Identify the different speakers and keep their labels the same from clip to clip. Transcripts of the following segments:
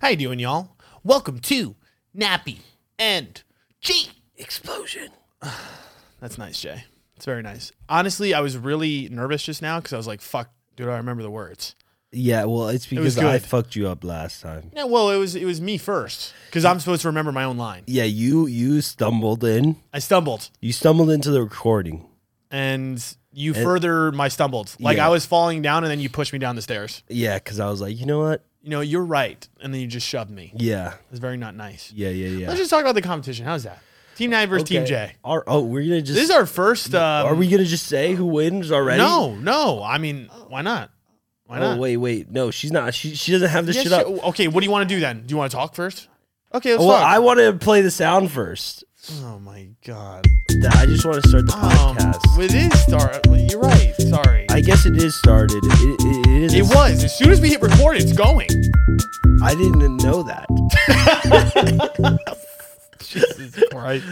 Speaker 1: How you doing, y'all? Welcome to Nappy and G Explosion. That's nice, Jay. It's very nice. Honestly, I was really nervous just now because I was like, "Fuck, dude, I remember the words."
Speaker 2: Yeah, well, it's
Speaker 1: was
Speaker 2: because I
Speaker 1: good.
Speaker 2: fucked you up last time.
Speaker 1: Yeah, well, it was it was me first because I'm supposed to remember my own line.
Speaker 2: Yeah, you you stumbled in.
Speaker 1: I stumbled,
Speaker 2: You stumbled into the recording.
Speaker 1: and you further my stumbled. Like
Speaker 2: Yeah.
Speaker 1: I was falling down, and then you pushed me down the stairs.
Speaker 2: Yeah, because I was like, you know what?
Speaker 1: You know, you're right, and then you just shoved me.
Speaker 2: Yeah,
Speaker 1: It's very not nice.
Speaker 2: yeah, yeah, yeah.
Speaker 1: Let's just talk about the competition. How's that? Team Nine versus Team
Speaker 2: Okay.
Speaker 1: J.
Speaker 2: Are- oh, we're gonna just.
Speaker 1: This is our first. Um,
Speaker 2: are we gonna just say who wins already?
Speaker 1: No, no. I mean, why not? Why
Speaker 2: Oh
Speaker 1: not?
Speaker 2: wait, wait. No, she's not. She she doesn't have this
Speaker 1: Yes,
Speaker 2: shit up.
Speaker 1: you- okay, what do you want to do then? Do you want to talk first? Okay, let's
Speaker 2: well,
Speaker 1: talk.
Speaker 2: I want to play the sound first.
Speaker 1: oh my god.
Speaker 2: I just want to start the
Speaker 1: Um,
Speaker 2: podcast.
Speaker 1: with this start, you're right. Sorry.
Speaker 2: I guess it is started. It, it, it is.
Speaker 1: it was as soon as we hit record, it's going.
Speaker 2: I didn't know that.
Speaker 1: Jesus Christ.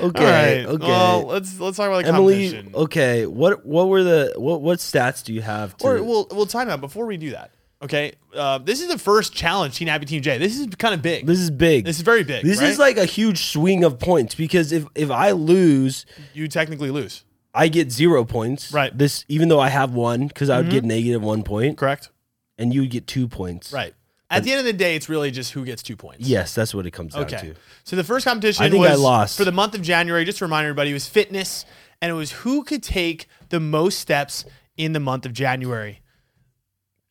Speaker 1: All
Speaker 2: Okay.
Speaker 1: right.
Speaker 2: Okay.
Speaker 1: Well, let's let's talk about the
Speaker 2: Emily, oh,
Speaker 1: competition.
Speaker 2: okay, what what were the what what stats do you have? To,
Speaker 1: Or we'll we'll time out before we do that. Okay. Uh, this is the first challenge, Team Abby Team J. This is kind of big. This,
Speaker 2: this is big.
Speaker 1: is very big.
Speaker 2: This
Speaker 1: right?
Speaker 2: is like a huge swing of points because if if I lose,
Speaker 1: you technically lose,
Speaker 2: I get zero points.
Speaker 1: Right. Mm-hmm.
Speaker 2: This even though I have one because I would get negative one point,
Speaker 1: correct?
Speaker 2: and you would get two points.
Speaker 1: Right. At the end of the day, it's really just who gets two points.
Speaker 2: Yes, that's what it comes down
Speaker 1: Okay.
Speaker 2: to.
Speaker 1: So the first competition
Speaker 2: I think
Speaker 1: was
Speaker 2: I lost.
Speaker 1: for the month of January. Just to remind everybody, it was fitness, and it was who could take the most steps in the month of January.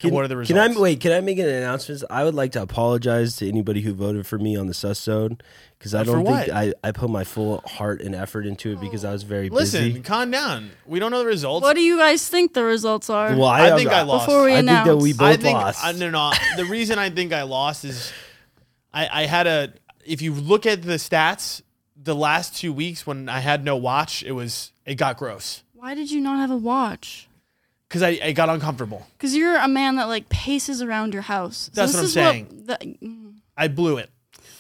Speaker 1: and what are the
Speaker 2: Can
Speaker 1: results?
Speaker 2: I wait? Can I make an announcement? I would like to apologize to anybody who voted for me on the Sussode because I don't
Speaker 1: what?
Speaker 2: think I, I put my full heart and effort into it because I was very
Speaker 1: Listen,
Speaker 2: busy.
Speaker 1: calm down. We don't know the results.
Speaker 3: What do you guys think the results are?
Speaker 2: Well, I,
Speaker 1: I think I lost.
Speaker 3: Before we
Speaker 2: I think that
Speaker 3: announce.
Speaker 2: we both
Speaker 1: I think
Speaker 2: lost.
Speaker 1: I, no, no. The reason I think I lost is I, I had a. If you look at the stats, the last two weeks when I had no watch, it was it got gross
Speaker 3: Why did you not have a watch?
Speaker 1: because I it got uncomfortable.
Speaker 3: Because you're a man that like paces around your house.
Speaker 1: That's what
Speaker 3: this
Speaker 1: I'm
Speaker 3: is What, the,
Speaker 1: I blew it.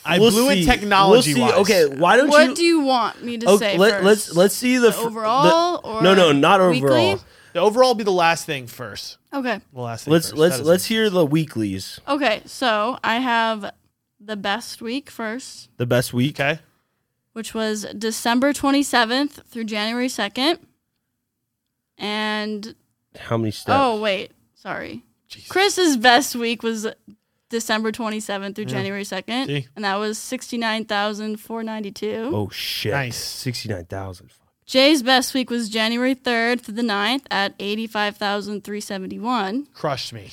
Speaker 1: I
Speaker 2: We'll
Speaker 1: blew
Speaker 2: see.
Speaker 1: it technology
Speaker 2: We'll
Speaker 1: wise.
Speaker 2: see. Okay, why don't
Speaker 3: what
Speaker 2: you?
Speaker 3: do you want me to
Speaker 2: okay,
Speaker 3: say?
Speaker 2: let,
Speaker 3: first?
Speaker 2: let's let's see the, fir-
Speaker 3: overall or
Speaker 2: no no not
Speaker 3: weekly?
Speaker 2: overall.
Speaker 1: The overall be the last thing first.
Speaker 3: Okay.
Speaker 1: The last thing.
Speaker 2: Let's
Speaker 1: first.
Speaker 2: let's
Speaker 1: That is
Speaker 2: let's
Speaker 1: it.
Speaker 2: hear the weeklies.
Speaker 3: Okay. So I have the best week first,
Speaker 2: The best week.
Speaker 1: Okay.
Speaker 3: which was December 27th through January 2nd. And
Speaker 2: How many steps?
Speaker 3: oh wait, sorry. Chris's best week was December 27th through January 2nd,
Speaker 1: See?
Speaker 3: and that was 69,492.
Speaker 2: Oh, shit!
Speaker 1: Nice.
Speaker 2: sixty nine thousand.
Speaker 3: Jay's best week was January 3rd through the 9th at 85,371.
Speaker 1: Crushed me.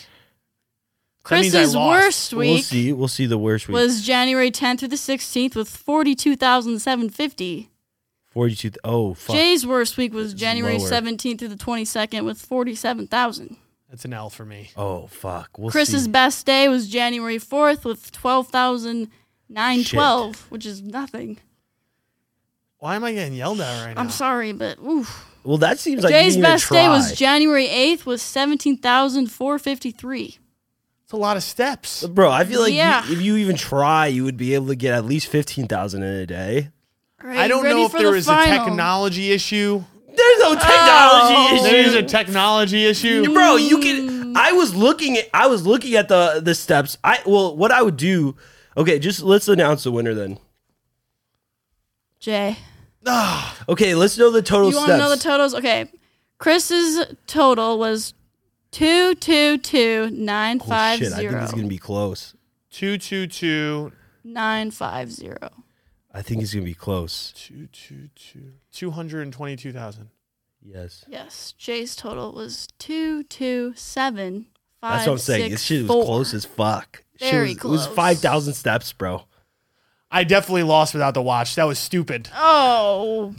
Speaker 1: That means I
Speaker 3: Chris's
Speaker 1: lost.
Speaker 3: worst
Speaker 2: We'll
Speaker 3: week
Speaker 2: see. We'll see the worst week.
Speaker 3: was January 10th through the 16th with 42,750.
Speaker 2: Forty two. Oh fuck!
Speaker 3: Jay's worst week was January
Speaker 2: lower.
Speaker 3: 17th through the 22nd with 47,000.
Speaker 1: That's an L for me.
Speaker 2: oh fuck! We'll
Speaker 3: Chris's
Speaker 2: see.
Speaker 3: best day was January 4th with 12,912, which is nothing.
Speaker 1: Why am I getting yelled at right now?
Speaker 3: I'm sorry, but oof.
Speaker 2: Well, that seems like
Speaker 3: Jay's
Speaker 2: you didn't even
Speaker 3: best day was
Speaker 2: try.
Speaker 3: January 8th with 17,453.
Speaker 1: It's a lot of steps.
Speaker 2: Bro, I feel like you-
Speaker 3: Yeah.
Speaker 2: if you even try, you would be able to get at least fifteen thousand in a day.
Speaker 3: All right,
Speaker 1: I don't
Speaker 3: ready
Speaker 1: know if
Speaker 3: for
Speaker 1: there
Speaker 3: the
Speaker 1: is a
Speaker 3: final.
Speaker 1: technology issue.
Speaker 2: There's
Speaker 3: Oh,
Speaker 2: no technology
Speaker 1: There is
Speaker 2: issues.
Speaker 1: a technology issue.
Speaker 2: bro you
Speaker 3: Mm.
Speaker 2: can i was looking at i was looking at the the steps i well what i would do okay just let's announce the winner then
Speaker 3: Jay.
Speaker 2: okay let's know the total
Speaker 3: You want to
Speaker 2: steps
Speaker 3: know the totals? Okay. Chris's total was
Speaker 2: oh, shit i think it's gonna
Speaker 3: 222,950.
Speaker 2: be close
Speaker 1: Two two two
Speaker 3: 950.
Speaker 2: i think it's gonna be close
Speaker 1: two two two two hundred and twenty two thousand.
Speaker 2: yes
Speaker 3: Yes. Jay's total was 227.
Speaker 2: that's what i'm saying this shit was close as fuck Shit
Speaker 3: Very
Speaker 2: was- it was
Speaker 3: close.
Speaker 2: 5000 steps bro
Speaker 1: I definitely lost without the watch. That was stupid.
Speaker 3: Oh,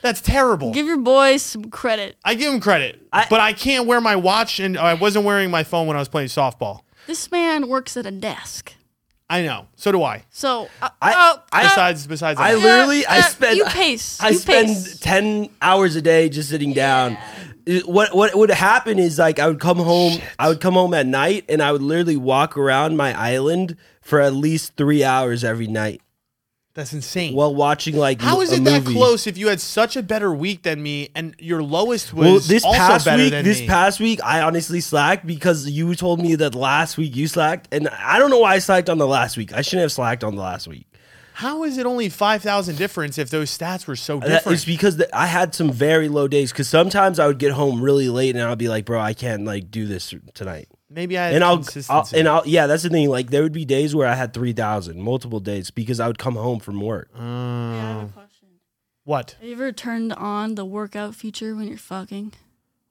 Speaker 1: That's terrible.
Speaker 3: give your boy some credit.
Speaker 1: I give him credit,
Speaker 2: I-
Speaker 1: but I can't wear my watch, and I wasn't wearing my phone when I was playing softball.
Speaker 3: This man works at a desk.
Speaker 1: I know. So do I.
Speaker 3: So, uh,
Speaker 2: I-
Speaker 3: oh,
Speaker 2: I-
Speaker 3: uh,
Speaker 1: Besides, besides,
Speaker 2: i
Speaker 1: that.
Speaker 2: literally i
Speaker 3: uh,
Speaker 2: spent
Speaker 3: you pace,
Speaker 2: i
Speaker 3: you
Speaker 2: spend
Speaker 3: pace.
Speaker 2: 10 hours a day just sitting down It- what what would happen is like I would come home I would come home at night and I would literally walk around my island for at least 3 hours every night.
Speaker 1: That's insane.
Speaker 2: while watching like
Speaker 1: How is
Speaker 2: a
Speaker 1: it that
Speaker 2: movie.
Speaker 1: close if you had such a better week than me and your lowest was
Speaker 2: Well, this
Speaker 1: also
Speaker 2: past
Speaker 1: better
Speaker 2: week,
Speaker 1: than
Speaker 2: this
Speaker 1: me?
Speaker 2: past week, I honestly slacked because you told me that last week you slacked, and I don't know why I slacked on the last week. I shouldn't have slacked on the last week.
Speaker 1: How is it only 5,000 difference if those stats were so
Speaker 2: Uh, That
Speaker 1: different?
Speaker 2: is because th- I had some very low days. Because sometimes I would get home really late, and I'd be like, "Bro, I can't like do this tonight."
Speaker 1: Maybe I had
Speaker 2: and I'll, I'll
Speaker 1: consistency.
Speaker 2: and I'll yeah, that's the thing. Like there would be days where I had three thousand, multiple days, because I would come home from work.
Speaker 1: Mm.
Speaker 3: Yeah, I have a question.
Speaker 1: what?
Speaker 3: Have you ever turned on the workout feature when you're fucking?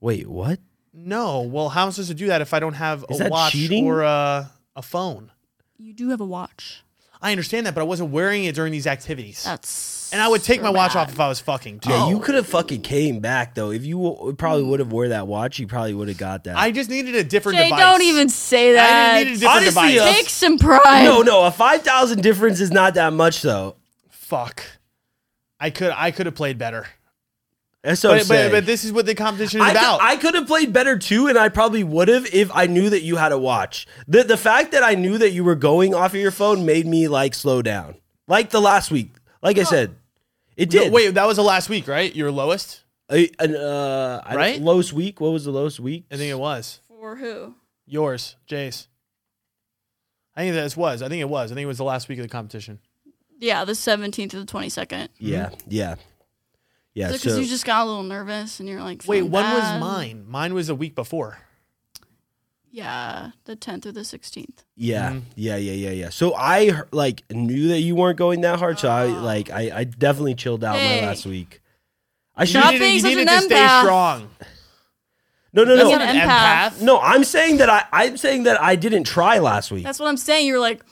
Speaker 2: Wait, what?
Speaker 1: No. Well, how am I supposed to do that if I don't have
Speaker 2: Is
Speaker 1: a
Speaker 2: that
Speaker 1: watch
Speaker 2: cheating?
Speaker 1: or a, a phone?
Speaker 3: You do have a watch.
Speaker 1: I understand that, but I wasn't wearing it during these activities.
Speaker 3: That's
Speaker 1: and I would take
Speaker 3: so
Speaker 1: my watch
Speaker 3: bad.
Speaker 1: off if I was fucking too.
Speaker 2: Yeah, you could have fucking came back though. If you w- probably
Speaker 1: Mm.
Speaker 2: would have wore that watch, you probably would have got that.
Speaker 1: I just needed a different
Speaker 3: Jay,
Speaker 1: device.
Speaker 3: don't even say that.
Speaker 1: I needed a different
Speaker 2: Honestly,
Speaker 1: device.
Speaker 2: uh,
Speaker 3: Take some pride.
Speaker 2: no, no, a five thousand difference is not that much though.
Speaker 1: Fuck. I could I could have played better.
Speaker 2: That's so
Speaker 1: But, but, but this is what the competition is
Speaker 2: I,
Speaker 1: about.
Speaker 2: cou- I could have played better too, and I probably would have if I knew that you had a watch. The the fact that I knew that you were going off of your phone made me like slow down. Like the last week, like I said, it
Speaker 1: No,
Speaker 2: did.
Speaker 1: wait, that was the last week, right? Your lowest?
Speaker 2: I, an, uh, I-
Speaker 1: Right?
Speaker 2: lowest week. What was the lowest week?
Speaker 1: I think it was.
Speaker 3: For who?
Speaker 1: Yours, Jay's. I think that was. I think it was. I think it was the last week of the competition.
Speaker 3: Yeah, the 17th to the 22nd.
Speaker 2: yeah,
Speaker 1: Mm-hmm.
Speaker 2: yeah, yeah.
Speaker 3: Because
Speaker 2: So
Speaker 3: you just got a little nervous and you're like,
Speaker 1: Wait,
Speaker 3: feeling
Speaker 1: when was
Speaker 3: bad.
Speaker 1: mine? Mine was a week before.
Speaker 3: Yeah, the 10th or the 16th.
Speaker 2: yeah,
Speaker 1: Mm-hmm.
Speaker 2: yeah, yeah, yeah, yeah. So I he- like knew that you weren't going that hard. So I like I, I definitely chilled out
Speaker 3: Hey.
Speaker 2: my last week. I should
Speaker 3: Stop
Speaker 1: you needed,
Speaker 3: being
Speaker 1: you
Speaker 3: such
Speaker 1: needed
Speaker 3: an
Speaker 1: to stay
Speaker 3: empath.
Speaker 1: strong.
Speaker 2: no no
Speaker 3: That's
Speaker 2: no
Speaker 3: an empath.
Speaker 2: no. I'm saying that I I'm saying that I didn't try last week.
Speaker 3: That's what I'm saying. You're like,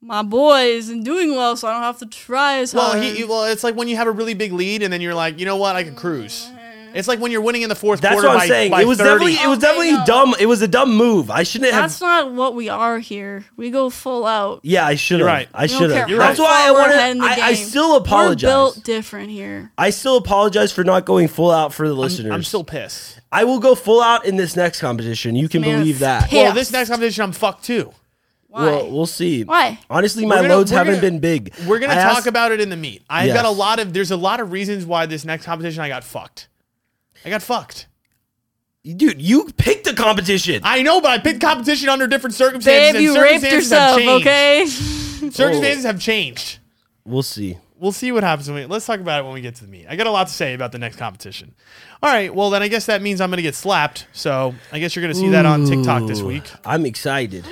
Speaker 3: my boy isn't doing well, so I don't have to try as
Speaker 1: Well,
Speaker 3: hard.
Speaker 1: he, he- well, it's like when you have a really big lead and then you're like, you know what, I could cruise. It's like when you're winning in the fourth
Speaker 2: That's
Speaker 1: quarter
Speaker 2: what I'm
Speaker 1: by,
Speaker 2: saying.
Speaker 1: by
Speaker 2: It was
Speaker 1: 30.
Speaker 2: definitely it was
Speaker 3: Okay,
Speaker 2: definitely
Speaker 3: no.
Speaker 2: dumb. It was a dumb move. I shouldn't
Speaker 3: That's
Speaker 2: have.
Speaker 3: not what we are here. We go full out.
Speaker 2: Yeah, I should have.
Speaker 1: You're right.
Speaker 2: I
Speaker 3: We don't
Speaker 2: should
Speaker 3: care
Speaker 2: have.
Speaker 3: how
Speaker 2: That's
Speaker 3: far
Speaker 2: why I
Speaker 3: we're ahead in
Speaker 2: wanted.
Speaker 3: the
Speaker 2: I, I
Speaker 3: game.
Speaker 2: still apologize.
Speaker 3: We're built different here.
Speaker 2: I still apologize for not going full out for the listeners.
Speaker 1: I'm still pissed.
Speaker 2: I will go full out in this next competition. You can
Speaker 3: Man,
Speaker 2: believe that.
Speaker 3: pissed.
Speaker 1: Well, this next competition, I'm fucked too.
Speaker 3: Why?
Speaker 2: Well, we'll see.
Speaker 3: Why?
Speaker 2: Honestly,
Speaker 1: We're
Speaker 2: my
Speaker 1: gonna-
Speaker 2: loads
Speaker 1: we're
Speaker 2: haven't
Speaker 1: gonna-
Speaker 2: been big.
Speaker 1: We're gonna
Speaker 2: I
Speaker 1: talk
Speaker 2: asked-
Speaker 1: about it in the meet. I've got a
Speaker 2: Yes.
Speaker 1: lot of there's a lot of reasons why this next competition I got fucked. I got fucked.
Speaker 2: dude. You picked the competition.
Speaker 1: I know, but I picked competition under different circumstances.
Speaker 3: Babe,
Speaker 1: and
Speaker 3: you raped
Speaker 1: circumstances
Speaker 3: yourself,
Speaker 1: have changed.
Speaker 3: okay?
Speaker 1: Circumstances have changed.
Speaker 2: we'll see.
Speaker 1: We'll see what happens when we. Let's talk about it when we get to the meet. I got a lot to say about the next competition. All right. Well, then I guess that means I'm gonna get slapped. So I guess you're gonna see that on TikTok this
Speaker 2: Ooh,
Speaker 1: week.
Speaker 2: I'm excited.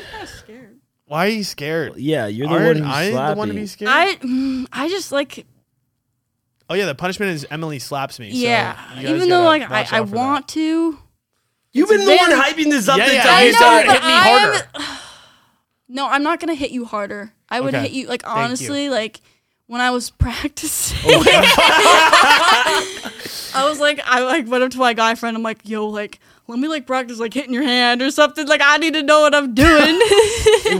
Speaker 1: Why are you scared?
Speaker 2: Yeah, you're the
Speaker 1: Aren't
Speaker 2: one who's
Speaker 1: I the one to
Speaker 2: slapping.
Speaker 1: be scared?
Speaker 3: I, mm, I just like,
Speaker 1: oh yeah, the punishment is Emily slaps me. so
Speaker 3: yeah.
Speaker 1: you guys
Speaker 3: Even though
Speaker 1: gotta
Speaker 3: like I,
Speaker 1: watch
Speaker 3: I
Speaker 1: out for that.
Speaker 3: want to.
Speaker 2: You've been the one
Speaker 3: very-
Speaker 2: hyping this up.
Speaker 1: Yeah,
Speaker 2: this
Speaker 1: yeah,
Speaker 2: entire
Speaker 1: I know,
Speaker 2: time.
Speaker 1: but- hit me harder.
Speaker 3: I'm- no, I'm not gonna hit you harder. I would
Speaker 1: Okay.
Speaker 3: hit you like
Speaker 1: you.
Speaker 3: honestly, like when I was practicing. I was like, I like went up to my guy friend. I'm like, yo, like let me like practice like hitting your hand or something. Like I need to know what I'm doing.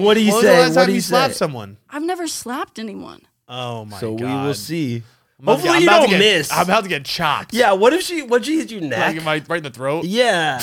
Speaker 2: What do
Speaker 1: When was
Speaker 2: you
Speaker 1: the
Speaker 2: say?
Speaker 1: last
Speaker 2: What
Speaker 1: time
Speaker 2: do
Speaker 1: you
Speaker 2: you
Speaker 1: slapped
Speaker 2: say?
Speaker 1: someone?
Speaker 3: I've never slapped anyone.
Speaker 1: Oh my
Speaker 2: So
Speaker 1: god.
Speaker 2: we will see.
Speaker 1: I'm about to
Speaker 2: Hopefully
Speaker 1: I'm
Speaker 2: you
Speaker 1: about to
Speaker 2: don't
Speaker 1: get-
Speaker 2: miss.
Speaker 1: I'm about to get chopped.
Speaker 2: Yeah, what if she? What she hit your
Speaker 1: Like
Speaker 2: neck?
Speaker 1: in my, right in the throat.
Speaker 2: yeah,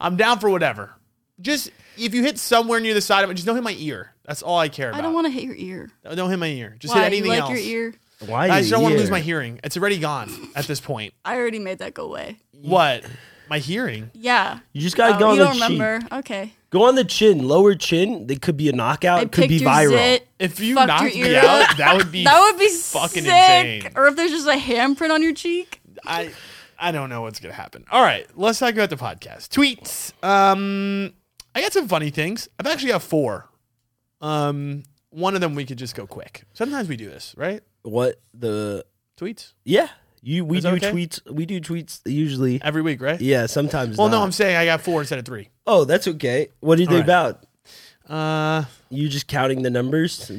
Speaker 1: I'm down for whatever. Just if you hit somewhere near the side of it, just don't hit my ear. That's all I care about.
Speaker 3: I don't want to hit your ear.
Speaker 1: to. Don't hit my ear. Just
Speaker 3: Why?
Speaker 1: hit
Speaker 3: You
Speaker 1: anything
Speaker 3: like
Speaker 1: else.
Speaker 3: your ear?
Speaker 2: why?
Speaker 1: I just don't want to lose
Speaker 2: ear?
Speaker 1: my hearing. It's already gone at this point.
Speaker 3: I already made that go away.
Speaker 1: What? My hearing?
Speaker 3: Yeah.
Speaker 2: You just gotta
Speaker 3: Oh,
Speaker 2: go on
Speaker 3: you
Speaker 2: the
Speaker 3: don't
Speaker 2: cheek.
Speaker 3: remember? Okay.
Speaker 2: Go on the chin, lower chin. It could be a knockout.
Speaker 3: I
Speaker 2: It could
Speaker 3: picked
Speaker 2: be
Speaker 3: your
Speaker 2: viral.
Speaker 3: zit.
Speaker 1: If you
Speaker 3: Fucked
Speaker 1: knocked
Speaker 3: your
Speaker 1: me
Speaker 3: ear
Speaker 1: out,
Speaker 3: up.
Speaker 1: that would be.
Speaker 3: That would be
Speaker 1: fucking
Speaker 3: fucking
Speaker 1: insane.
Speaker 3: insane. Or if there's just a handprint on your cheek.
Speaker 1: I I don't know what's gonna happen. All right, let's talk about the podcast. Tweets. Um, I got some funny things. I've actually got four. Um, one of them we could just go quick. Sometimes we do this, right?
Speaker 2: What the?
Speaker 1: Tweets
Speaker 2: Yeah, you. We
Speaker 1: Is
Speaker 2: do
Speaker 1: that okay?
Speaker 2: tweets. We do tweets usually.
Speaker 1: every week, right?
Speaker 2: Yeah, sometimes.
Speaker 1: Well, no,
Speaker 2: not.
Speaker 1: I'm saying I got four instead of three.
Speaker 2: Oh, that's okay. What do you think
Speaker 1: right.
Speaker 2: about?
Speaker 1: Uh,
Speaker 2: You just counting the numbers?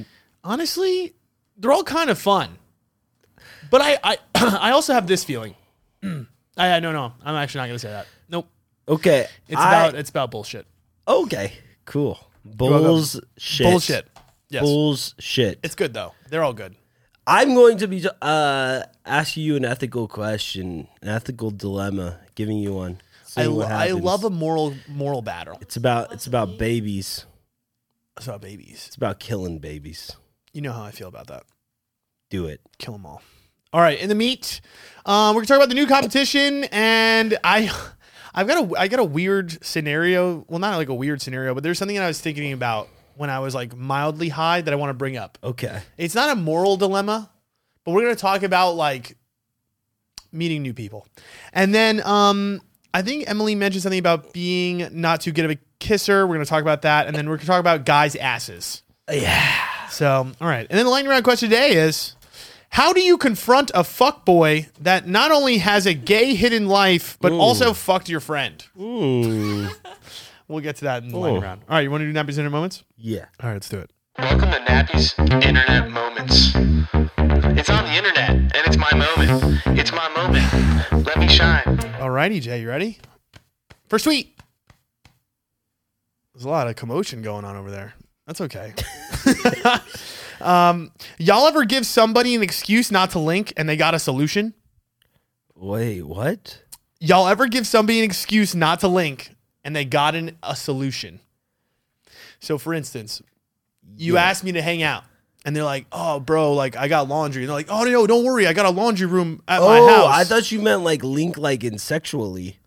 Speaker 1: honestly, they're all kind of fun. But I I, I also have this feeling. I I- no no, I'm actually not gonna say that. Nope.
Speaker 2: Okay.
Speaker 1: It's
Speaker 2: I-
Speaker 1: about it's about bullshit.
Speaker 2: Okay. Cool. Bulls shit.
Speaker 1: Bullshit. Yes.
Speaker 2: Bulls shit.
Speaker 1: it's good though. They're all good.
Speaker 2: I'm going to be uh asking you an ethical question, an ethical dilemma, giving you one.
Speaker 1: I,
Speaker 2: Seeing
Speaker 1: lo-
Speaker 2: what
Speaker 1: I
Speaker 2: happens.
Speaker 1: love a moral moral battle.
Speaker 2: It's about it's about babies.
Speaker 1: It's about babies.
Speaker 2: It's about killing babies.
Speaker 1: You know how I feel about that.
Speaker 2: do it.
Speaker 1: Kill them all. All right, in the meat, um, we're gonna talk about the new competition, and I, I've got a, I got a weird scenario. Well, not like a weird scenario, but there's something that I was thinking about when I was like mildly high that I want to bring up.
Speaker 2: Okay.
Speaker 1: It's not a moral dilemma, but we're gonna talk about like meeting new people, and then um, I think Emily mentioned something about being not too good of a kisser. We're gonna talk about that, and then we're gonna talk about guys' asses.
Speaker 2: Yeah.
Speaker 1: So, all right. And then the lightning round question today is how do you confront a fuckboy that not only has a gay hidden life, but also fucked your friend?
Speaker 2: Hmm.
Speaker 4: Ooh.
Speaker 1: We'll get to that in the lightning
Speaker 4: Ooh.
Speaker 1: round. All right, you want to do nappies in moments?
Speaker 2: Yeah.
Speaker 1: All right, let's do it.
Speaker 5: Welcome to Nappy's Internet Moments. It's on the internet, and it's my moment. It's my moment. Let me shine.
Speaker 1: All righty, Jay, you ready? First tweet. There's a lot of commotion going on over there. That's okay. um, y'all ever give somebody an excuse not to link and they got a solution?
Speaker 2: Wait, what?
Speaker 1: y'all ever give somebody an excuse not to link and they got an, a solution so for instance you
Speaker 2: Yeah.
Speaker 1: asked me to hang out and they're like oh bro like i got laundry and they're like oh no don't worry i got a laundry room at my
Speaker 2: oh,
Speaker 1: house
Speaker 2: I thought you meant like link like in sexually.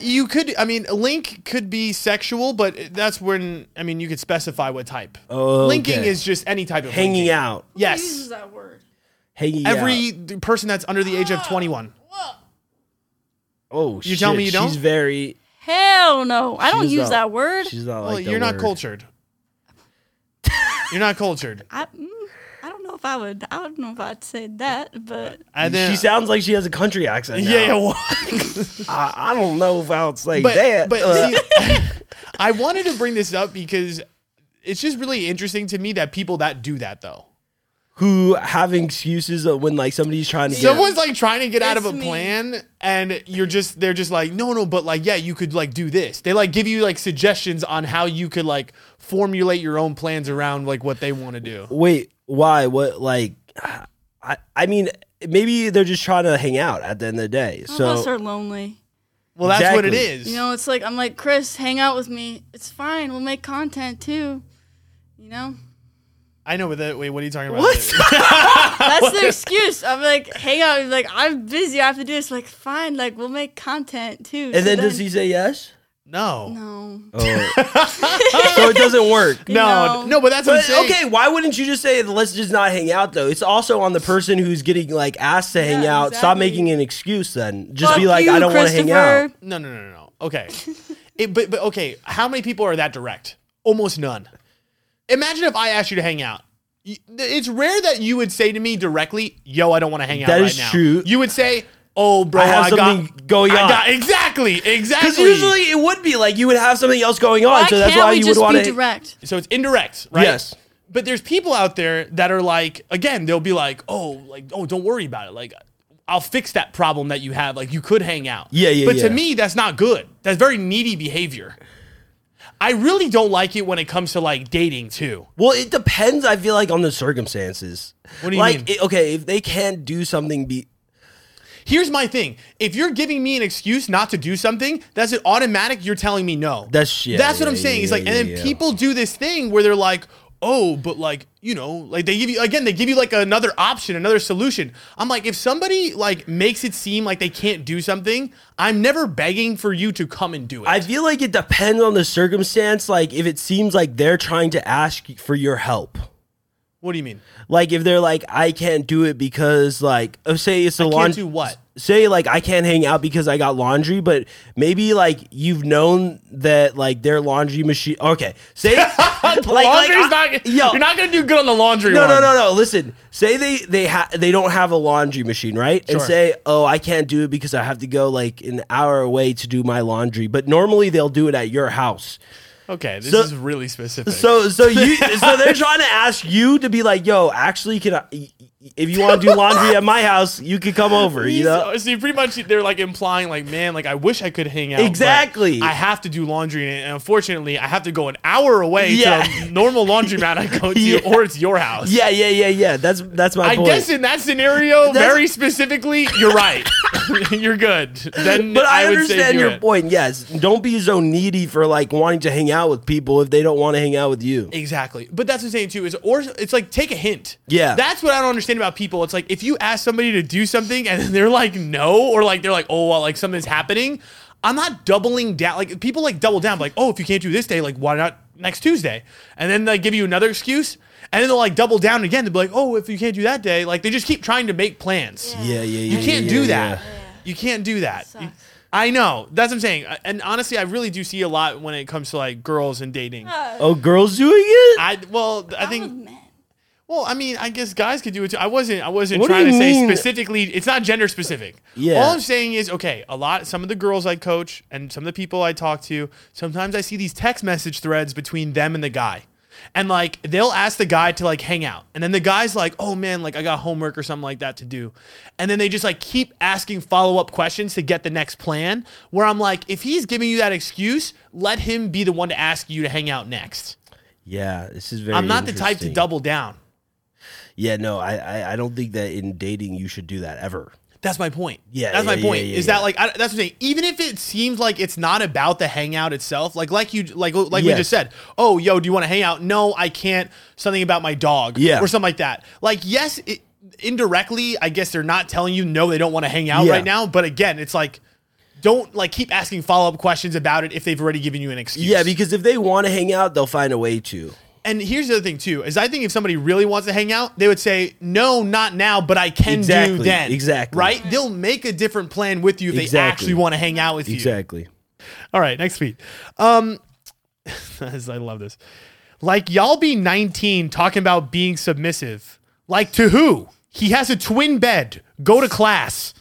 Speaker 1: you could i mean link could be sexual but that's when i mean you could specify what type
Speaker 2: Oh,
Speaker 1: linking
Speaker 2: okay.
Speaker 1: is just any type of
Speaker 2: hanging
Speaker 1: linking.
Speaker 2: out.
Speaker 1: yes
Speaker 3: that word?
Speaker 2: Hanging out.
Speaker 1: every d- person that's under the age of 21
Speaker 2: Oh, you
Speaker 1: tell me you don't?
Speaker 2: She's very.
Speaker 3: Hell no. I don't
Speaker 2: she's
Speaker 3: use
Speaker 2: not-
Speaker 3: that word.
Speaker 2: She's not
Speaker 1: well
Speaker 2: like. that
Speaker 1: you're not
Speaker 2: word.
Speaker 1: cultured you're not cultured
Speaker 3: I, mm, I don't know if I would. I don't know if I'd say that, but
Speaker 1: and then
Speaker 2: She sounds like she has a country accent.
Speaker 1: yeah, yeah
Speaker 2: now.
Speaker 1: well-
Speaker 2: I, I don't know if I would say
Speaker 1: but,
Speaker 2: that.
Speaker 1: but
Speaker 2: uh,
Speaker 1: see, I wanted to bring this up because it's just really interesting to me that people that do that though.
Speaker 2: who having excuses of when like somebody's trying to get
Speaker 1: Someone's like trying to get out of a
Speaker 3: That's me.
Speaker 1: plan and you're just they're just like, no, no, but like, yeah, you could like do this. They like give you like suggestions on how you could like formulate your own plans around like what they want to do.
Speaker 2: Wait, why? What? Like, I, I mean, maybe they're just trying to hang out at the end of the day.
Speaker 3: some of us
Speaker 2: So
Speaker 3: are lonely.
Speaker 1: Well, that's what it
Speaker 2: Exactly.
Speaker 1: is.
Speaker 3: You know, it's like I'm like Chris, hang out with me. It's fine. We'll make content too. You know,
Speaker 1: I know, but that, wait, what are you talking about?
Speaker 3: that's the excuse. I'm like, hang out. He's like, I'm busy. I have to do this. Like, fine. Like, we'll make content too.
Speaker 2: and then does he say yes?
Speaker 1: No. No.
Speaker 3: No.
Speaker 2: Oh. so it doesn't work.
Speaker 1: No,
Speaker 3: No.
Speaker 1: but that's what I'm
Speaker 2: But
Speaker 1: saying.
Speaker 2: okay, why wouldn't you just say let's just not hang out though? It's also on the person who's getting like asked to hang
Speaker 3: Yeah,
Speaker 2: out. Stop
Speaker 3: exactly.
Speaker 2: making an excuse then. Just
Speaker 3: Fuck
Speaker 2: be like,
Speaker 3: you,
Speaker 2: I don't want to hang out.
Speaker 3: Christopher.
Speaker 1: No, no, no, no, no. Okay. it, but, but okay, how many people are that direct? Almost none. Imagine if I asked you to hang out. You- It's rare that you would say to me directly, "Yo, I don't want to hang out
Speaker 2: That
Speaker 1: right
Speaker 2: is
Speaker 1: now."
Speaker 2: true.
Speaker 1: You would say, "Oh, bro,
Speaker 2: I have
Speaker 1: got
Speaker 2: something going
Speaker 1: I
Speaker 2: on."
Speaker 1: got- exactly, exactly.
Speaker 2: Because usually it would be like you would have something else going on,
Speaker 3: Why
Speaker 2: so that's
Speaker 3: can't
Speaker 2: why
Speaker 3: we
Speaker 2: you would
Speaker 3: just
Speaker 2: want
Speaker 3: be
Speaker 2: to.
Speaker 3: direct?
Speaker 1: so it's indirect, right?
Speaker 2: Yes.
Speaker 1: But there's people out there that are like, again, they'll be like, "Oh, like, oh, don't worry about it. Like, I'll fix that problem that you have. Like, you could hang out."
Speaker 2: Yeah, yeah,
Speaker 1: But to
Speaker 2: yeah.
Speaker 1: me, that's not good. That's very needy behavior. I really don't like it when it comes to like dating too.
Speaker 2: Well, it depends. I feel like on the circumstances.
Speaker 1: What do you
Speaker 2: like,
Speaker 1: mean?
Speaker 2: it- okay, if they can't do something, be
Speaker 1: Here's my thing: if you're giving me an excuse not to do something, that's an automatic. You're telling me no.
Speaker 2: That's- yeah,
Speaker 1: That's what
Speaker 2: yeah,
Speaker 1: I'm saying.
Speaker 2: yeah,
Speaker 1: it's like,
Speaker 2: yeah,
Speaker 1: and then
Speaker 2: yeah.
Speaker 1: people do this thing where they're like, "Oh, but like, you know, like they give you again, they give you like another option, another solution." I'm like, if somebody like makes it seem like they can't do something, I'm never begging for you to come and do it.
Speaker 2: I feel like it depends on the circumstance. Like if it seems like they're trying to ask for your help.
Speaker 1: what do you mean?
Speaker 2: Like if they're like, I can't do it because like oh, say it's the
Speaker 1: Can't
Speaker 2: laundry.
Speaker 1: do what?
Speaker 2: Say like I can't hang out because I got laundry, but maybe like you've known that like their laundry machine. Okay, say like,
Speaker 1: The laundry's
Speaker 2: I-
Speaker 1: not.
Speaker 2: yo,
Speaker 1: you're not gonna do good on the laundry.
Speaker 2: no,
Speaker 1: one.
Speaker 2: no, no, no. Listen, say they they ha- they don't have a laundry machine, right? And
Speaker 1: Sure.
Speaker 2: say, oh, I can't do it because I have to go like an hour away to do my laundry. But normally they'll do it at your house.
Speaker 1: Okay, this
Speaker 2: So-
Speaker 1: is really specific.
Speaker 2: So so you so they're trying to ask you to be like, yo, actually, can I? If you want to do laundry at my house, you can come over. You know.
Speaker 1: So, so uh, pretty much they're like implying like, man, like I wish I could hang out. but
Speaker 2: Exactly.
Speaker 1: I have to do laundry, and unfortunately, I have to go an hour away
Speaker 2: Yeah.
Speaker 1: to a normal laundromat I go to,
Speaker 2: Yeah.
Speaker 1: or it's your house.
Speaker 2: Yeah, yeah, yeah, yeah. That's that's my
Speaker 1: I
Speaker 2: point.
Speaker 1: guess in that scenario,
Speaker 2: That's-
Speaker 1: very specifically, you're right. you're good. Then,
Speaker 2: but I,
Speaker 1: would say
Speaker 2: understand
Speaker 1: do
Speaker 2: your
Speaker 1: it.
Speaker 2: point. Yes, don't be so needy for like wanting to hang out with people if they don't want to hang out with you.
Speaker 1: Exactly. But that's what I'm saying too. Is or it's like take a hint.
Speaker 2: Yeah.
Speaker 1: That's what I don't understand understand about people. It's like if you ask somebody to do something and they're like no, or like they're like oh well, like something's happening. I'm not doubling down. Like people like double down. Like oh, if you can't do this day, like why not next Tuesday? And then they give you another excuse, and then they'll like double down again. They'll be like oh, if you can't do that day, like they just keep trying to make plans.
Speaker 2: Yeah, yeah, yeah.
Speaker 1: You can't
Speaker 2: yeah,
Speaker 1: do
Speaker 2: yeah.
Speaker 1: that. You can't do that. You- I know. That's what I'm saying. And honestly, I really do see a lot when it comes to like girls and dating.
Speaker 2: Oh, girls doing it?
Speaker 1: I well, I
Speaker 3: With
Speaker 1: think.
Speaker 3: men.
Speaker 1: Well, I mean, I guess guys could do it too. I wasn't. I wasn't
Speaker 2: What do
Speaker 1: trying
Speaker 2: you
Speaker 1: to say
Speaker 2: mean?
Speaker 1: specifically. It's not gender specific.
Speaker 2: Yeah.
Speaker 1: All I'm saying is, okay, a lot. Some of the girls I coach and some of the people I talk to, sometimes I see these text message threads between them and the guy. And like they'll ask the guy to like hang out, and then the guy's like, "Oh man, like I got homework or something like that to do," and then they just like keep asking follow up questions to get the next plan. Where I'm like, if he's giving you that excuse, let him be the one to ask you to hang out next.
Speaker 2: yeah, this is very.
Speaker 1: I'm not the type to
Speaker 2: interesting.
Speaker 1: double down.
Speaker 2: Yeah, no, I, I, I don't think that in dating you should do that ever.
Speaker 1: That's my point.
Speaker 2: Yeah,
Speaker 1: that's my
Speaker 2: yeah,
Speaker 1: point.
Speaker 2: yeah, yeah,
Speaker 1: is
Speaker 2: yeah.
Speaker 1: that like I, that's what I'm saying? Even if it seems like it's not about the hangout itself, like like you like like we
Speaker 2: Yes.
Speaker 1: just said, oh yo, do you want to hang out? No, I can't. Something about my dog,
Speaker 2: Yeah.
Speaker 1: or something like that. Like yes, it, indirectly, I guess they're not telling you no, they don't want to hang out
Speaker 2: Yeah.
Speaker 1: right now. But again, it's like don't like keep asking follow up questions about it if they've already given you an excuse.
Speaker 2: Yeah, because if they want to hang out, they'll find a way to.
Speaker 1: and here's the other thing too is I think if somebody really wants to hang out, they would say no, not now, but I can
Speaker 2: Exactly,
Speaker 1: do then.
Speaker 2: exactly.
Speaker 1: Right? They'll make a different plan with you if they
Speaker 2: Exactly.
Speaker 1: actually want to hang out with you.
Speaker 2: Exactly.
Speaker 1: All right, next tweet. Um, I love this. Like y'all be 19 talking about being submissive. Like to who? He has a twin bed. Go to class.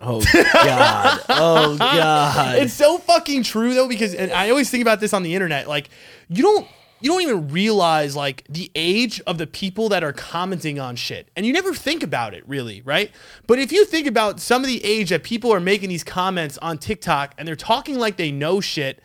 Speaker 2: Oh god. Oh god.
Speaker 1: It's so fucking true though, because and I always think about this on the internet. Like, you don't you don't even realize like the age of the people that are commenting on shit. And you never think about it really, right? But if you think about some of the age that people are making these comments on TikTok and they're talking like they know shit.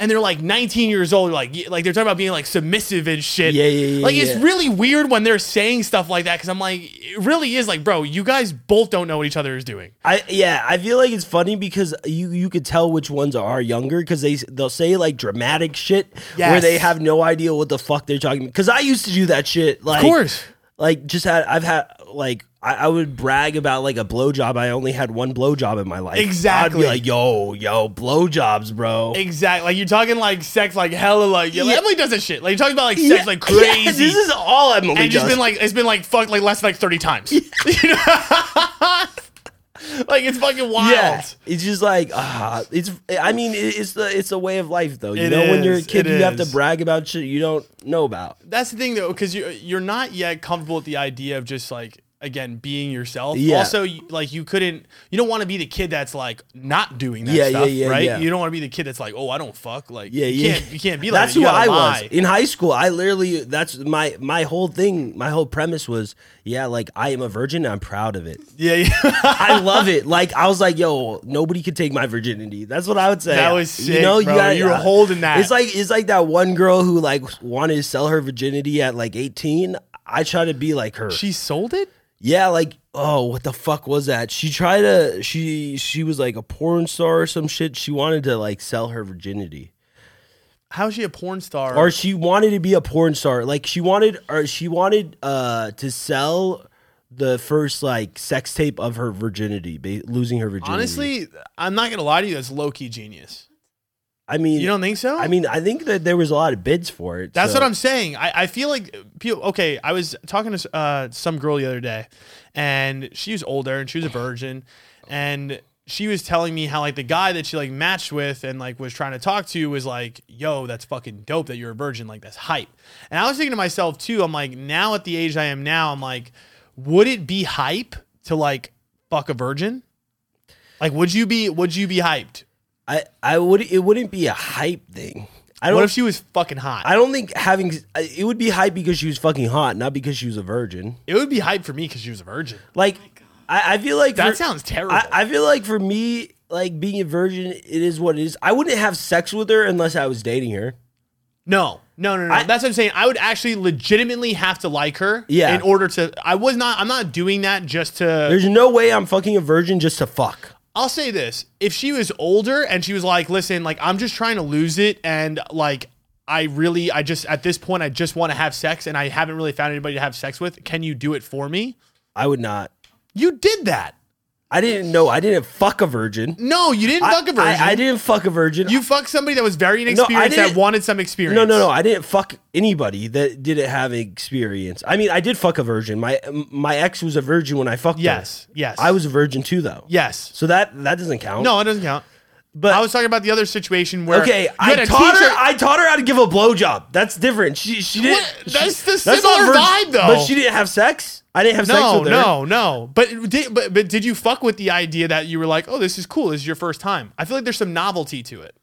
Speaker 1: And they're like 19 years old, like y- like they're talking about being like submissive and shit.
Speaker 2: Yeah, yeah, yeah,
Speaker 1: Like it's
Speaker 2: yeah.
Speaker 1: really weird when they're saying stuff like that because I'm like, it really is like, bro, you guys both don't know what each other is doing.
Speaker 2: I yeah, I feel like it's funny because you you could tell which ones are younger because they they'll say like dramatic shit where
Speaker 1: Yes.
Speaker 2: they have no idea what the fuck they're talking. Because I used to do that shit. Like,
Speaker 1: course.
Speaker 2: Like just had I've had like. I I would brag about like a blowjob. I only had one blowjob in my life. I'd
Speaker 1: Exactly.
Speaker 2: be like, yo, yo, blowjobs, bro.
Speaker 1: Exactly. Like you're talking like sex, like hella, like, yeah, like,
Speaker 2: Yeah.
Speaker 1: Emily does this shit. Like you're talking about like sex,
Speaker 2: Yeah,
Speaker 1: like
Speaker 2: yeah,
Speaker 1: crazy.
Speaker 2: this is all Emily
Speaker 1: and just
Speaker 2: does.
Speaker 1: been like it's been like fucked like less than like thirty times. You know? like it's fucking wild.
Speaker 2: Yeah, it's just like ah, it's. I mean, it- it's the it's a way of life though. You
Speaker 1: It
Speaker 2: know, when you're a
Speaker 1: is,
Speaker 2: kid,
Speaker 1: it
Speaker 2: you have to
Speaker 1: is.
Speaker 2: brag about shit you don't know about.
Speaker 1: That's the thing though, because you you're not yet comfortable with the idea of just like again being yourself.
Speaker 2: Yeah.
Speaker 1: Also, you- like you couldn't, you don't want to be the kid that's like not doing that
Speaker 2: Yeah, yeah,
Speaker 1: stuff,
Speaker 2: yeah,
Speaker 1: right?
Speaker 2: yeah.
Speaker 1: You don't want to be the kid that's like, oh, I don't fuck. Like,
Speaker 2: Yeah,
Speaker 1: you
Speaker 2: yeah.
Speaker 1: can't, you can't be like
Speaker 2: That's
Speaker 1: that. You
Speaker 2: who I
Speaker 1: gotta
Speaker 2: was
Speaker 1: lie.
Speaker 2: in high school. I literally that's my my whole thing. My whole premise was, yeah, like I am a virgin. and I'm proud of it.
Speaker 1: Yeah, yeah.
Speaker 2: I love it. Like I was like, yo, nobody could take my virginity. That's what I would say.
Speaker 1: That was sick, bro. You were holding that.
Speaker 2: It's like it's like that one girl who like wanted to sell her virginity at like 18. I try to be like her.
Speaker 1: she sold it.
Speaker 2: Yeah, like oh, what the fuck was that? She tried to she she was like a porn star or some shit. She wanted to like sell her virginity.
Speaker 1: How is she a porn star?
Speaker 2: Or she wanted to be a porn star. Like she wanted or she wanted uh to sell the first like sex tape of her virginity, ba- losing her virginity.
Speaker 1: Honestly, I'm not gonna lie to you. That's low key genius.
Speaker 2: I mean,
Speaker 1: You don't think so?
Speaker 2: I mean, I think that there was a lot of bids for it.
Speaker 1: that's
Speaker 2: so-
Speaker 1: what I'm saying. I, I feel like people. Okay, I was talking to uh, some girl the other day, and she was older and she was a virgin, and she was telling me how like the guy that she like matched with and like was trying to talk to was like, "Yo, that's fucking dope that you're a virgin. Like that's hype." And I was thinking to myself too. I'm like, now at the age I am now, I'm like, would it be hype to like fuck a virgin? Like, would you be would you be hyped?
Speaker 2: I I would it wouldn't be a hype thing. I don't
Speaker 1: What if she was fucking hot?
Speaker 2: I don't think having it would be hype because she was fucking hot, not because she was a virgin.
Speaker 1: it would be hype for me because she was a virgin.
Speaker 2: Like, I, I feel like
Speaker 1: That
Speaker 2: for-
Speaker 1: sounds terrible.
Speaker 2: I, I feel like for me, like being a virgin, it is what it is. I wouldn't have sex with her unless I was dating her.
Speaker 1: no, no, no, no.
Speaker 2: I-
Speaker 1: That's what I'm saying. I would actually legitimately have to like her.
Speaker 2: Yeah.
Speaker 1: In order to, I was not. I'm not doing that just to.
Speaker 2: There's no way I'm fucking a virgin just to fuck.
Speaker 1: I'll say this: if she was older and she was like, "Listen, like I'm just trying to lose it, and like I really, I just at this point, I just want to have sex, and I haven't really found anybody to have sex with. Can you do it for me?"
Speaker 2: I would not.
Speaker 1: You did that.
Speaker 2: I didn't know. I didn't fuck a virgin.
Speaker 1: No, you didn't fuck a
Speaker 2: I-
Speaker 1: virgin.
Speaker 2: I, I didn't fuck a virgin.
Speaker 1: You fucked somebody that was very
Speaker 2: I
Speaker 1: inexperienced that
Speaker 2: didn't-
Speaker 1: wanted some experience.
Speaker 2: No, no, no. I didn't fuck anybody that didn't have experience. I mean, I did fuck a virgin. My my ex was a virgin when I fucked
Speaker 1: Yes,
Speaker 2: her.
Speaker 1: yes.
Speaker 2: I was a virgin too, though.
Speaker 1: Yes.
Speaker 2: So that that doesn't count.
Speaker 1: No, it doesn't count.
Speaker 2: but
Speaker 1: I was talking about the other situation where
Speaker 2: okay.
Speaker 1: you
Speaker 2: I
Speaker 1: had a
Speaker 2: taught
Speaker 1: teacher.
Speaker 2: her. I taught her how to give a blowjob. That's different. She she didn't.
Speaker 1: What?
Speaker 2: she-
Speaker 1: That's the
Speaker 2: not
Speaker 1: similar
Speaker 2: virgin-
Speaker 1: vibe, though.
Speaker 2: But she didn't have sex. I didn't have sex
Speaker 1: no,
Speaker 2: with her.
Speaker 1: no, no. But did but, but did you fuck with the idea that you were like, oh, this is cool. This is your first time. I feel like there's some novelty to it.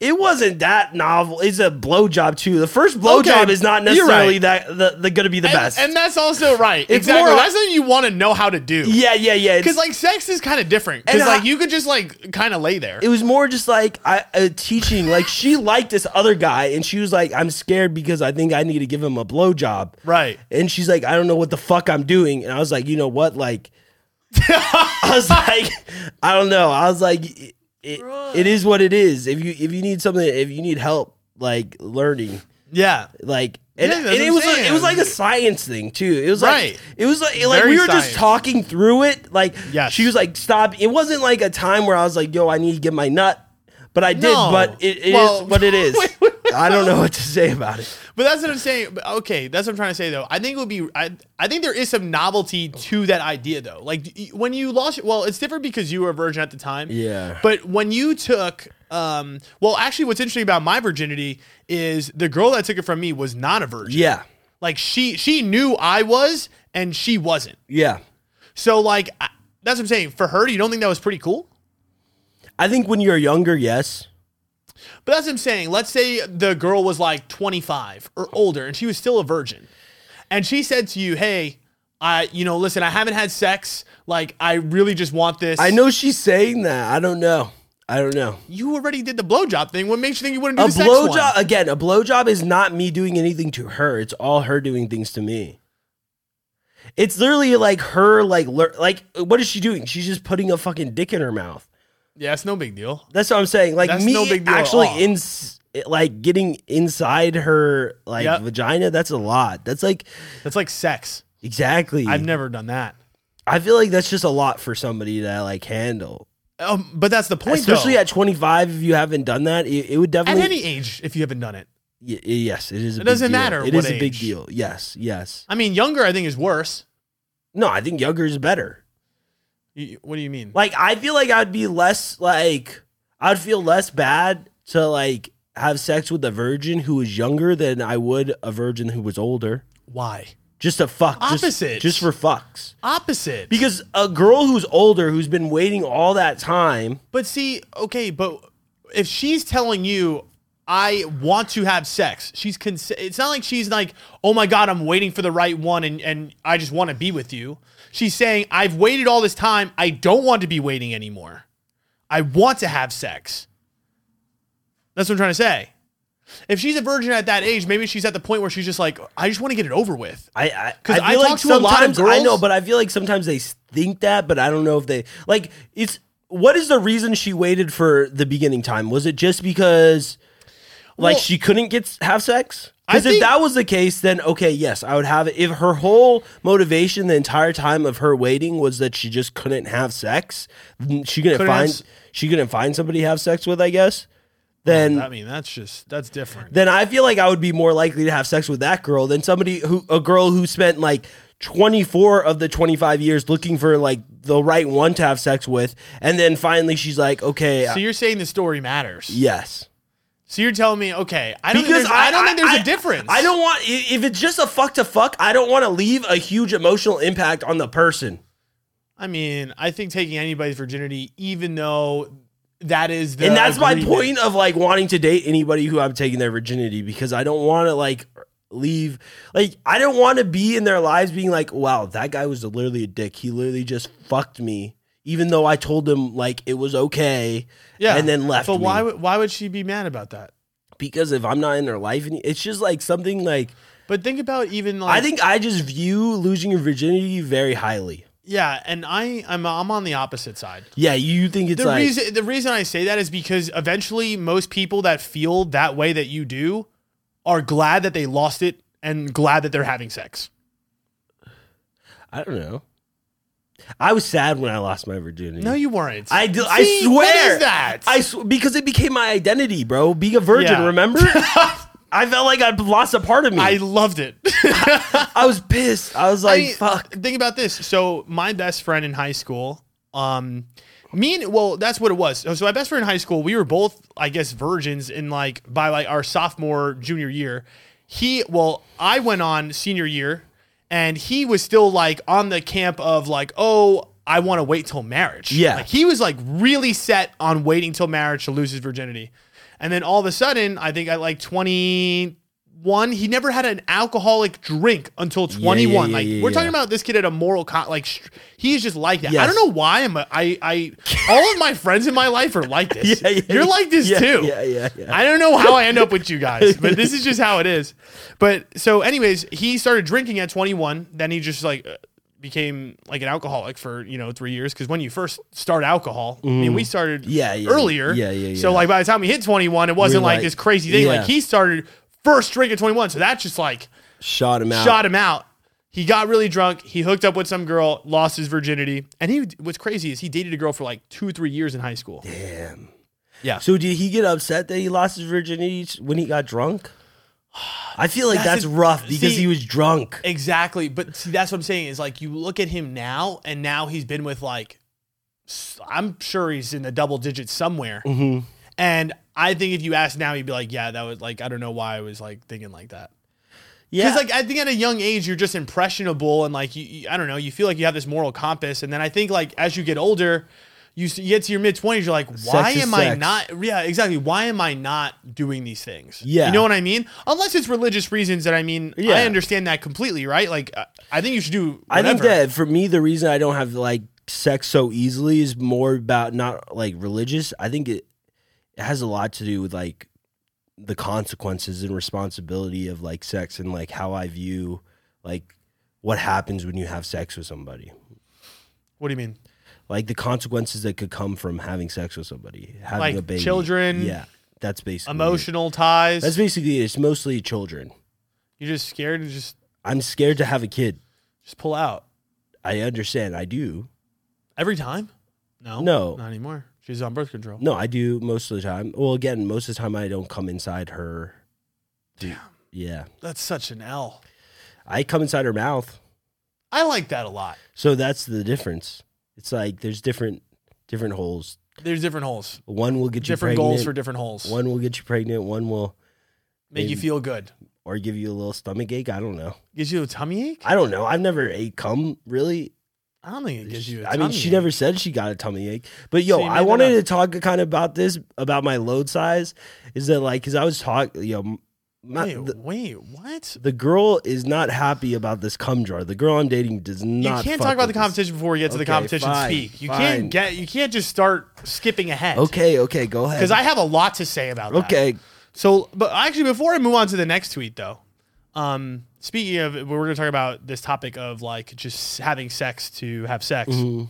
Speaker 2: It wasn't that novel. It's a blowjob too. The first blowjob
Speaker 1: Okay,
Speaker 2: is not
Speaker 1: you're
Speaker 2: necessarily
Speaker 1: right.
Speaker 2: that the, the gonna be the
Speaker 1: And,
Speaker 2: best.
Speaker 1: and that's also right. exactly.
Speaker 2: more like-
Speaker 1: that's something you want to know how to do.
Speaker 2: yeah, yeah, yeah. It's-
Speaker 1: Because like sex is kind of different.
Speaker 2: And
Speaker 1: Because like
Speaker 2: I-
Speaker 1: you could just like kind of lay there.
Speaker 2: it was more just like I uh, teaching. Like she liked this other guy, and she was like, "I'm scared because I think I need to give him a blowjob."
Speaker 1: Right.
Speaker 2: And she's like, "I don't know what the fuck I'm doing," and I was like, "You know what? Like, I was like, I don't know. I was like, it, it- it is what it is. If you if you need something, if you need help, like learning,
Speaker 1: yeah.
Speaker 2: like." And,
Speaker 1: Yeah, that's
Speaker 2: and
Speaker 1: what
Speaker 2: it
Speaker 1: I'm
Speaker 2: was like, it
Speaker 1: saying.
Speaker 2: was like a science thing too. It was
Speaker 1: Right.
Speaker 2: like it was like, like
Speaker 1: Very
Speaker 2: we were just
Speaker 1: science.
Speaker 2: talking talking through it. Like
Speaker 1: Yes.
Speaker 2: she was like, stop. It wasn't like a time where I was like, yo, I need to get my nut. But I did,
Speaker 1: No.
Speaker 2: but it, it is
Speaker 1: Well-
Speaker 2: what it is.
Speaker 1: Wait, wait,
Speaker 2: I don't know what to say about it.
Speaker 1: But that's what I'm saying. But, Okay, that's what I'm trying to say though. I think it would be. I I think there is some novelty to that idea though. Like y- when you lost. Well, it's different because you were a virgin at the time.
Speaker 2: Yeah.
Speaker 1: But when you took. Um, well, actually, what's interesting about my virginity is the girl that took it from me was not a virgin.
Speaker 2: Yeah.
Speaker 1: Like she she knew I was and she wasn't.
Speaker 2: Yeah.
Speaker 1: So like I, that's what I'm saying. For her, you don't think that was pretty cool?
Speaker 2: I think when you're younger, yes.
Speaker 1: But that's what I'm saying. Let's say the girl was like 25 or older and she was still a virgin. And she said to you, hey, I, you know, listen, I haven't had sex. Like, I really just want this.
Speaker 2: I know she's saying that. I don't know. I don't know.
Speaker 1: you already did the blowjob thing. What makes you think you wouldn't do
Speaker 2: A
Speaker 1: the sex one?
Speaker 2: blowjob again, a blowjob is not me doing anything to her. It's all her doing things to me. It's literally like her like lear- like what is she doing? She's just putting a fucking dick in her mouth.
Speaker 1: Yeah, it's no big deal.
Speaker 2: That's what I'm saying. Like
Speaker 1: That's
Speaker 2: me
Speaker 1: no big deal at
Speaker 2: actually
Speaker 1: all.
Speaker 2: in like getting inside her like
Speaker 1: Yep.
Speaker 2: vagina, that's a lot. That's like
Speaker 1: That's like sex.
Speaker 2: exactly.
Speaker 1: I've never done that.
Speaker 2: I feel like that's just a lot for somebody to like handle.
Speaker 1: Um, but that's the point,
Speaker 2: Especially
Speaker 1: though.
Speaker 2: at 25 if you haven't done that, it, it would
Speaker 1: at
Speaker 2: definitely
Speaker 1: any age, if you haven't done it.
Speaker 2: Y- y- yes, it is a
Speaker 1: It
Speaker 2: big
Speaker 1: doesn't
Speaker 2: deal.
Speaker 1: matter
Speaker 2: It
Speaker 1: what
Speaker 2: is a big
Speaker 1: age.
Speaker 2: deal. Yes, yes.
Speaker 1: I mean, younger, I think, is worse.
Speaker 2: No, I think younger is better.
Speaker 1: Y- What do you mean?
Speaker 2: Like I feel like I'd be less like I'd feel less bad to like have sex with a virgin who is younger than I would a virgin who was older.
Speaker 1: Why?
Speaker 2: just to fuck just-
Speaker 1: Opposites.
Speaker 2: just, for fucks
Speaker 1: Opposite.
Speaker 2: because a girl who's older who's been waiting all that time
Speaker 1: But see, okay, but if she's telling you I want to have sex, she's cons- it's not like she's like, "Oh my god, I'm waiting for the right one and and I just want to be with you." She's saying, "I've waited all this time. I don't want to be waiting anymore. I want to have sex." That's what I'm trying to say. If she's a virgin at that age, maybe she's at the point where she's just like, "I just want to get it over with."
Speaker 2: i i,
Speaker 1: 'Cause I
Speaker 2: feel
Speaker 1: talk to a lot of
Speaker 2: sometimes- i know
Speaker 1: girls-
Speaker 2: but i feel like sometimes they think that but i don't know if they like it's what is the reason she waited for the beginning time was it just because like
Speaker 1: Well-
Speaker 2: she couldn't get s- have sex
Speaker 1: I
Speaker 2: because if
Speaker 1: think-
Speaker 2: that was the case then okay yes i would have it if her whole motivation the entire time of her waiting was that she just couldn't have sex n- she couldn't,
Speaker 1: Couldn't have
Speaker 2: find
Speaker 1: s-
Speaker 2: she couldn't find somebody to have sex with i guess then
Speaker 1: I mean, that's just that's different.
Speaker 2: then I feel like I would be more likely to have sex with that girl than somebody who a girl who spent like 24 of the 25 years looking for like the right one to have sex with and then finally she's like okay
Speaker 1: so
Speaker 2: I-
Speaker 1: you're saying the story matters.
Speaker 2: yes
Speaker 1: So you're telling me, okay, I don't think there's, I, don't think there's a
Speaker 2: a
Speaker 1: difference.
Speaker 2: I don't want i- if it's just a fuck to fuck I don't want to leave a huge emotional impact on the person
Speaker 1: I mean, I think taking anybody's virginity, even though that is the
Speaker 2: and that's my
Speaker 1: agreement-
Speaker 2: point of like wanting to date anybody who I'm taking their virginity because I don't want to like leave like I don't want to be in their lives being like wow that guy was literally a dick he literally just fucked me even though I told him like it was okay
Speaker 1: Yeah,
Speaker 2: and then left
Speaker 1: But why
Speaker 2: me.
Speaker 1: would why would she be mad about that?
Speaker 2: because if I'm not in their life and it's just like something like
Speaker 1: But think about even like
Speaker 2: I think I just view losing your virginity very highly
Speaker 1: yeah, and I I'm I'm on the opposite side.
Speaker 2: yeah you think it's
Speaker 1: The
Speaker 2: like
Speaker 1: reason the reason I say that is because eventually most people that feel that way that you do are glad that they lost it and glad that they're having sex.
Speaker 2: I don't know I was sad when I lost my virginity.
Speaker 1: No, you weren't.
Speaker 2: Mm. I do. I
Speaker 1: See,
Speaker 2: swear.
Speaker 1: What is that?
Speaker 2: I sw- because it became my identity, bro. Being a virgin,
Speaker 1: Yeah.
Speaker 2: remember? I felt like I'd lost a part of me.
Speaker 1: I
Speaker 2: I,
Speaker 1: loved it.
Speaker 2: was pissed. I was like,
Speaker 1: I-
Speaker 2: fuck.
Speaker 1: Think about this. So my best friend in high school, um, me and well, that's what it was. So my best friend in high school, we were both, I guess, virgins in like by like our sophomore junior year. He well, I went on senior year, and he was still like on the camp of like, oh, I want to wait till marriage.
Speaker 2: Yeah.
Speaker 1: like he was like really set on waiting till marriage to lose his virginity, and then all of a sudden, I think at like twenty one, he never had an alcoholic drink until
Speaker 2: yeah,
Speaker 1: 21
Speaker 2: yeah,
Speaker 1: like
Speaker 2: yeah,
Speaker 1: we're talking
Speaker 2: yeah.
Speaker 1: about this kid at a moral con- like str- he's just like that i
Speaker 2: Yes.
Speaker 1: don't know why i'm a, i i all of my friends in my life are like this
Speaker 2: Yeah, yeah,
Speaker 1: you're
Speaker 2: yeah.
Speaker 1: like this
Speaker 2: Yeah,
Speaker 1: too
Speaker 2: yeah, yeah, yeah.
Speaker 1: i don't know how i end up with you guys but this is just how it is but so anyways he started drinking at 21 then he just like uh, became like an alcoholic for you know three years because when you first start alcohol i mean we started
Speaker 2: Mm. Yeah, yeah,
Speaker 1: earlier
Speaker 2: yeah, yeah,
Speaker 1: so
Speaker 2: yeah.
Speaker 1: like by the time we hit 21 it wasn't
Speaker 2: We're
Speaker 1: like,
Speaker 2: like-
Speaker 1: this crazy thing
Speaker 2: yeah.
Speaker 1: like he started first drink at 21 so that's just like
Speaker 2: Shot him out.
Speaker 1: shot him out. He got really drunk. He hooked up with some girl, lost his virginity, and he. What's crazy is he dated a girl for like two, three years in high school.
Speaker 2: Damn.
Speaker 1: Yeah.
Speaker 2: So did he get upset that he lost his virginity when he got drunk? I feel like
Speaker 1: That's
Speaker 2: that's,
Speaker 1: a-
Speaker 2: rough because
Speaker 1: see-
Speaker 2: he was drunk.
Speaker 1: Exactly, but see, that's what I'm saying is like you look at him now, and now he's been with like, s- I'm sure he's in the double digits somewhere. And I think if you asked now, he'd be like, "Yeah, that was like I don't know why I was like thinking like that."
Speaker 2: Yeah.
Speaker 1: Because like I think at a young age you're just impressionable and like you, you I don't know you feel like you have this moral compass and then I think like as you get older you, s- you get to your mid twenties you're like why
Speaker 2: is
Speaker 1: am I
Speaker 2: sex.
Speaker 1: not yeah exactly why am I not doing these things
Speaker 2: Yeah.
Speaker 1: you know what I mean unless it's religious reasons that I mean
Speaker 2: Yeah.
Speaker 1: I understand that completely right like I, I think you should do
Speaker 2: I think
Speaker 1: whatever.
Speaker 2: that for me, the reason I don't have like sex so easily is more about not like religious. I think it, it has a lot to do with like the consequences and responsibility of like sex and like how I view like what happens when you have sex with somebody.
Speaker 1: what do you mean
Speaker 2: Like the consequences that could come from having sex with somebody, having
Speaker 1: Like
Speaker 2: a baby,
Speaker 1: children,
Speaker 2: Yeah, that's basically it.
Speaker 1: emotional ties
Speaker 2: That's basically it. It's mostly children.
Speaker 1: you're just scared to just
Speaker 2: I'm scared to have a kid.
Speaker 1: just pull out
Speaker 2: I understand. I do.
Speaker 1: every time Oh, no
Speaker 2: No.
Speaker 1: not anymore she's on birth control
Speaker 2: No, I do most of the time. Well, again, most of the time I don't come inside her.
Speaker 1: damn
Speaker 2: Yeah,
Speaker 1: that's such an L
Speaker 2: I come inside her mouth.
Speaker 1: I like that a lot.
Speaker 2: So that's the difference. It's like there's different different holes.
Speaker 1: There's different holes.
Speaker 2: One will get you
Speaker 1: different
Speaker 2: pregnant.
Speaker 1: goals for different holes.
Speaker 2: one will get you pregnant. One will
Speaker 1: Make you
Speaker 2: Maybe.
Speaker 1: feel good.
Speaker 2: or give you a little stomach ache. I don't know.
Speaker 1: Gives you a tummy ache?
Speaker 2: I don't know. I've never ate cum really.
Speaker 1: I don't think it gives you. I
Speaker 2: I mean, she never said she got a tummy ache. But yo,
Speaker 1: See,
Speaker 2: I
Speaker 1: maybe
Speaker 2: wanted
Speaker 1: not.
Speaker 2: to talk kind of about this about my load size. Is that like because I was talking, you know, my,
Speaker 1: Wait,
Speaker 2: the,
Speaker 1: wait, what?
Speaker 2: The girl is not happy about this cum jar. The girl I'm dating does
Speaker 1: You
Speaker 2: not.
Speaker 1: can't
Speaker 2: fuck
Speaker 1: talk about the
Speaker 2: with this.
Speaker 1: competition before we get to the
Speaker 2: Okay,
Speaker 1: competition
Speaker 2: fine,
Speaker 1: speak. You
Speaker 2: fine.
Speaker 1: can't get. You can't just start skipping ahead.
Speaker 2: Okay, okay, go ahead.
Speaker 1: Because I have a lot to say about that.
Speaker 2: okay,
Speaker 1: So, but actually, before I move on to the next tweet, though, um, speaking of, we're going to talk about this topic of like just having sex to have sex.
Speaker 2: Mm-hmm.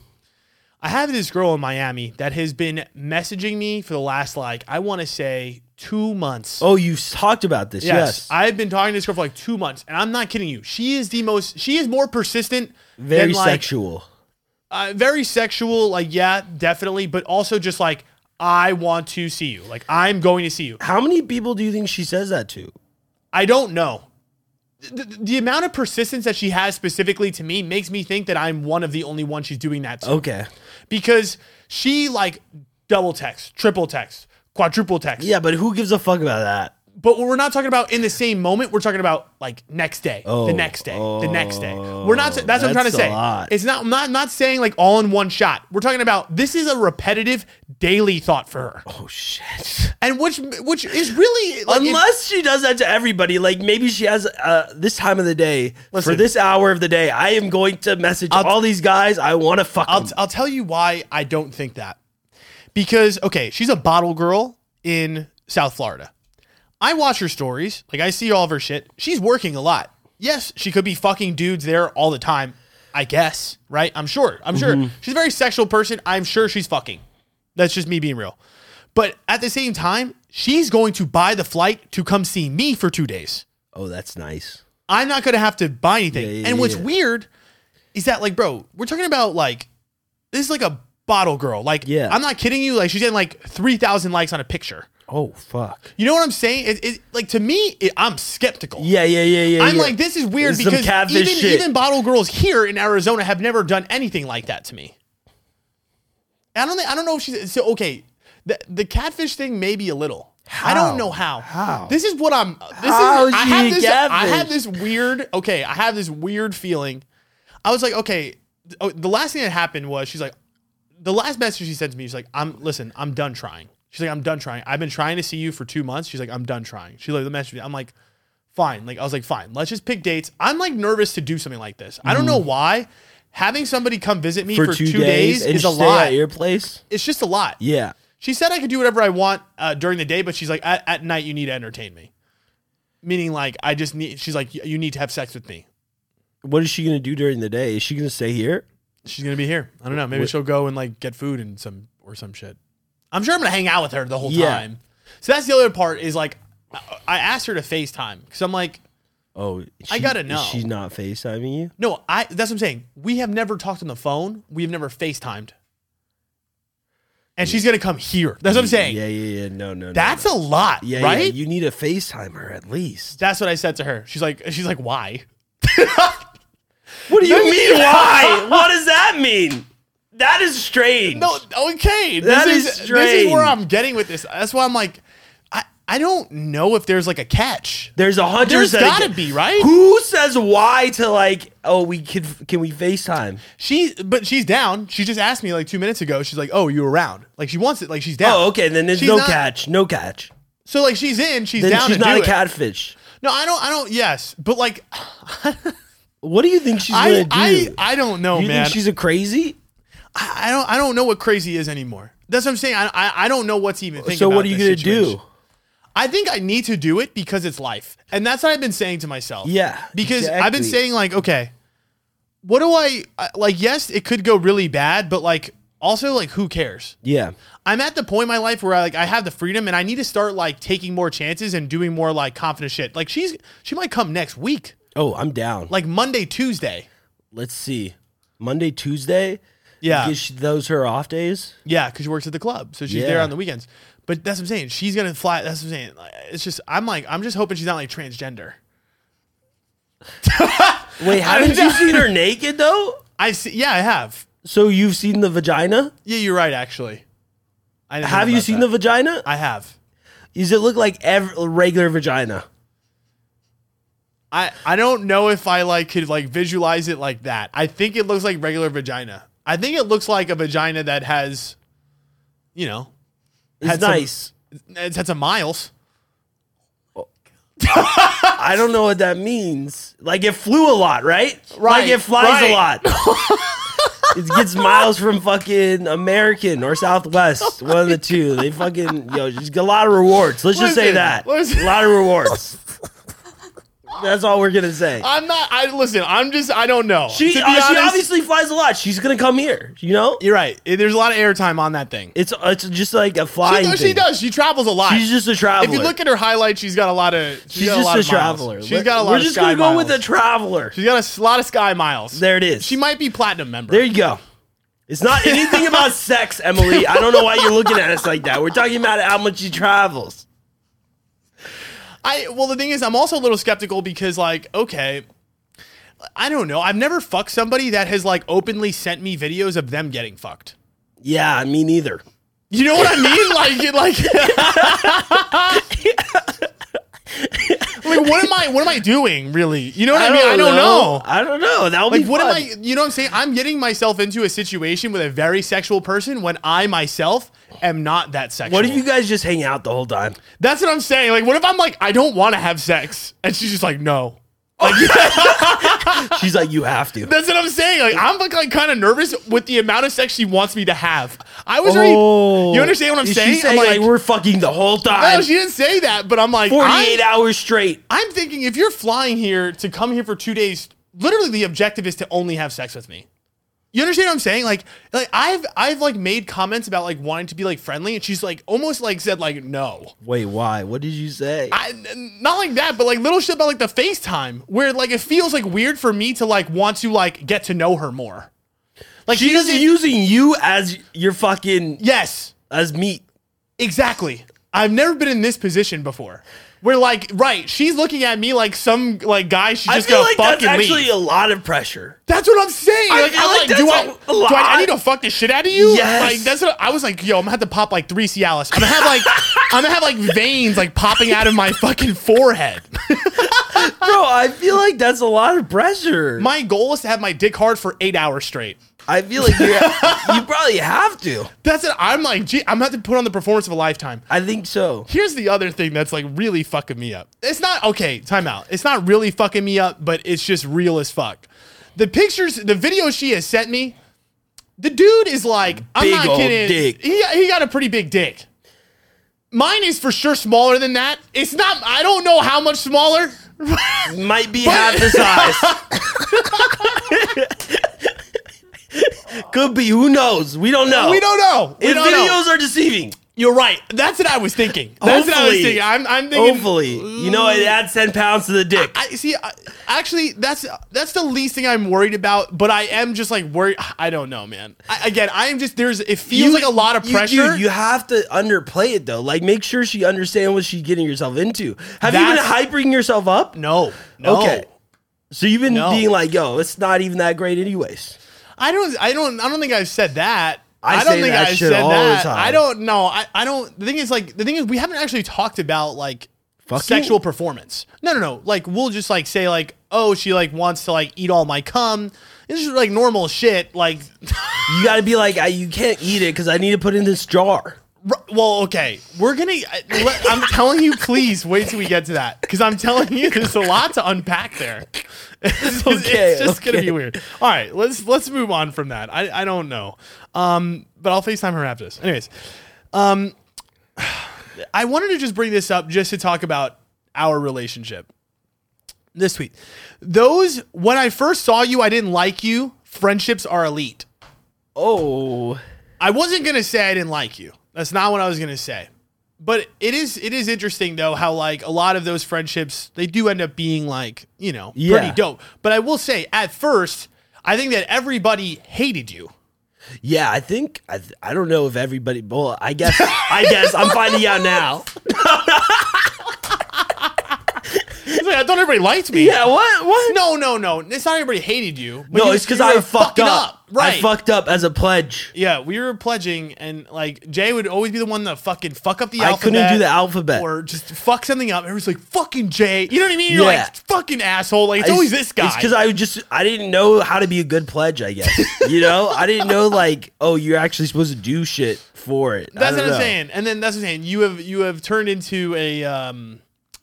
Speaker 1: I have this girl in Miami that has been messaging me for the last like I want to say two months.
Speaker 2: oh, you talked about this. Yes,
Speaker 1: I've been talking to this girl for like two months, and I'm not kidding you. She is the most. She is more persistent.
Speaker 2: very
Speaker 1: than, like,
Speaker 2: sexual.
Speaker 1: uh, very sexual. Like, yeah, definitely, but also just like I want to see you. Like, I'm going to see you.
Speaker 2: How many people do you think she says that to?
Speaker 1: I don't know. The, the- the amount of persistence that she has specifically to me makes me think that I'm one of the only ones she's doing that to.
Speaker 2: Okay,
Speaker 1: Because she like double text, triple text, quadruple text.
Speaker 2: yeah, but who gives a fuck about that?
Speaker 1: But we're not talking about in the same moment. We're talking about like next day,
Speaker 2: Oh.
Speaker 1: the next day, the next day. We're not. That's, what I'm trying to
Speaker 2: That's a
Speaker 1: say.
Speaker 2: lot.
Speaker 1: It's not. I'm not. I'm not saying like all in one shot. We're talking about this is a repetitive daily thought for her,
Speaker 2: Oh shit!
Speaker 1: and which which is really like, it-
Speaker 2: Unless she does that to everybody, like maybe she has uh, this time of the day
Speaker 1: Listen.
Speaker 2: for this hour of the day. I am going to message all these guys. I want to fuck
Speaker 1: I'll,
Speaker 2: them.
Speaker 1: I'll tell you why I don't think that. Because, okay, she's a bottle girl in South Florida. I watch her stories. Like, I see all of her shit. She's working a lot. Yes, she could be fucking dudes there all the time. I guess, right? I'm sure. I'm sure. She's a very sexual person. I'm sure she's fucking. That's just me being real. But at the same time, she's going to buy the flight to come see me for two days.
Speaker 2: oh, that's nice.
Speaker 1: I'm not going to have to buy anything.
Speaker 2: yeah,
Speaker 1: and what's
Speaker 2: yeah.
Speaker 1: weird is that like, bro, we're talking about like this is like a bottle girl. Like,
Speaker 2: Yeah.
Speaker 1: I'm not kidding you. Like, she's getting like three thousand likes on a picture.
Speaker 2: Oh fuck.
Speaker 1: You know what I'm saying? It, it like to me, it, I'm skeptical.
Speaker 2: Yeah, yeah, yeah, yeah.
Speaker 1: I'm
Speaker 2: yeah.
Speaker 1: like, this is weird
Speaker 2: This is some
Speaker 1: because
Speaker 2: catfish
Speaker 1: even
Speaker 2: shit.
Speaker 1: even bottle girls here in Arizona have never done anything like that to me. I don't think, I don't know if she's so okay. The the catfish thing maybe a little. I
Speaker 2: How?
Speaker 1: don't know how.
Speaker 2: How?
Speaker 1: This is what I'm. This
Speaker 2: How
Speaker 1: is,
Speaker 2: is
Speaker 1: I
Speaker 2: she
Speaker 1: have
Speaker 2: a
Speaker 1: this. I have
Speaker 2: catfish?
Speaker 1: this weird. Okay, I have this weird feeling. I was like, okay. th- Oh, the last thing that happened was she's like, the last message she sent to me, she's like, I'm listen, I'm done trying. She's like, I'm done trying. I've been trying to see you for two months. She's like, I'm done trying. She like the message. I'm like, fine. Like I was like, fine. Let's just pick dates. I'm like nervous to do something like this. I don't know why. Having somebody come visit me for, two, days,
Speaker 2: and
Speaker 1: is a
Speaker 2: stay
Speaker 1: lot.
Speaker 2: at your place.
Speaker 1: it's just a lot.
Speaker 2: Yeah.
Speaker 1: She said I could do whatever I want uh, during the day, but she's like, at, at night you need to entertain me. Meaning, like, I just need. She's like, "You- you need to have sex with me.
Speaker 2: What is she gonna do during the day? Is she gonna stay here?
Speaker 1: She's gonna be here. I don't know. Maybe she'll go and like get food and some or some shit. I'm sure I'm gonna hang out with her the whole
Speaker 2: Yeah.
Speaker 1: time. So that's the other part is like, I- I asked her to Facetime because I'm like,
Speaker 2: Oh,
Speaker 1: I
Speaker 2: she-
Speaker 1: gotta
Speaker 2: is
Speaker 1: know.
Speaker 2: She's not FaceTiming you.
Speaker 1: no, I. That's what I'm saying. We have never talked on the phone. We have never Facetimed. And she's gonna come here. That's what I'm saying.
Speaker 2: Yeah, yeah, yeah. No, no. no,
Speaker 1: That's
Speaker 2: no.
Speaker 1: a lot,
Speaker 2: yeah,
Speaker 1: right?
Speaker 2: Yeah, you need a FaceTimer at least.
Speaker 1: That's what I said to her. She's like, she's like, why?
Speaker 2: What do you mean? Why? What does that mean? That is strange.
Speaker 1: No, okay. This
Speaker 2: That
Speaker 1: is,
Speaker 2: is
Speaker 1: This is where
Speaker 2: strange.
Speaker 1: I'm getting with this. That's why I'm like, I, I don't know if there's like a catch.
Speaker 2: There's a hundred.
Speaker 1: There's
Speaker 2: percent a
Speaker 1: gotta
Speaker 2: ca-
Speaker 1: be, right?
Speaker 2: Who says why to like? Oh, we can. Can we Facetime?
Speaker 1: She, but she's down. She just asked me like two minutes ago. She's like, oh, you around? Like she wants it. Like she's down.
Speaker 2: Oh, okay. Then there's
Speaker 1: She's
Speaker 2: no
Speaker 1: not-
Speaker 2: catch. No catch.
Speaker 1: So like she's in. She's
Speaker 2: Then
Speaker 1: down
Speaker 2: she's
Speaker 1: to
Speaker 2: not
Speaker 1: do
Speaker 2: a
Speaker 1: it.
Speaker 2: catfish.
Speaker 1: No, I don't. I don't. Yes, but like
Speaker 2: What do you think she's gonna
Speaker 1: I,
Speaker 2: do?
Speaker 1: I, I don't know,
Speaker 2: you
Speaker 1: man.
Speaker 2: think she's a crazy?
Speaker 1: I, I don't. I don't know what crazy is anymore. That's what I'm saying. I, I, I don't know what's even. Thinking
Speaker 2: So
Speaker 1: about
Speaker 2: what are you
Speaker 1: this
Speaker 2: gonna
Speaker 1: situation.
Speaker 2: do?
Speaker 1: I think I need to do it because it's life. And that's what I've been saying to myself.
Speaker 2: Yeah,
Speaker 1: Because I've been
Speaker 2: exactly.
Speaker 1: saying, like, okay, what do I, I- like, yes, it could go really bad, but like, also, like, who cares?
Speaker 2: Yeah.
Speaker 1: I'm at the point in my life where I, like, I have the freedom and I need to start, like, taking more chances and doing more, like, confident shit. Like, she's, she might come next week,
Speaker 2: Oh, I'm down.
Speaker 1: like, Monday, Tuesday.
Speaker 2: Let's see. Monday, Tuesday.
Speaker 1: Yeah.
Speaker 2: Gives she- those her off days.
Speaker 1: Yeah. Cause she works at the club. So she's there
Speaker 2: Yeah.
Speaker 1: on the weekends. But that's what I'm saying. She's going to fly. That's what I'm saying. Like, It's just, I'm like, I'm just hoping she's not, like, transgender.
Speaker 2: Wait, haven't you
Speaker 1: down.
Speaker 2: seen her naked though?
Speaker 1: I see. Yeah, I have.
Speaker 2: So you've seen the vagina?
Speaker 1: Yeah, you're right. Actually, I didn't think
Speaker 2: Have you
Speaker 1: about
Speaker 2: seen
Speaker 1: that.
Speaker 2: the vagina?
Speaker 1: I have.
Speaker 2: Does it look like ev- regular vagina?
Speaker 1: I I don't know if I like could like visualize it like that. I think it looks like regular vagina. I think it looks like a vagina that has, you know,
Speaker 2: It's
Speaker 1: Had some-
Speaker 2: nice.
Speaker 1: it's had some miles.
Speaker 2: I don't know what that means. Like it flew a lot, right? Like
Speaker 1: Right,
Speaker 2: it flies
Speaker 1: right.
Speaker 2: a lot. it gets miles from fucking American or Southwest, one of the two. They fucking yo, just get a lot of rewards. Let's just say
Speaker 1: Listen,
Speaker 2: that.
Speaker 1: listen.
Speaker 2: A lot of rewards. That's all we're gonna say.
Speaker 1: I'm not. I listen. I'm just. I don't know.
Speaker 2: She,
Speaker 1: Uh, To be
Speaker 2: uh, she
Speaker 1: honest-
Speaker 2: obviously flies a lot. She's gonna come here. You know,
Speaker 1: You're right. Eh, There's a lot of airtime on that thing.
Speaker 2: it's uh, it's just like a
Speaker 1: She,
Speaker 2: flying.
Speaker 1: does-
Speaker 2: thing.
Speaker 1: she does. She travels a lot.
Speaker 2: She's just a traveler.
Speaker 1: if you look at her highlights, she's got a lot of. She's,
Speaker 2: she's
Speaker 1: got a
Speaker 2: just
Speaker 1: lot
Speaker 2: a,
Speaker 1: of miles.
Speaker 2: traveler.
Speaker 1: She's got a lot.
Speaker 2: We're
Speaker 1: of
Speaker 2: just
Speaker 1: sky
Speaker 2: gonna go with a
Speaker 1: miles.
Speaker 2: traveler.
Speaker 1: She's got a s- lot of sky miles.
Speaker 2: There it is.
Speaker 1: She might be platinum member.
Speaker 2: There you go. It's not anything about sex, Emily. I don't know why you're looking at us like that. We're talking about how much she travels.
Speaker 1: I well, the thing is, I'm also a little skeptical because, like, okay, I don't know. I've never fucked somebody that has like openly sent me videos of them getting fucked.
Speaker 2: Yeah, me neither.
Speaker 1: You know what I mean? like, it- like, like, what am I? What am I doing? Really? You know what I, mean? I don't know.
Speaker 2: I don't know. That'll
Speaker 1: Like,
Speaker 2: be
Speaker 1: what am
Speaker 2: fun.
Speaker 1: I? You know what I'm saying? I'm getting myself into a situation with a very sexual person when I myself am not that sexual.
Speaker 2: What if you guys just hang out the whole time?
Speaker 1: That's what I'm saying. Like, what if I'm like, I don't want to have sex, and she's just like, no.
Speaker 2: She's like, you have to.
Speaker 1: That's what I'm saying. Like I'm like, kind of nervous with the amount of sex she wants me to have. I was
Speaker 2: Oh,
Speaker 1: already. You understand what I'm
Speaker 2: Is she
Speaker 1: saying? I'm
Speaker 2: saying like,
Speaker 1: like,
Speaker 2: we're fucking the whole time.
Speaker 1: no, she didn't say that, but I'm like, I'm,
Speaker 2: 48 hours straight.
Speaker 1: I'm thinking if you're flying here to come here for two days, literally the objective is to only have sex with me. You understand what I'm saying? Like, like I've I've like made comments about like wanting to be like friendly, and she's like almost like said like no,
Speaker 2: Wait, why? What did you say?
Speaker 1: I, n- not like that, but like little shit about like the FaceTime, where like it feels like weird for me to like want to like get to know her more. Like she
Speaker 2: She's
Speaker 1: doesn't.
Speaker 2: using you as your fucking
Speaker 1: yes,
Speaker 2: as meat.
Speaker 1: exactly. I've never been in this position before. Where like right, she's looking at me like some like guy she
Speaker 2: I
Speaker 1: just
Speaker 2: feel
Speaker 1: got
Speaker 2: like that's
Speaker 1: fucking leave.
Speaker 2: actually a lot of pressure.
Speaker 1: That's what I'm saying.
Speaker 2: I
Speaker 1: Like,
Speaker 2: feel
Speaker 1: I'm
Speaker 2: like
Speaker 1: like,
Speaker 2: that's
Speaker 1: do,
Speaker 2: a
Speaker 1: I, do I, I
Speaker 2: lot.
Speaker 1: need to fuck the shit out of you?
Speaker 2: Yes.
Speaker 1: Like that's what I was like, yo, I'm gonna have to pop like three Cialis. I'm gonna have like I'm gonna have like veins like popping out of my fucking forehead.
Speaker 2: Bro, I feel like that's a lot of pressure.
Speaker 1: My goal is to have my dick hard for eight hours straight.
Speaker 2: I feel like you're, you probably have to.
Speaker 1: That's it. I'm like, gee, I'm gonna have to put on the performance of a lifetime.
Speaker 2: I think so.
Speaker 1: Here's the other thing that's like really fucking me up. It's not okay, time out. It's not really fucking me up, but it's just real as fuck. The pictures, the video she has sent me, the dude is like, I'm
Speaker 2: Big
Speaker 1: not
Speaker 2: old
Speaker 1: kidding.
Speaker 2: dick.
Speaker 1: He he got a pretty big dick. Mine is for sure smaller than that. It's not I don't know how much smaller.
Speaker 2: Might be half the size. Could be. Who knows? We don't know.
Speaker 1: We don't know. We
Speaker 2: If
Speaker 1: don't know.
Speaker 2: videos are deceiving,
Speaker 1: You're right. That's what I was thinking. That's what I was
Speaker 2: Hopefully.
Speaker 1: thinking. I'm, I'm thinking
Speaker 2: hopefully, you know, it adds ten pounds to the dick.
Speaker 1: I see. I, actually, that's that's the least thing I'm worried about. But I am just like worried. I don't know, man. I, again, I am just there's. It feels like a lot of
Speaker 2: you-
Speaker 1: pressure.
Speaker 2: dude, you have to underplay it though. Like, make sure she understands what she's getting herself into. Have
Speaker 1: That's-
Speaker 2: you been hyping yourself up?
Speaker 1: no, no.
Speaker 2: Okay. So you've been
Speaker 1: No.
Speaker 2: being like, "Yo, it's not even that great, anyways."
Speaker 1: I don't. I don't. I don't think I've said that.
Speaker 2: I
Speaker 1: don't
Speaker 2: say
Speaker 1: think
Speaker 2: that
Speaker 1: I've
Speaker 2: shit
Speaker 1: said
Speaker 2: all the
Speaker 1: that.
Speaker 2: time.
Speaker 1: I don't know. I, I don't. The thing is, like, the thing is, we haven't actually talked about like
Speaker 2: Fucking?
Speaker 1: sexual performance. No, no, no. Like, we'll just like say like, oh, she like wants to like eat all my cum. It's just like normal shit. Like,
Speaker 2: You got to be like, I, "You can't eat it because I need to put it in this jar."
Speaker 1: R- Well, okay, we're gonna. I- let- I'm telling you, please wait till we get to that because I'm telling you, there's a lot to unpack there. It's, just-
Speaker 2: Okay,
Speaker 1: it's just gonna
Speaker 2: okay.
Speaker 1: be weird. All right, let's let's move on from that. I, I don't know, um, but I'll Facetime her after this. Anyways, um, I wanted to just bring this up just to talk about our relationship this tweet. Those when I first saw you, I didn't like you. Friendships are elite.
Speaker 2: Oh,
Speaker 1: I wasn't gonna say I didn't like you. That's not what I was gonna say. But it is it is interesting though how like a lot of those friendships they do end up being like you know
Speaker 2: Yeah.
Speaker 1: pretty dope. But I will say at first I think that everybody hated you.
Speaker 2: yeah. I think I, th- I don't know if everybody. Well, I guess I guess I'm finding out now.
Speaker 1: It's like, I thought everybody liked me.
Speaker 2: Yeah. What? What?
Speaker 1: No, no, no. It's not everybody hated you. but
Speaker 2: No,
Speaker 1: you-
Speaker 2: it's because
Speaker 1: you
Speaker 2: I
Speaker 1: were
Speaker 2: fucked
Speaker 1: fucking
Speaker 2: up.
Speaker 1: Right.
Speaker 2: I fucked up as a pledge.
Speaker 1: yeah, we were pledging, and like Jay would always be the one that fucking fuck up the
Speaker 2: I
Speaker 1: alphabet.
Speaker 2: couldn't do the alphabet.
Speaker 1: Or just fuck something up. Everyone's like, fucking Jay. You know what I mean? You're
Speaker 2: Yeah.
Speaker 1: like, fucking asshole. Like, it's always this guy.
Speaker 2: It's because I would just I didn't know how to be a good pledge. I guess you know I didn't know like oh you're actually supposed to do shit for it. I
Speaker 1: That's
Speaker 2: don't
Speaker 1: what I'm
Speaker 2: know.
Speaker 1: saying. And then that's what I'm saying. You have you have turned into a um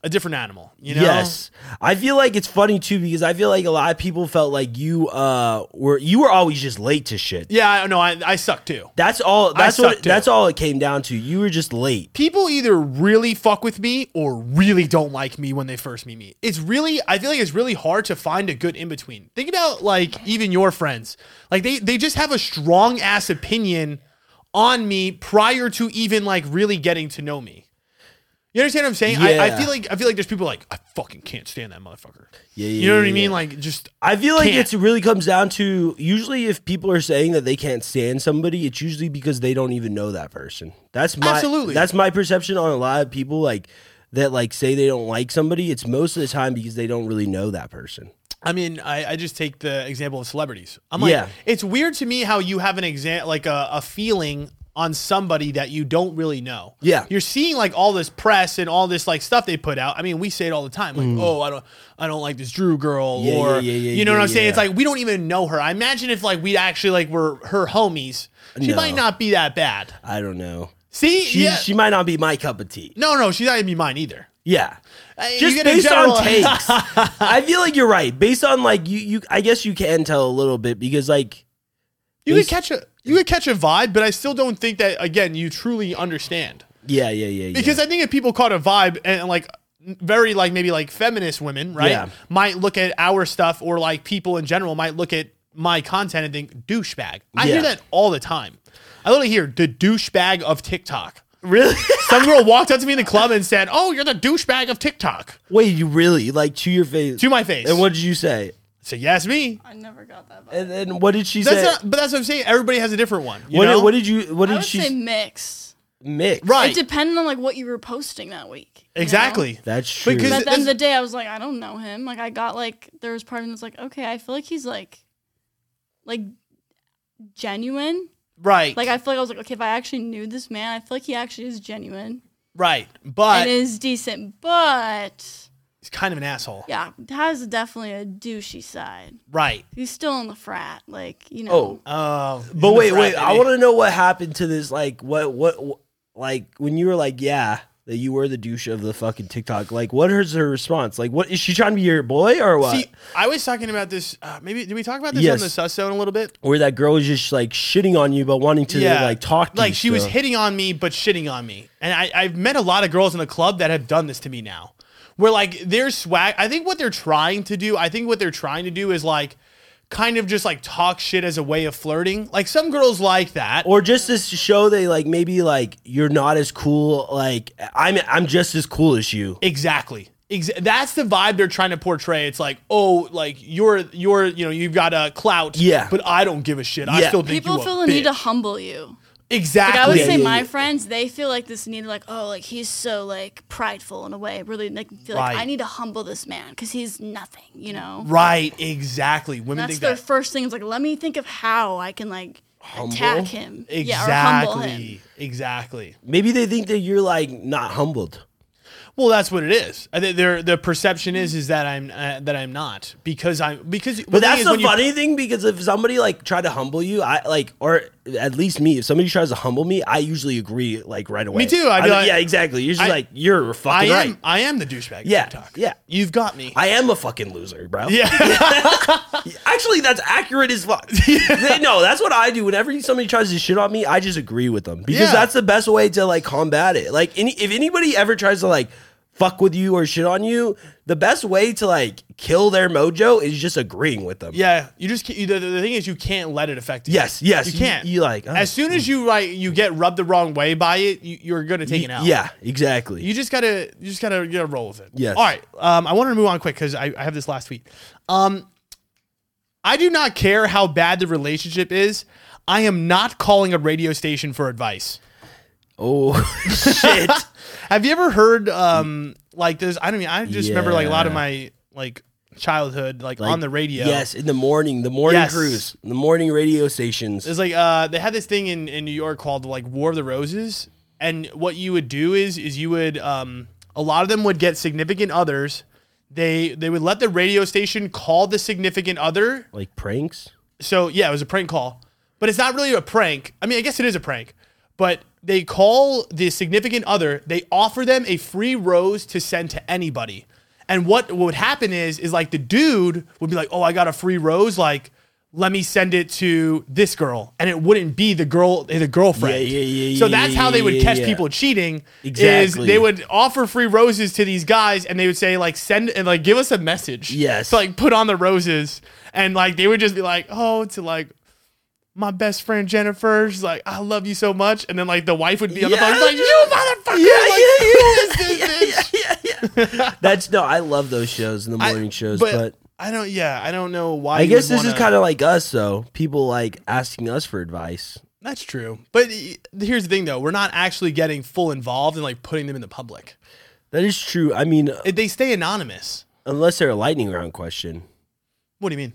Speaker 1: a different animal. You know.
Speaker 2: Yes, I feel like it's funny too because I feel like a lot of people felt like you uh were you were always just late to shit.
Speaker 1: Yeah. I know. I I suck too.
Speaker 2: That's all. That's
Speaker 1: suck,
Speaker 2: what.
Speaker 1: too.
Speaker 2: That's all it came down to. You were just late.
Speaker 1: People either really fuck with me or really don't like me when they first meet me. It's really I feel like it's really hard to find a good in between. Think about like even your friends. Like they they just have a strong ass opinion on me prior to even like really getting to know me. You understand what I'm saying? I, I
Speaker 2: Yeah.
Speaker 1: feel like I feel like there's people like I fucking can't stand that motherfucker.
Speaker 2: Yeah,
Speaker 1: You know what I
Speaker 2: yeah,
Speaker 1: mean?
Speaker 2: yeah.
Speaker 1: Like just
Speaker 2: I feel like
Speaker 1: Can't.
Speaker 2: it's it really comes down to usually if people are saying that they can't stand somebody, it's usually because they don't even know that person. That's my
Speaker 1: Absolutely.
Speaker 2: That's my perception on a lot of people like that like say they don't like somebody. It's most of the time because they don't really know that person.
Speaker 1: I mean, I, I just take the example of celebrities. I'm like,
Speaker 2: Yeah.
Speaker 1: it's weird to me how you have an exam, like a, a feeling on somebody that you don't really know.
Speaker 2: Yeah.
Speaker 1: you're seeing like all this press and all this like stuff they put out. I mean, we say it all the time, like, oh, I don't, I don't like this Drew girl,
Speaker 2: Mm. Yeah,
Speaker 1: or
Speaker 2: yeah, yeah, yeah,
Speaker 1: you know
Speaker 2: yeah,
Speaker 1: what I'm saying?
Speaker 2: yeah.
Speaker 1: It's like we don't even know her. I imagine if like we actually like were her homies, she
Speaker 2: No.
Speaker 1: might not be that bad.
Speaker 2: I don't know.
Speaker 1: See,
Speaker 2: She
Speaker 1: yeah,
Speaker 2: she might not be my cup of tea.
Speaker 1: no, no, she's not gonna be mine either.
Speaker 2: Yeah.
Speaker 1: I-
Speaker 2: Just
Speaker 1: you get a
Speaker 2: based
Speaker 1: general-
Speaker 2: on takes. I feel like you're right. Based on like you you I guess you can tell a little bit because like
Speaker 1: You could
Speaker 2: Based-
Speaker 1: catch a, you could catch a vibe, but I still don't think that again. You truly understand.
Speaker 2: yeah, yeah, yeah, yeah.
Speaker 1: because I think if people caught a vibe and like very like maybe like feminist women, right,
Speaker 2: Yeah.
Speaker 1: might look at our stuff or like people in general might look at my content and think douchebag. I
Speaker 2: Yeah.
Speaker 1: hear that all the time. I literally hear the douchebag of TikTok.
Speaker 2: Really?
Speaker 1: Some girl walked up to me in the club and said, "Oh, you're the douchebag of TikTok."
Speaker 2: Wait, you really like to your face?
Speaker 1: To my face.
Speaker 2: And what did you say?
Speaker 1: So yes, me.
Speaker 3: I never got that. Vibe.
Speaker 2: And then what did she
Speaker 1: That's
Speaker 2: say?
Speaker 1: not, but that's what I'm saying. Everybody has a different one. You
Speaker 2: what,
Speaker 1: know?
Speaker 2: did, what did you? What
Speaker 3: I
Speaker 2: did
Speaker 3: would
Speaker 2: she
Speaker 3: say
Speaker 2: s-
Speaker 3: mix.
Speaker 2: mix?
Speaker 1: Right.
Speaker 3: It depended on like what you were posting that week. you know?
Speaker 1: exactly.
Speaker 2: That's true.
Speaker 1: Because-
Speaker 3: But at the end
Speaker 1: That's-
Speaker 3: of the day, I was like, I don't know him. Like I got like there was part of me that's like, okay, I feel like he's like, like genuine.
Speaker 1: Right.
Speaker 3: Like I feel like I was like, okay, if I actually knew this man, I feel like he actually is genuine
Speaker 1: right. But
Speaker 3: and is decent, but
Speaker 1: he's kind of an asshole.
Speaker 3: yeah, has definitely a douchey side.
Speaker 1: Right.
Speaker 3: He's still in the frat, like you know.
Speaker 2: oh,
Speaker 1: Oh.
Speaker 2: but wait, wait. I want to know what happened to this. Like, what, what, what, like when you were like, yeah, that you were the douche of the fucking TikTok. Like, what is her response? Like, what is she trying to be your boy or what?
Speaker 1: See, I was talking about this. Uh, maybe did we talk about this
Speaker 2: Yes.
Speaker 1: on the sus zone a little bit?
Speaker 2: Where that girl was just like shitting on you, but wanting to like talk to you.
Speaker 1: Like she was
Speaker 2: still.
Speaker 1: hitting on me, but shitting on me. And I, I've met a lot of girls in the club that have done this to me now. Where like their swag, I think what they're trying to do, I think what they're trying to do is like kind of just like talk shit as a way of flirting. Like some girls like that.
Speaker 2: or just to show they like maybe like you're not as cool. Like I'm, I'm just as cool as you.
Speaker 1: Exactly. Ex- that's the vibe they're trying to portray. It's like, oh, like you're you're you know you've got a clout,
Speaker 2: Yeah.
Speaker 1: but I don't give a shit. I
Speaker 2: Yeah.
Speaker 1: still think
Speaker 3: People
Speaker 1: you a
Speaker 3: feel the need to
Speaker 1: bitch.
Speaker 3: humble you.
Speaker 1: exactly.
Speaker 3: Like I would
Speaker 2: Yeah,
Speaker 3: say,
Speaker 2: yeah,
Speaker 3: my
Speaker 2: yeah.
Speaker 3: friends they feel like this need, like oh, like he's so like prideful in a way. Really, like feel like
Speaker 1: Right.
Speaker 3: I need to humble this man because he's nothing, you know.
Speaker 1: right, exactly. Women
Speaker 3: That's
Speaker 1: think
Speaker 3: their
Speaker 1: that
Speaker 3: first thing. Is like, let me think of how I can like attack him,
Speaker 1: exactly,
Speaker 3: yeah, or humble him.
Speaker 1: exactly.
Speaker 2: Maybe they think that you're like not humbled.
Speaker 1: Well, that's what it is. I think their the perception is is that I'm uh, that I'm not because I'm because.
Speaker 2: But that's the funny thing because if somebody like tried to humble you, I like, or at least me, if somebody tries to humble me, I usually agree like right away.
Speaker 1: too, I'd be
Speaker 2: I'm
Speaker 1: like-
Speaker 2: yeah, exactly. You're just
Speaker 1: I-
Speaker 2: like, you're
Speaker 1: I
Speaker 2: fucking
Speaker 1: am
Speaker 2: right.
Speaker 1: I am the douchebag. of
Speaker 2: Yeah,
Speaker 1: TikTok.
Speaker 2: yeah.
Speaker 1: You've got me.
Speaker 2: I am a fucking loser, bro.
Speaker 1: yeah,
Speaker 2: Actually, that's accurate as fuck. They- no, that's what I do. Whenever somebody tries to shit on me, I just agree with them because
Speaker 1: Yeah.
Speaker 2: that's the best way to like combat it. Like, any if anybody ever tries to like fuck with you or shit on you, the best way to like kill their mojo is just agreeing with them.
Speaker 1: yeah. You just can't, you, the, the thing is you can't let it affect you.
Speaker 2: Yes, yes.
Speaker 1: you can't.
Speaker 2: You, like oh.
Speaker 1: as soon as you like you get rubbed the wrong way by it, you, you're gonna take it out.
Speaker 2: Yeah, exactly.
Speaker 1: You just gotta, you just gotta, you gotta roll with it.
Speaker 2: Yes.
Speaker 1: All right. Um, I wanted to move on quick because I, I have this last tweet. Um, I do not care how bad the relationship is. I am not calling a radio station for advice.
Speaker 2: Oh shit!
Speaker 1: Have you ever heard um like there's I don't mean I just remember like a lot of
Speaker 2: Yeah.
Speaker 1: my like childhood like,
Speaker 2: Like,
Speaker 1: on the radio.
Speaker 2: Yes, in the morning, the morning
Speaker 1: Yes.
Speaker 2: crews, the morning radio stations.
Speaker 1: It's like uh they had this thing in, in New York called like War of the Roses. And what you would do is is you would um a lot of them would get significant others. They they would let the radio station call the significant other.
Speaker 2: like pranks.
Speaker 1: So yeah, it was a prank call. But it's not really a prank. I mean, I guess it is a prank. But they call the significant other, they offer them a free rose to send to anybody. And what, what would happen is is like the dude would be like, "Oh, I got a free rose, like let me send it to this girl." And it wouldn't be the girl the girlfriend.
Speaker 2: Yeah, yeah, yeah,
Speaker 1: so
Speaker 2: yeah,
Speaker 1: that's
Speaker 2: yeah,
Speaker 1: how they would
Speaker 2: yeah,
Speaker 1: catch
Speaker 2: yeah.
Speaker 1: people cheating. Is
Speaker 2: Exactly.
Speaker 1: they would offer free roses to these guys and they would say like send and like give us a message.
Speaker 2: Yes.
Speaker 1: So, like like, put on the roses and like they would just be like, oh, to like my best friend Jennifer. She's like, I love you so much. And then like the wife would be on the phone,
Speaker 2: Yeah.
Speaker 1: she's like, you motherfucker.
Speaker 2: Yeah,
Speaker 1: like,
Speaker 2: yeah,
Speaker 1: who
Speaker 2: yeah.
Speaker 1: is this bitch?
Speaker 2: That's no, I love those shows in the
Speaker 1: I-
Speaker 2: morning shows, but,
Speaker 1: I don't. Yeah, I don't know why.
Speaker 2: I guess this is kind of like us though. People like asking us for advice.
Speaker 1: that's true. But eh, here's the thing, though, we're not actually getting full involved and like putting them in the public.
Speaker 2: That is true. I mean,
Speaker 1: Eh, They stay anonymous.
Speaker 2: unless they're a lightning round question.
Speaker 1: What do you mean?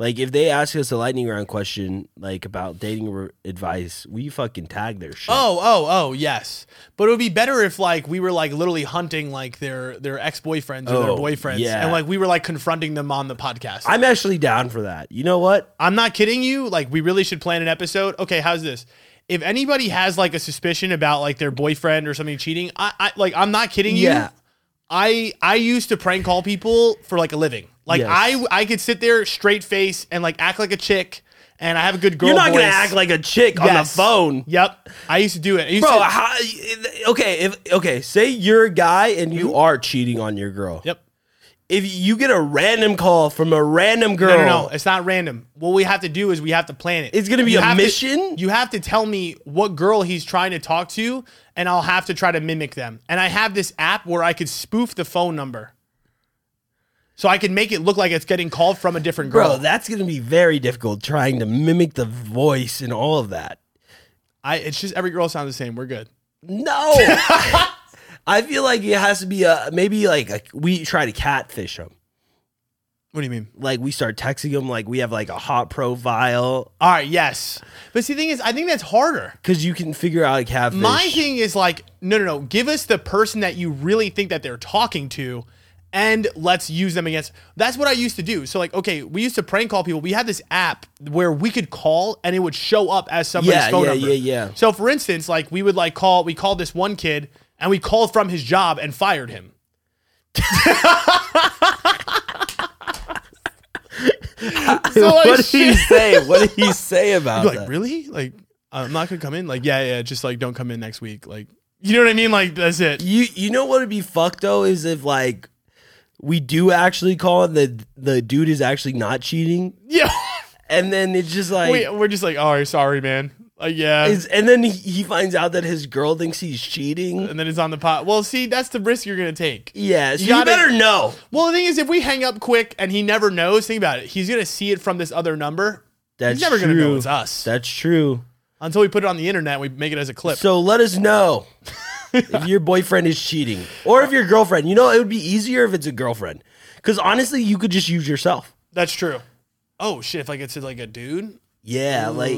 Speaker 2: Like if they ask us a lightning round question, like about dating re- advice, we fucking tag their shit.
Speaker 1: Oh, oh, oh, yes. But it would be better if like we were like literally hunting like their their ex boyfriends or their
Speaker 2: Oh,
Speaker 1: boyfriends,
Speaker 2: yeah.
Speaker 1: and like we were like confronting them on the podcast.
Speaker 2: I'm actually down for that. You know what?
Speaker 1: I'm not kidding you. Like, we really should plan an episode. Okay, how's this? If anybody has like a suspicion about like their boyfriend or something cheating, I, I like I'm not kidding you.
Speaker 2: Yeah.
Speaker 1: I I used to prank call people for like a living. Like
Speaker 2: Yes.
Speaker 1: I I could sit there straight face and like act like a chick, and I have a good girl.
Speaker 2: You're not
Speaker 1: voice.
Speaker 2: gonna act like a chick on the
Speaker 1: Yes.
Speaker 2: phone.
Speaker 1: Yep, I used to do it. I used
Speaker 2: Bro,
Speaker 1: to-
Speaker 2: how, Mm-hmm. okay, if okay, say you're a guy and you are cheating on your girl.
Speaker 1: yep.
Speaker 2: if you get a random call from a random girl,
Speaker 1: No, no, no. It's not random. What we have to do is we have to plan it.
Speaker 2: It's gonna be
Speaker 1: You
Speaker 2: a
Speaker 1: have
Speaker 2: mission?
Speaker 1: you have to tell me what girl he's trying to talk to, and I'll have to try to mimic them. And I have this app where I could spoof the phone number. So I can make it look like it's getting called from a different
Speaker 2: bro,
Speaker 1: girl.
Speaker 2: that's gonna be very difficult trying to mimic the voice and all of that.
Speaker 1: I it's just every girl sounds the same. We're good.
Speaker 2: No, I feel like it has to be a maybe like a, we try to catfish them.
Speaker 1: What do you mean?
Speaker 2: Like we start texting them, like we have like a hot profile
Speaker 1: All right, yes. But see the thing is, I think that's harder.
Speaker 2: because you can figure out a catfish.
Speaker 1: My thing is like, no, no, no. Give us the person that you really think that they're talking to, and let's use them against. That's what I used to do. So like, okay, we used to prank call people. We had this app where we could call and it would show up as somebody's
Speaker 2: Yeah,
Speaker 1: phone
Speaker 2: yeah,
Speaker 1: number.
Speaker 2: yeah, yeah.
Speaker 1: So for instance, like we would like call. We called this one kid and we called from his job and fired him. so like,
Speaker 2: what did he
Speaker 1: shit.
Speaker 2: say? What did he say about
Speaker 1: You're
Speaker 2: that?
Speaker 1: like really like i'm not gonna come in like yeah yeah just like don't come in next week like you know what i mean like that's it
Speaker 2: You you know what would be fucked though is if like we do actually call and the the dude is actually not cheating,
Speaker 1: yeah
Speaker 2: and then it's just like
Speaker 1: we, we're just like all right sorry man like yeah
Speaker 2: is, and then he, he finds out that his girl thinks he's cheating.
Speaker 1: and then it's on the pot well see that's the risk you're gonna take
Speaker 2: Yeah, so
Speaker 1: You
Speaker 2: you,
Speaker 1: gotta-
Speaker 2: better know.
Speaker 1: well the thing is if we hang up quick and he never knows think about it he's gonna see it from this other number
Speaker 2: That's
Speaker 1: he's never gonna know
Speaker 2: true.
Speaker 1: it's us
Speaker 2: That's true.
Speaker 1: until we put it on the internet and we make it as a clip
Speaker 2: So let us know if your boyfriend is cheating or if your girlfriend. You know, it would be easier if it's a girlfriend because honestly, you could just use yourself.
Speaker 1: that's true oh shit if like it's like a dude
Speaker 2: Yeah, like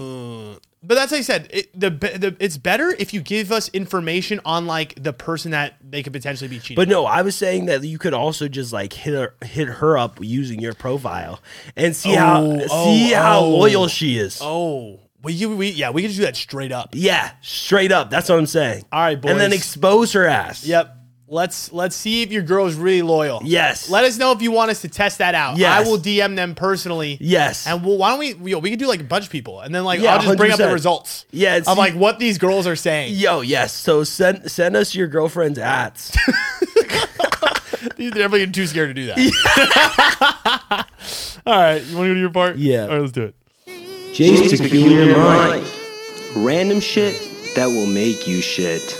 Speaker 1: But that's what I said. It, the, be- the it's better if you give us information on like the person that they could potentially be cheating.
Speaker 2: But no, I was saying that you could also just like hit her hit her up using your profile and see how
Speaker 1: Oh, oh,
Speaker 2: see how
Speaker 1: oh.
Speaker 2: loyal she is.
Speaker 1: oh, well, you we yeah, we can just do that straight up.
Speaker 2: Yeah, straight up. That's what I'm saying.
Speaker 1: All right, boys.
Speaker 2: And then expose her ass.
Speaker 1: Yep. Let's let's see if your girl is really loyal.
Speaker 2: Yes.
Speaker 1: Let us know if you want us to test that out.
Speaker 2: Yes.
Speaker 1: I will DM them personally.
Speaker 2: Yes.
Speaker 1: And we'll, why don't we? You know, we could do like a bunch of people, and then like
Speaker 2: Yeah,
Speaker 1: I'll just bring up the
Speaker 2: 100%.
Speaker 1: results.
Speaker 2: Yeah,
Speaker 1: Of
Speaker 2: it's-
Speaker 1: like what these girls are saying.
Speaker 2: Yo, yes. So send send us your girlfriend's ads.
Speaker 1: They're definitely too scared to do that. All right, you want to go to your part?
Speaker 2: Yeah.
Speaker 1: All right, let's do it.
Speaker 4: Jay's peculiar mind. Random shit that will make you shit.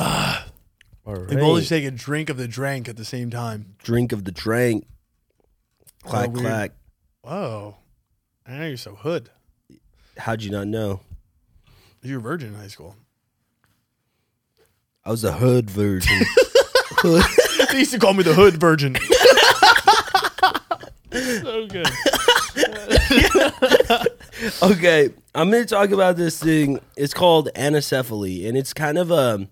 Speaker 1: We both just take a drink of the drink at the same time.
Speaker 2: Drink of the drink. Clack
Speaker 1: Oh, weird.
Speaker 2: clack.
Speaker 1: Whoa. I know you're so hood.
Speaker 2: How'd you not know?
Speaker 1: You're a virgin in high school.
Speaker 2: I was a hood virgin.
Speaker 1: they used to call me the hood virgin. so good.
Speaker 2: okay, I'm going to talk about this thing. It's called anencephaly, and it's kind of a,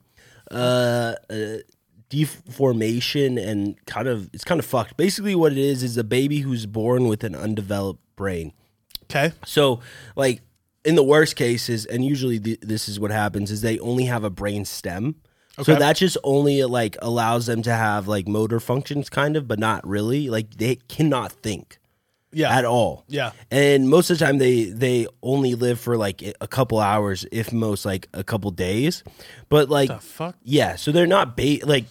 Speaker 2: uh a deformation and kind of it's kind of fucked. Basically, what it is is a baby who's born with an undeveloped brain.
Speaker 1: Okay.
Speaker 2: So, like in the worst cases, and usually th- this is what happens is they only have a brain stem. So
Speaker 1: Okay.
Speaker 2: that just only like allows them to have like motor functions, kind of, but not really. Like they cannot think
Speaker 1: Yeah.
Speaker 2: at all
Speaker 1: Yeah.
Speaker 2: and most of the time they they only live for like a couple hours if most like a couple days but like
Speaker 1: The fuck?
Speaker 2: yeah so they're not ba- like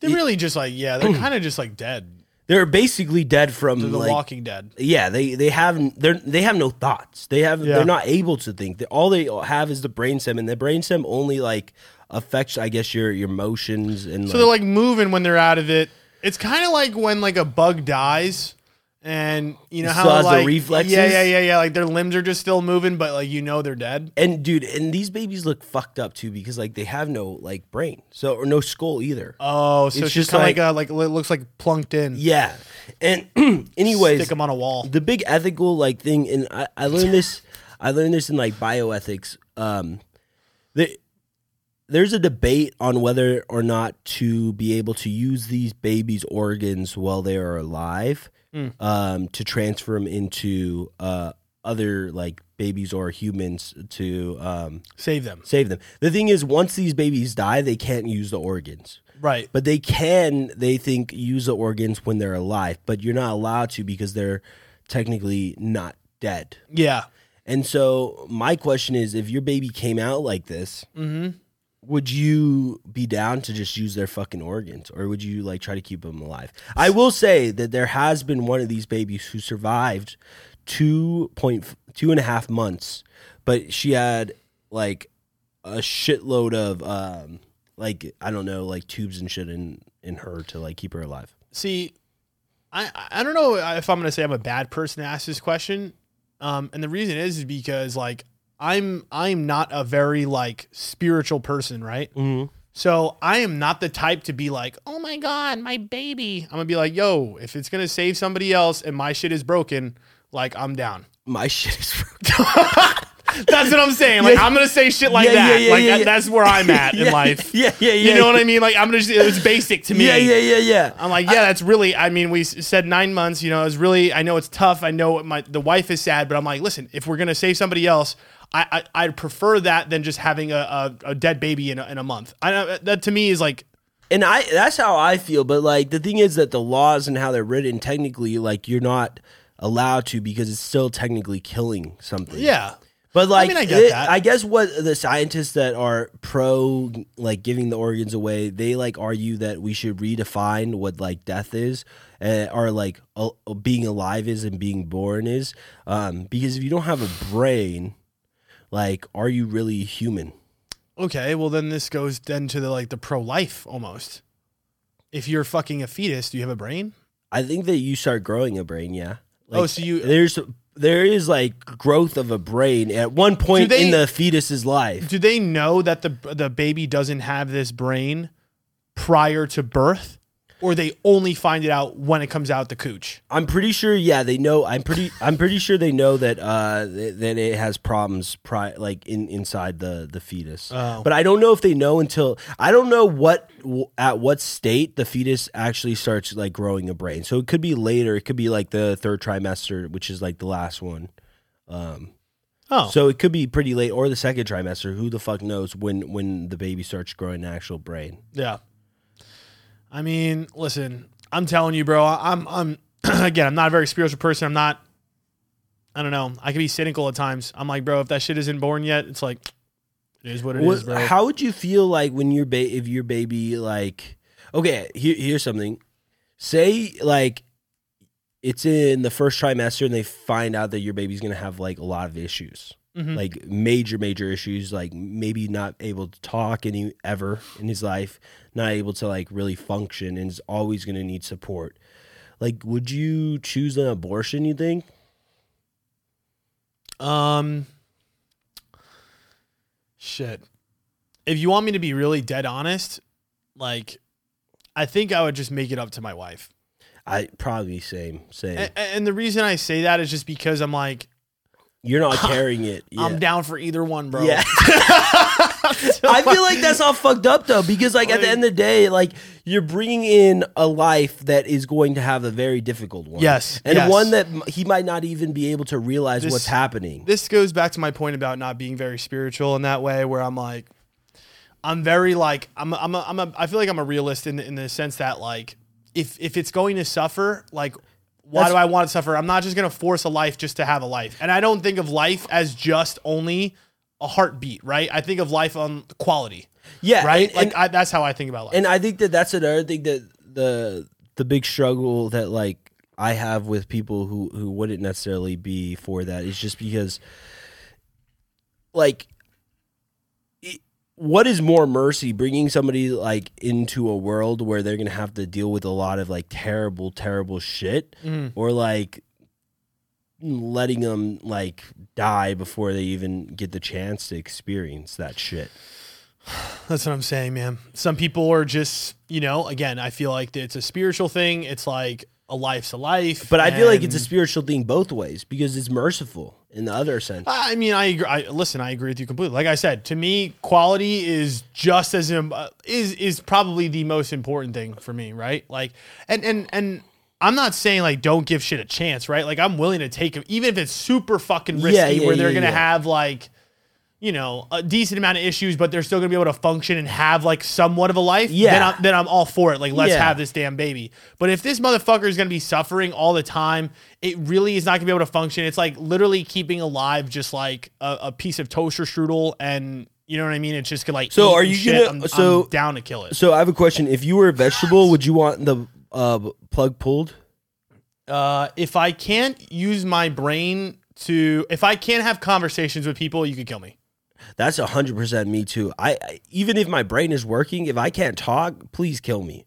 Speaker 1: They're really just like, yeah, they're kind of just like dead.
Speaker 2: they're basically dead from
Speaker 1: They're the
Speaker 2: like
Speaker 1: walking dead.
Speaker 2: yeah they they have they're they have no thoughts they have
Speaker 1: Yeah.
Speaker 2: they're not able to think They- all they have is the brainstem and the brainstem only like affects i guess your your motions and
Speaker 1: So they're like moving when they're out of it. It's kind of like when like a bug dies. And you know
Speaker 2: It
Speaker 1: how
Speaker 2: still has the
Speaker 1: like
Speaker 2: reflexes?
Speaker 1: yeah yeah yeah yeah like their limbs are just still moving but like you know they're dead
Speaker 2: and dude and these babies look fucked up too because like they have no like brain so or no skull either
Speaker 1: oh so
Speaker 2: It's
Speaker 1: it's just
Speaker 2: just
Speaker 1: kind of like, uh like it looks like plunked in
Speaker 2: yeah and anyways
Speaker 1: stick them on a wall
Speaker 2: the big ethical like thing and I, I learned this I learned this in like bioethics um the there's a debate on whether or not to be able to use these babies' organs while they are alive um, to transfer them into uh, other like babies or humans to um,
Speaker 1: save them
Speaker 2: save them. The thing is, once these babies die, they can't use the organs
Speaker 1: right
Speaker 2: but they can they think use the organs when they're alive but you're not allowed to because they're technically not dead
Speaker 1: yeah Mm-hmm.
Speaker 2: and so my question is if your baby came out like this would you be down to just use their fucking organs or would you like try to keep them alive? I will say that there has been one of these babies who survived two point two and a half months, but she had like a shitload of um like I don't know, like tubes and shit in in her to like keep her alive.
Speaker 1: See, I I don't know if I'm gonna say I'm a bad person to ask this question, um, and the reason is because like I'm I'm not a very like spiritual person, right?
Speaker 2: Mm-hmm.
Speaker 1: So I am not the type to be like, oh my god, my baby. I'm gonna be like, yo, if it's gonna save somebody else and my shit is broken, like I'm down.
Speaker 2: My shit is
Speaker 1: That's what I'm saying. Like
Speaker 2: Yeah.
Speaker 1: I'm gonna say shit like
Speaker 2: Yeah,
Speaker 1: that.
Speaker 2: yeah, yeah,
Speaker 1: like
Speaker 2: yeah,
Speaker 1: that,
Speaker 2: yeah.
Speaker 1: that's where I'm at in life.
Speaker 2: Yeah, yeah, yeah.
Speaker 1: You know what I mean? Like I'm gonna just it was basic to me.
Speaker 2: Yeah, yeah, yeah, yeah.
Speaker 1: I'm like, yeah, that's really. I mean, we s- said nine months. You know, it's really. I know it's tough. I know my the wife is sad, but I'm like, listen, if we're gonna save somebody else, I, I I'd prefer that than just having a, a, a dead baby in a, in a month. I know that to me is like,
Speaker 2: and I that's how I feel. But like the thing is that the laws and how they're written, technically, like you're not allowed to because it's still technically killing something.
Speaker 1: yeah,
Speaker 2: But like,
Speaker 1: mean, I get
Speaker 2: it-
Speaker 1: that.
Speaker 2: I guess what the scientists that are pro like giving the organs away, they like argue that we should redefine what like death is, uh, or like al- being alive is and being born is, um, because if you don't have a brain, like, are you really human?
Speaker 1: okay. Well, then this goes then to the like the pro life almost. If you're fucking a fetus, do you have a brain?
Speaker 2: I think that you start growing a brain, yeah. Like,
Speaker 1: oh, so you
Speaker 2: there's there is like growth of a brain at one point
Speaker 1: Do they-
Speaker 2: in the fetus's life.
Speaker 1: do they know that the the baby doesn't have this brain prior to birth, or they only find it out when it comes out the cooch?
Speaker 2: I'm pretty sure. Yeah, they know. I'm pretty. I'm pretty sure they know that uh, th- that it has problems, pri- like in inside the the fetus.
Speaker 1: Oh.
Speaker 2: But I don't know if they know until I don't know what w- at what state the fetus actually starts like growing a brain. So it could be later. It could be like the third trimester, which is like the last one. Um,
Speaker 1: Oh,
Speaker 2: So it could be pretty late, or the second trimester. Who the fuck knows when when the baby starts growing an actual brain?
Speaker 1: Yeah. I mean, listen, I'm telling you, bro. I'm, I'm again, I'm not a very spiritual person. I'm not. I don't know. I can be cynical at times. I'm like, bro, if that shit isn't born yet, it's like, it is what it is,
Speaker 2: What-
Speaker 1: bro.
Speaker 2: how would you feel like when your ba- if your baby like okay here, here's something say like it's in the first trimester and they find out that your baby's gonna have like a lot of issues
Speaker 1: Mhm.
Speaker 2: like major major issues like maybe not able to talk any ever in his life not able to like really function and is always gonna need support like would you choose an abortion you think
Speaker 1: Um, shit. If you want me to be really dead honest, like, I think I would just make it up to my wife.
Speaker 2: i probably same same
Speaker 1: A- a- and the reason I say that is just because I'm like,
Speaker 2: you're not carrying it yeah.
Speaker 1: I'm down for either one, bro.
Speaker 2: Yeah. I feel like that's all fucked up though, because like at the end of the day, like you're bringing in a life that is going to have a very difficult one.
Speaker 1: Yes,
Speaker 2: and
Speaker 1: yes.
Speaker 2: one that m- he might not even be able to realize
Speaker 1: This-
Speaker 2: what's happening.
Speaker 1: this goes back to my point about not being very spiritual in that way where i'm like i'm very like i'm a, I'm a, I'm a i feel like i'm a realist in the, in the sense that like if if it's going to suffer like why
Speaker 2: That's-
Speaker 1: do i want to suffer i'm not just going to force a life just to have a life and i don't think of life as just only a heartbeat right i think of life on quality
Speaker 2: yeah,
Speaker 1: right
Speaker 2: and-
Speaker 1: like
Speaker 2: and,
Speaker 1: I, that's how i think about life
Speaker 2: and I think that that's another thing that the the big struggle that like I have with people who who wouldn't necessarily be for that is just because like it- what is more mercy bringing somebody like into a world where they're going to have to deal with a lot of like terrible terrible shit
Speaker 1: Mhm.
Speaker 2: or like letting them like die before they even get the chance to experience that shit
Speaker 1: That's what I'm saying, man. Some people are just, you know, again, I feel like it's a spiritual thing. It's like a life's a life.
Speaker 2: But I feel like it's a
Speaker 1: and-
Speaker 2: spiritual thing both ways because it's merciful in the other sense.
Speaker 1: I mean, I, agree, I listen. I agree with you completely. Like I said, to me, quality is just as im- uh, is is probably the most important thing for me, right? Like, and and and I'm not saying like don't give shit a chance, right? Like I'm willing to take it, even if it's super fucking risky,
Speaker 2: Yeah, yeah,
Speaker 1: where they're
Speaker 2: yeah,
Speaker 1: gonna
Speaker 2: yeah.
Speaker 1: have like, you know, a decent amount of issues, but they're still gonna be able to function and have like somewhat of a life. then
Speaker 2: Yeah.
Speaker 1: I'm, then I'm all for it. Like, let's
Speaker 2: Yeah.
Speaker 1: have this damn baby. But if this motherfucker is gonna be suffering all the time, it really is not gonna be able to function. It's like literally keeping alive just like a, a piece of toaster strudel and You know what I mean? It's just could like.
Speaker 2: So
Speaker 1: eat
Speaker 2: are
Speaker 1: and
Speaker 2: you
Speaker 1: shit.
Speaker 2: gonna-
Speaker 1: I'm- I'm
Speaker 2: so-
Speaker 1: down to kill it.
Speaker 2: So I have a question. If you were a vegetable, would you want the uh, plug pulled?
Speaker 1: Uh, if I can't use my brain to, if I can't have conversations with people, you could kill me.
Speaker 2: That's hundred percent me too. I, I even if my brain is working, if I can't talk, please kill me.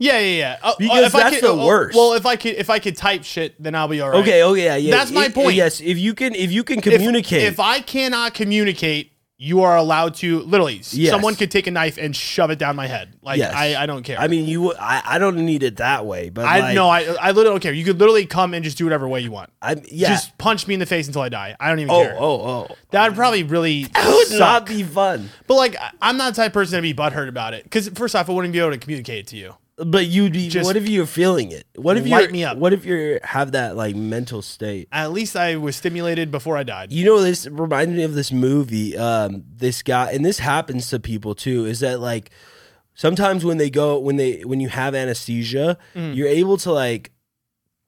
Speaker 1: Yeah, yeah, yeah. Uh, uh,
Speaker 2: Because
Speaker 1: if I
Speaker 2: that's
Speaker 1: could-
Speaker 2: the
Speaker 1: oh, oh,
Speaker 2: worst.
Speaker 1: Well, if I could, if I could type shit, then I'll be all right.
Speaker 2: Okay. Oh yeah. Yeah.
Speaker 1: That's my
Speaker 2: It-
Speaker 1: point.
Speaker 2: Yes. If you can, if you can
Speaker 1: If-
Speaker 2: communicate.
Speaker 1: If, I cannot communicate, you are allowed to literally. s-
Speaker 2: Yes.
Speaker 1: Someone could take a knife and shove it down my head. Like
Speaker 2: Yes.
Speaker 1: I, I don't care.
Speaker 2: I mean, you. I, I don't need it that way, but
Speaker 1: I
Speaker 2: like,
Speaker 1: no, I, I literally don't care. You could literally come and just do whatever way you want.
Speaker 2: I yeah.
Speaker 1: Just punch me in the face until I die. I don't even
Speaker 2: oh
Speaker 1: care.
Speaker 2: oh oh.
Speaker 1: That would probably really
Speaker 2: That would
Speaker 1: suck.
Speaker 2: not be fun.
Speaker 1: But like, I- I'm not the type of person to be butthurt about it. Because first off, I wouldn't be able to communicate it to you.
Speaker 2: But you'd be.
Speaker 1: Just
Speaker 2: what if you're feeling it? What if you
Speaker 1: light me up.
Speaker 2: What if you have that like mental state?
Speaker 1: At least I was stimulated before I died.
Speaker 2: You know, this reminded me of this movie. Um, this guy, and this happens to people too, is that like sometimes when they go when they when you have anesthesia,
Speaker 1: Mm.
Speaker 2: you're able to like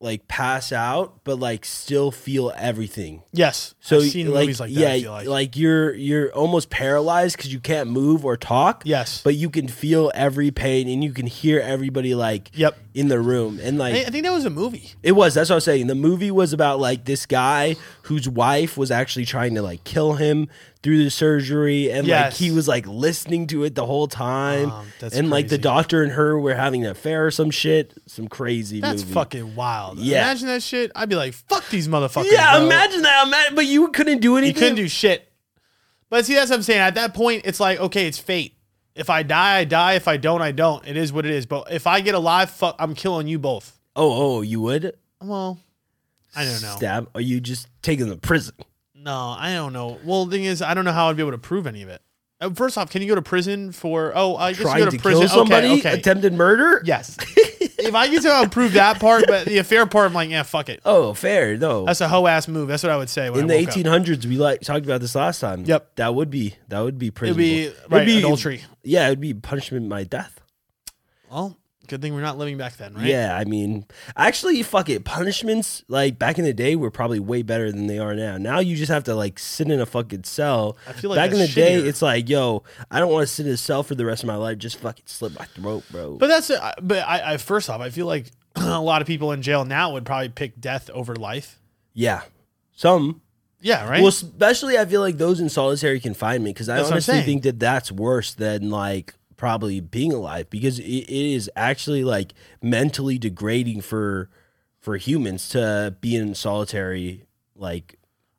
Speaker 2: like pass out, but like still feel everything.
Speaker 1: Yes.
Speaker 2: So
Speaker 1: I've seen
Speaker 2: like,
Speaker 1: movies like that.
Speaker 2: yeah,
Speaker 1: I feel like.
Speaker 2: you're you're almost paralyzed because you can't move or talk.
Speaker 1: yes.
Speaker 2: But you can feel every pain and you can hear everybody like
Speaker 1: Yep.
Speaker 2: in the room and like
Speaker 1: I, I think that was a movie.
Speaker 2: it was. That's what I was saying. The movie was about like this guy whose wife was actually trying to like kill him through the surgery, and
Speaker 1: Yes.
Speaker 2: like he was like listening to it the whole time.
Speaker 1: Um, that's
Speaker 2: and like the
Speaker 1: crazy.
Speaker 2: doctor and her were having an affair or some shit. Some crazy.
Speaker 1: That's
Speaker 2: movie.
Speaker 1: fucking wild.
Speaker 2: Yeah.
Speaker 1: Imagine that shit. I'd be like, fuck these motherfuckers.
Speaker 2: Yeah,
Speaker 1: bro.
Speaker 2: imagine that. Imagine, but you couldn't do anything.
Speaker 1: You couldn't do shit. But see, that's what I'm saying. At that point, it's like, okay, it's fate. If I die, I die. If I don't, I don't. It is what it is. But if I get alive, fuck, I'm killing you both.
Speaker 2: Oh, oh, you would.
Speaker 1: Well, I don't know.
Speaker 2: Stab. Or you just take him to prison.
Speaker 1: No, I don't know. Well, the thing is, I don't know how I'd be able to prove any of it. Uh, First off, can you go to prison for? Oh, I guess you
Speaker 2: Trying
Speaker 1: go
Speaker 2: to,
Speaker 1: to
Speaker 2: kill
Speaker 1: prison.
Speaker 2: somebody.
Speaker 1: okay, okay.
Speaker 2: Attempted murder.
Speaker 1: yes. if I can somehow prove that part, but the affair part, I'm like, yeah, fuck it.
Speaker 2: Oh, fair. No.
Speaker 1: That's a hoe ass move. That's what I would say. When
Speaker 2: in
Speaker 1: I
Speaker 2: the
Speaker 1: woke up.
Speaker 2: 1800s we like talked about this last time
Speaker 1: Yep.
Speaker 2: that would be that would be prison
Speaker 1: it'd be right adultery.
Speaker 2: yeah it'd be punishment by death
Speaker 1: Well, good thing we're not living back then, right?
Speaker 2: yeah i mean actually fuck it punishments like back in the day were probably way better than they are now now you just have to like sit in a fucking cell
Speaker 1: I feel like
Speaker 2: back in the
Speaker 1: that's
Speaker 2: day
Speaker 1: shittier.
Speaker 2: it's like yo i don't want to sit in a cell for the rest of my life just fucking slit my throat bro
Speaker 1: But that's uh, but I, I first off, I feel like a lot of people in jail now would probably pick death over life.
Speaker 2: yeah some
Speaker 1: Yeah, right.
Speaker 2: Well, especially I feel like those in solitary confinement because I
Speaker 1: That's what I'm
Speaker 2: honestly
Speaker 1: saying.
Speaker 2: think that that's worse than like probably being alive because it, it is actually like mentally degrading for for humans to be in solitary like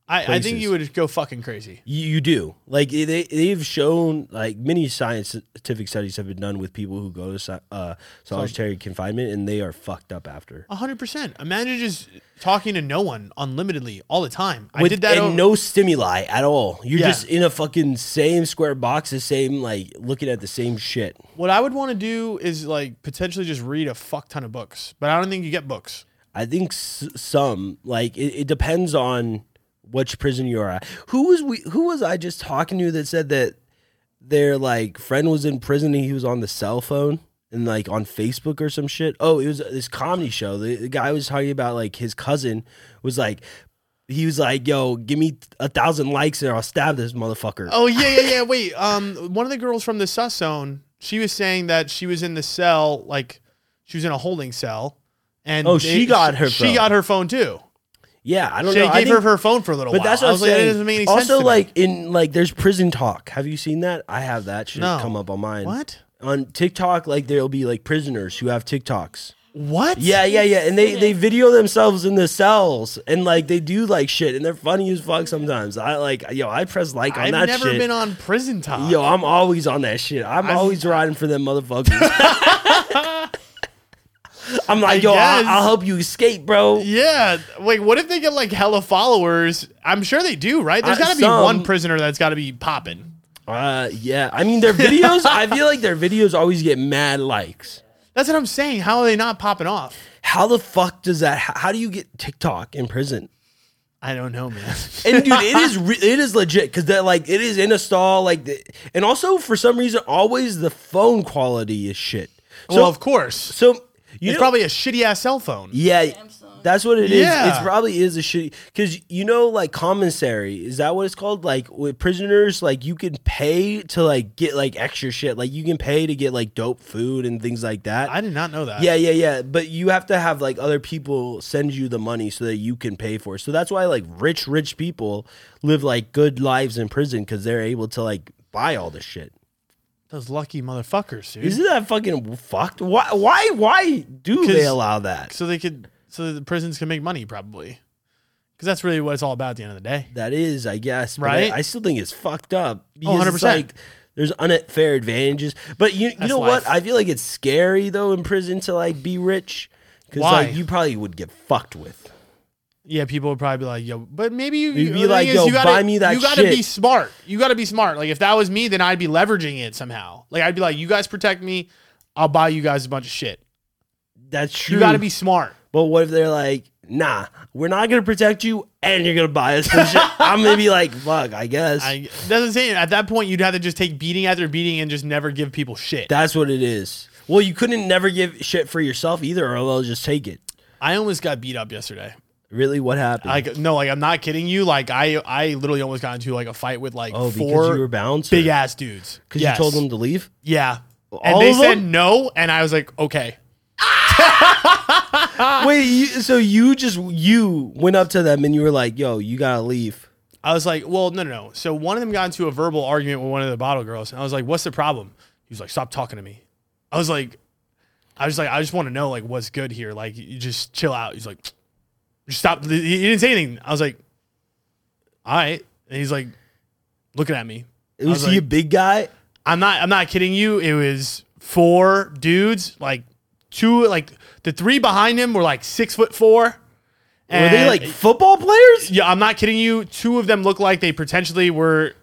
Speaker 1: I, I think
Speaker 2: places.
Speaker 1: you would go fucking crazy.
Speaker 2: you, you do like it- they they've shown like many scientific studies have been done with people who go to si- uh, solitary confinement and they are fucked up after
Speaker 1: hundred percent. Imagine just talking to no one unlimitedly all the time. I
Speaker 2: with,
Speaker 1: did that.
Speaker 2: and
Speaker 1: over-
Speaker 2: no stimuli at all. You're
Speaker 1: Yeah.
Speaker 2: just in a fucking same square box, the same like looking at the same shit.
Speaker 1: what I would want to do is like potentially just read a fuck ton of books, but I don't think you get books.
Speaker 2: I think s- some like it, it depends on which prison you're at. Who was we? Who was I just talking to that said that their like friend was in prison and he was on the cell phone and like on Facebook or some shit? Oh, it was this comedy show. The, the guy was talking about like his cousin was like. He was like, "Yo, give me a thousand likes and I'll stab this motherfucker."
Speaker 1: Oh yeah, yeah, yeah. Wait, um, one of the girls from the sus zone, she was saying that she was in the cell, like she was in a holding cell, and
Speaker 2: Oh, she got her
Speaker 1: she
Speaker 2: phone.
Speaker 1: got her phone too.
Speaker 2: yeah, I don't
Speaker 1: She
Speaker 2: know. I
Speaker 1: gave
Speaker 2: think-
Speaker 1: her her phone for a little
Speaker 2: But
Speaker 1: while.
Speaker 2: that's
Speaker 1: I
Speaker 2: what I'm
Speaker 1: was like, that
Speaker 2: saying.
Speaker 1: doesn't make any
Speaker 2: also,
Speaker 1: sense to me.
Speaker 2: like in like, there's prison talk. Have you seen that? I have that shit
Speaker 1: No.
Speaker 2: come up on mine.
Speaker 1: what?
Speaker 2: on TikTok? Like there'll be like prisoners who have TikToks.
Speaker 1: What?
Speaker 2: Yeah, yeah, yeah. And they they video themselves in the cells and like they do like shit and they're funny as fuck sometimes. I like yo, I press like on
Speaker 1: I've
Speaker 2: that
Speaker 1: never
Speaker 2: shit.
Speaker 1: been on prison time.
Speaker 2: yo, I'm always on that shit. I'm always riding for them motherfuckers. I'm like, yo,
Speaker 1: guess.
Speaker 2: I, will help you escape, bro.
Speaker 1: Yeah. Wait, what if they get like hella followers? I'm sure they do, right? There's
Speaker 2: Uh,
Speaker 1: got to be
Speaker 2: some-
Speaker 1: one prisoner that's got to be popping.
Speaker 2: Uh, yeah. I mean, their videos. I feel like their videos always get mad likes.
Speaker 1: That's what I'm saying. How are they not popping off?
Speaker 2: How the fuck does that? How, how do you get TikTok in prison?
Speaker 1: I don't know, man.
Speaker 2: And dude, it is re- it is legit because that like it is in a stall like, the, and also for some reason always the phone quality is shit. So
Speaker 1: well, of course.
Speaker 2: so You
Speaker 1: it's
Speaker 2: know-
Speaker 1: probably a shitty ass cell phone.
Speaker 2: Yeah,
Speaker 3: Samsung.
Speaker 2: that's what it is.
Speaker 1: Yeah.
Speaker 2: It probably is a shitty because you know, like commissary is that what it's called? Like with prisoners, like you can pay to like get like extra shit. Like you can pay to get like dope food and things like that.
Speaker 1: I did not know that.
Speaker 2: yeah, yeah, yeah. But you have to have like other people send you the money so that you can pay for it. So that's why like rich, rich people live like good lives in prison because they're able to like buy all this shit.
Speaker 1: Those lucky motherfuckers, dude.
Speaker 2: Isn't that fucking fucked? Why, why, why do they
Speaker 1: 'Cause-
Speaker 2: allow that?
Speaker 1: so they could so that the prisons can make money probably. Cuz that's really what it's all about at the end of the day.
Speaker 2: That is, I guess, but
Speaker 1: Right? Oh,
Speaker 2: I, I still think it's fucked up. because
Speaker 1: 100%.
Speaker 2: it's Like, there's unfair advantages, but you you
Speaker 1: That's
Speaker 2: know
Speaker 1: life.
Speaker 2: what? I feel like it's scary though in prison to like be rich because
Speaker 1: Why?
Speaker 2: like you probably would get fucked with.
Speaker 1: Yeah, people would probably be like, "Yo," but maybe you,
Speaker 2: You'd
Speaker 1: the
Speaker 2: be
Speaker 1: thing
Speaker 2: like,
Speaker 1: is,
Speaker 2: "Yo,
Speaker 1: you gotta,
Speaker 2: buy me that
Speaker 1: You gotta be
Speaker 2: shit."
Speaker 1: smart. You gotta be smart. Like if that was me, then I'd be leveraging it somehow. Like I'd be like, "You guys protect me. I'll buy you guys a bunch of shit."
Speaker 2: That's true.
Speaker 1: You gotta be smart.
Speaker 2: But what if they're like, nah, we're not gonna protect you, and you're gonna buy us some shit? I'm gonna be like, fuck, I guess
Speaker 1: I doesn't say at that point you'd have to just take beating after beating and just never give people shit.
Speaker 2: that's what it is. Well, you couldn't never give shit for yourself either, or they'll just take it.
Speaker 1: I almost got beat up yesterday.
Speaker 2: Really, what happened?
Speaker 1: Like no, like I'm not kidding you. Like I I literally almost got into like a fight with like
Speaker 2: oh,
Speaker 1: four
Speaker 2: because you were bound
Speaker 1: big ass dudes.
Speaker 2: because
Speaker 1: Yes.
Speaker 2: you told them to leave.
Speaker 1: Yeah. And
Speaker 2: All
Speaker 1: they
Speaker 2: of
Speaker 1: said
Speaker 2: them?
Speaker 1: no, and I was like, okay. Uh,
Speaker 2: Wait, you, so you just you went up to them and you were like, "Yo, you gotta leave."
Speaker 1: I was like, well, no, no, no. So one of them got into a verbal argument with one of the bottle girls, and I was like, what's the problem? He was like, stop talking to me. I was like, I was like, I just want to know like what's good here. Like, you just chill out. He's like, just stop. He he didn't say anything. I was like, all right. And he's like, looking at me.
Speaker 2: It was,
Speaker 1: was
Speaker 2: he a
Speaker 1: like-
Speaker 2: big guy?
Speaker 1: I'm not I'm not kidding you. It was four dudes, like two like the three behind him were like six foot four.
Speaker 2: Were they
Speaker 1: And-
Speaker 2: like football players?
Speaker 1: Yeah, I'm not kidding you. Two of them look like they potentially were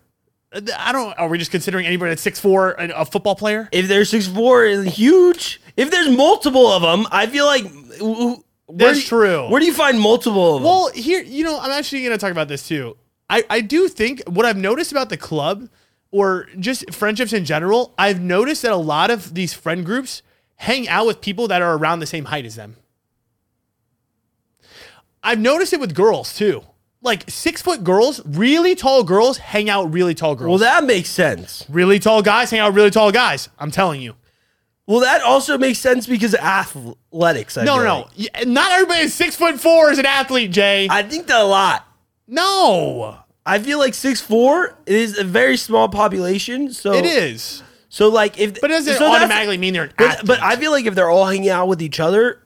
Speaker 1: I don't are we just considering anybody that's six four a football player?
Speaker 2: If they're six four and huge, if there's multiple of them, I feel like w- w- where
Speaker 1: That's
Speaker 2: do you-
Speaker 1: true.
Speaker 2: Where do you find multiple of them?
Speaker 1: Well, here, you know, I'm actually going to talk about this too. I, I do think what I've noticed about the club or just friendships in general, I've noticed that a lot of these friend groups hang out with people that are around the same height as them. I've noticed it with girls too. Like six foot girls, really tall girls hang out with really tall girls.
Speaker 2: well, that makes sense.
Speaker 1: really tall guys hang out with really tall guys. I'm telling you.
Speaker 2: Well, that also makes sense because of athletics. I
Speaker 1: No,
Speaker 2: feel
Speaker 1: no,
Speaker 2: like.
Speaker 1: no. Y- Not everybody is six foot four is an athlete, Jay.
Speaker 2: I think that a lot.
Speaker 1: no,
Speaker 2: I feel like six four is a very small population. So
Speaker 1: it is.
Speaker 2: So like if
Speaker 1: But it doesn't
Speaker 2: so that's-
Speaker 1: automatically mean they're an
Speaker 2: But,
Speaker 1: athlete.
Speaker 2: but I feel like if they're all hanging out with each other,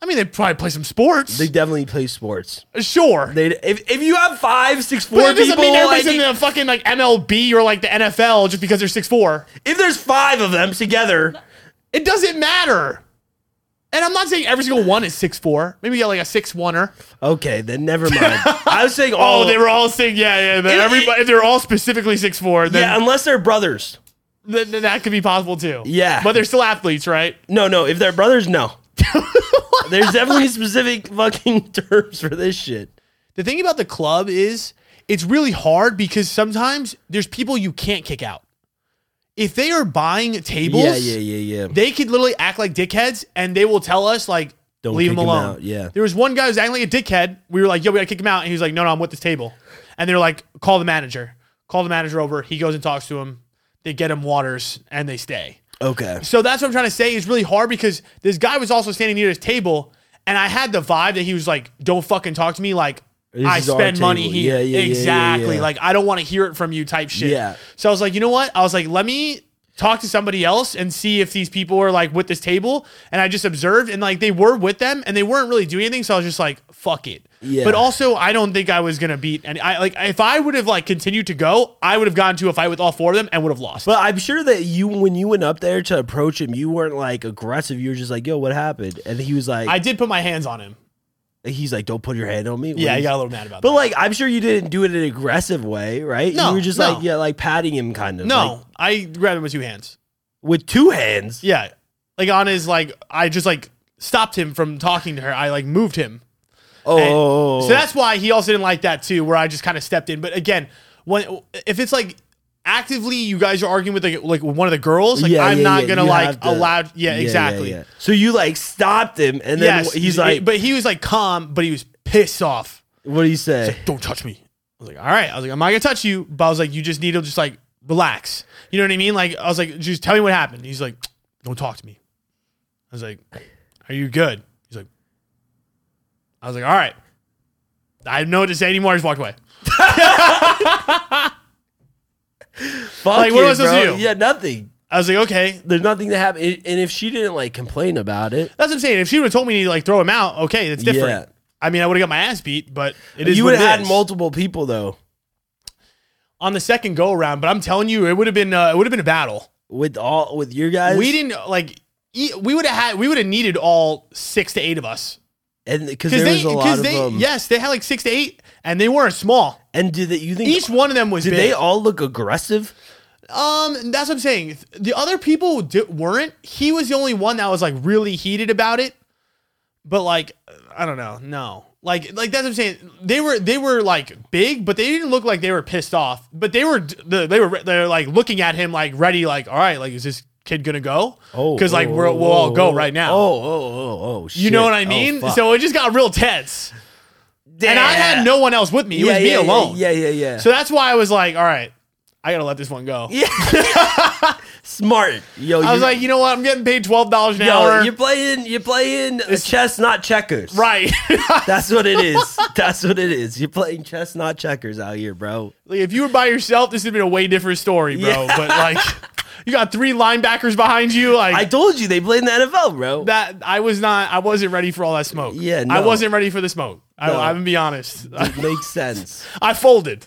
Speaker 1: I mean, they probably play some sports.
Speaker 2: They definitely play sports.
Speaker 1: sure.
Speaker 2: They if, if you have five, six, four
Speaker 1: but it doesn't
Speaker 2: people,
Speaker 1: mean everybody's
Speaker 2: like,
Speaker 1: in the fucking like MLB or like the NFL just because they're six four.
Speaker 2: if there's five of them together,
Speaker 1: It doesn't matter. And I'm not saying every single one is six four. Maybe you got like a six oneer.
Speaker 2: okay, then never mind. I was saying,
Speaker 1: Oh,
Speaker 2: oh,
Speaker 1: they were all saying yeah, yeah. But
Speaker 2: It-
Speaker 1: everybody, if they're all specifically six four, then,
Speaker 2: yeah, unless they're brothers.
Speaker 1: then, then that could be possible too.
Speaker 2: Yeah.
Speaker 1: but they're still athletes, right?
Speaker 2: No, no, if they're brothers, no. there's definitely specific fucking terms for this shit.
Speaker 1: The thing about the club is it's really hard because sometimes there's people you can't kick out. If they are buying tables,
Speaker 2: Yeah, yeah, yeah, yeah.
Speaker 1: they could literally act like dickheads and they will tell us like
Speaker 2: Don't
Speaker 1: leave
Speaker 2: kick
Speaker 1: him
Speaker 2: him
Speaker 1: alone.
Speaker 2: out, yeah.
Speaker 1: There was one guy who was acting like a dickhead. We were like, yo, we gotta kick him out. And he was like, no, no, I'm with this table. And they were like, call the manager. Call the manager over. He goes and talks to him. They get him waters and they stay.
Speaker 2: Okay,
Speaker 1: So that's what I'm trying to say. It's really hard because this guy was also standing near his table, and I had the vibe that he was like, "Don't fucking talk to me." Like
Speaker 2: This
Speaker 1: I
Speaker 2: is our
Speaker 1: spend money
Speaker 2: table.
Speaker 1: here,
Speaker 2: Yeah, yeah, yeah, yeah,
Speaker 1: exactly.
Speaker 2: yeah.
Speaker 1: Like I don't want to hear it from you, type shit.
Speaker 2: Yeah.
Speaker 1: So I was like, you know what? I was like, let me talk to somebody else and see if these people are like with this table. And I just observed, and like they were with them, and they weren't really doing anything. So I was just like, fuck it.
Speaker 2: Yeah.
Speaker 1: But also, I don't think I was gonna beat. And I like if I would have like continued to go, I would have gotten to a fight with all four of them and would have lost.
Speaker 2: but I'm sure that you when you went up there to approach him, you weren't like aggressive. You were just like, "Yo, what happened?" And he was like,
Speaker 1: I did put my hands on him.
Speaker 2: "He's like, don't put your hand on me." What
Speaker 1: Yeah, I
Speaker 2: is-
Speaker 1: got a little mad about that.
Speaker 2: But like, I'm sure you didn't do it in an aggressive way, right?
Speaker 1: No,
Speaker 2: you were just
Speaker 1: no.
Speaker 2: like, yeah, like patting him, kind of. like,
Speaker 1: No, I grabbed him with two hands.
Speaker 2: with two hands.
Speaker 1: Yeah, like on his like, I just like stopped him from talking to her. I like moved him.
Speaker 2: Oh,
Speaker 1: And-
Speaker 2: oh, oh,
Speaker 1: so
Speaker 2: oh.
Speaker 1: that's why he also didn't like that too, where I just kind of stepped in. But again, when if it's like actively you guys are arguing with like, like one of the girls, like
Speaker 2: Yeah,
Speaker 1: I'm
Speaker 2: yeah,
Speaker 1: not
Speaker 2: yeah,
Speaker 1: gonna
Speaker 2: you
Speaker 1: like
Speaker 2: have to-
Speaker 1: allow. Yeah,
Speaker 2: yeah,
Speaker 1: exactly.
Speaker 2: yeah. So you like stopped him, and then
Speaker 1: Yes,
Speaker 2: he's
Speaker 1: it-
Speaker 2: like,
Speaker 1: but he was like calm, but he was pissed off.
Speaker 2: "What do you say?"
Speaker 1: Don't touch me. I was like, all right. I was like, I'm not gonna touch you, but I was like, you just need to just like relax. You know what I mean? Like I was like, just tell me what happened. He's like, don't talk to me. I was like, are you good? He's like, I was like, all right. I have no to say anymore. I just walked away.
Speaker 2: Fuck
Speaker 1: Like, what
Speaker 2: it,
Speaker 1: am I supposed to
Speaker 2: bro.
Speaker 1: do?
Speaker 2: Yeah, nothing.
Speaker 1: I was like, okay.
Speaker 2: There's nothing to happen. And if she didn't like complain about it,
Speaker 1: That's what I'm saying. If she would have told me to like throw him out, okay, that's different.
Speaker 2: Yeah.
Speaker 1: I mean, I would have got my ass beat, but it is
Speaker 2: you
Speaker 1: what
Speaker 2: would
Speaker 1: it
Speaker 2: have had
Speaker 1: is.
Speaker 2: multiple people though.
Speaker 1: on the second go around. But I'm telling you, it would have been uh, it would have been a battle.
Speaker 2: with all with your guys.
Speaker 1: we didn't like e- we would have had we would have needed all six to eight of us
Speaker 2: and
Speaker 1: because
Speaker 2: because there
Speaker 1: they
Speaker 2: was a lot
Speaker 1: because
Speaker 2: of
Speaker 1: they
Speaker 2: them.
Speaker 1: yes they had like six to eight and they weren't small.
Speaker 2: And did that you think
Speaker 1: Each one of them was
Speaker 2: Did
Speaker 1: big.
Speaker 2: they all look aggressive?
Speaker 1: um, that's what I'm saying. The other people di- weren't. He was the only one that was like really heated about it. But like, I don't know. No, like like that's what I'm saying. They were they were like big, but they didn't look like they were pissed off. But they were the, they were they're like looking at him like ready like all right like is this kid gonna go? because like we're, we'll all go right now.
Speaker 2: Oh, oh, oh, oh! Shit.
Speaker 1: You know what I
Speaker 2: Oh,
Speaker 1: mean?
Speaker 2: fuck.
Speaker 1: so it just got real tense. And I
Speaker 2: Yeah.
Speaker 1: had no one else with me. It
Speaker 2: Yeah,
Speaker 1: was me
Speaker 2: yeah, yeah,
Speaker 1: alone.
Speaker 2: Yeah, yeah, yeah.
Speaker 1: So that's why I was like, all right, I got to let this one go.
Speaker 2: Smart, yo.
Speaker 1: I was
Speaker 2: you-
Speaker 1: like, you know what? I'm getting paid $12 an
Speaker 2: yo,
Speaker 1: hour.
Speaker 2: you're playing, you're playing uh, chess, not checkers.
Speaker 1: right.
Speaker 2: That's what it is. That's what it is. You're playing chess, not checkers out here, bro.
Speaker 1: like, if you were by yourself, this would have been a way different story, bro.
Speaker 2: Yeah.
Speaker 1: But like, you got three linebackers behind you. Like,
Speaker 2: I told you they played in the NFL, bro.
Speaker 1: that I was not, I wasn't ready for all that smoke.
Speaker 2: Yeah,
Speaker 1: I
Speaker 2: no.
Speaker 1: wasn't ready for the smoke. I,
Speaker 2: No.
Speaker 1: I'm going to be honest.
Speaker 2: It makes sense.
Speaker 1: I folded.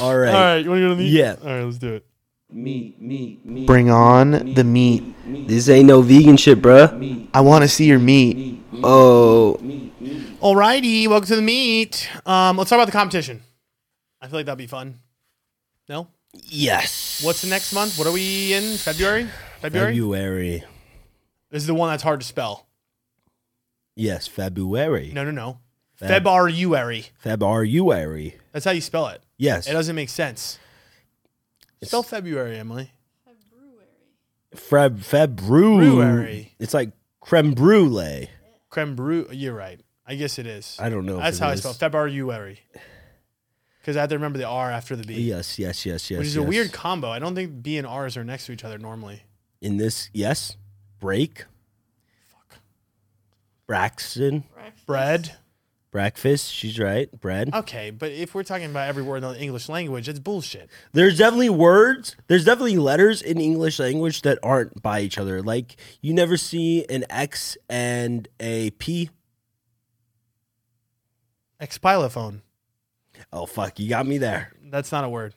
Speaker 2: All right.
Speaker 1: All right. You want to go to the
Speaker 2: Yeah.
Speaker 1: All right, let's do it.
Speaker 4: Meat, meat, meat.
Speaker 6: Bring on the meat.
Speaker 4: This ain't no vegan shit, bruh.
Speaker 6: I want to see your meat.
Speaker 4: Oh,
Speaker 1: Alrighty, welcome to the meet. Um, let's talk about the competition. I feel like that'd be fun. No?
Speaker 2: Yes.
Speaker 1: What's the next month? What are we in? February? February?
Speaker 2: February?
Speaker 1: This is the one that's hard to spell.
Speaker 2: Yes, February.
Speaker 1: No, no, no.
Speaker 2: Feb-
Speaker 1: February.
Speaker 2: February.
Speaker 1: That's how you spell it.
Speaker 2: Yes.
Speaker 1: It doesn't make sense. Spell February, Emily.
Speaker 2: Feb February.
Speaker 1: Brewery.
Speaker 2: It's like creme brulee.
Speaker 1: Creme brulee. You're right. I guess it is.
Speaker 2: I don't know. if
Speaker 1: That's
Speaker 2: it
Speaker 1: how I
Speaker 2: is.
Speaker 1: spell February. Because I have to remember the R after the B.
Speaker 2: Yes, yes, yes, yes.
Speaker 1: Which is a
Speaker 2: yes.
Speaker 1: weird combo. I don't think B and R's are next to each other normally.
Speaker 2: in this. Yes, break. Braxton,
Speaker 1: Bread.
Speaker 2: breakfast. She's right. Bread.
Speaker 1: Okay, but if we're talking about every word in the English language, it's bullshit.
Speaker 2: There's definitely words. There's definitely letters in English language that aren't by each other. Like you never see an X and a P.
Speaker 1: Expilophone.
Speaker 2: Oh fuck, you got me there.
Speaker 1: That's not a word.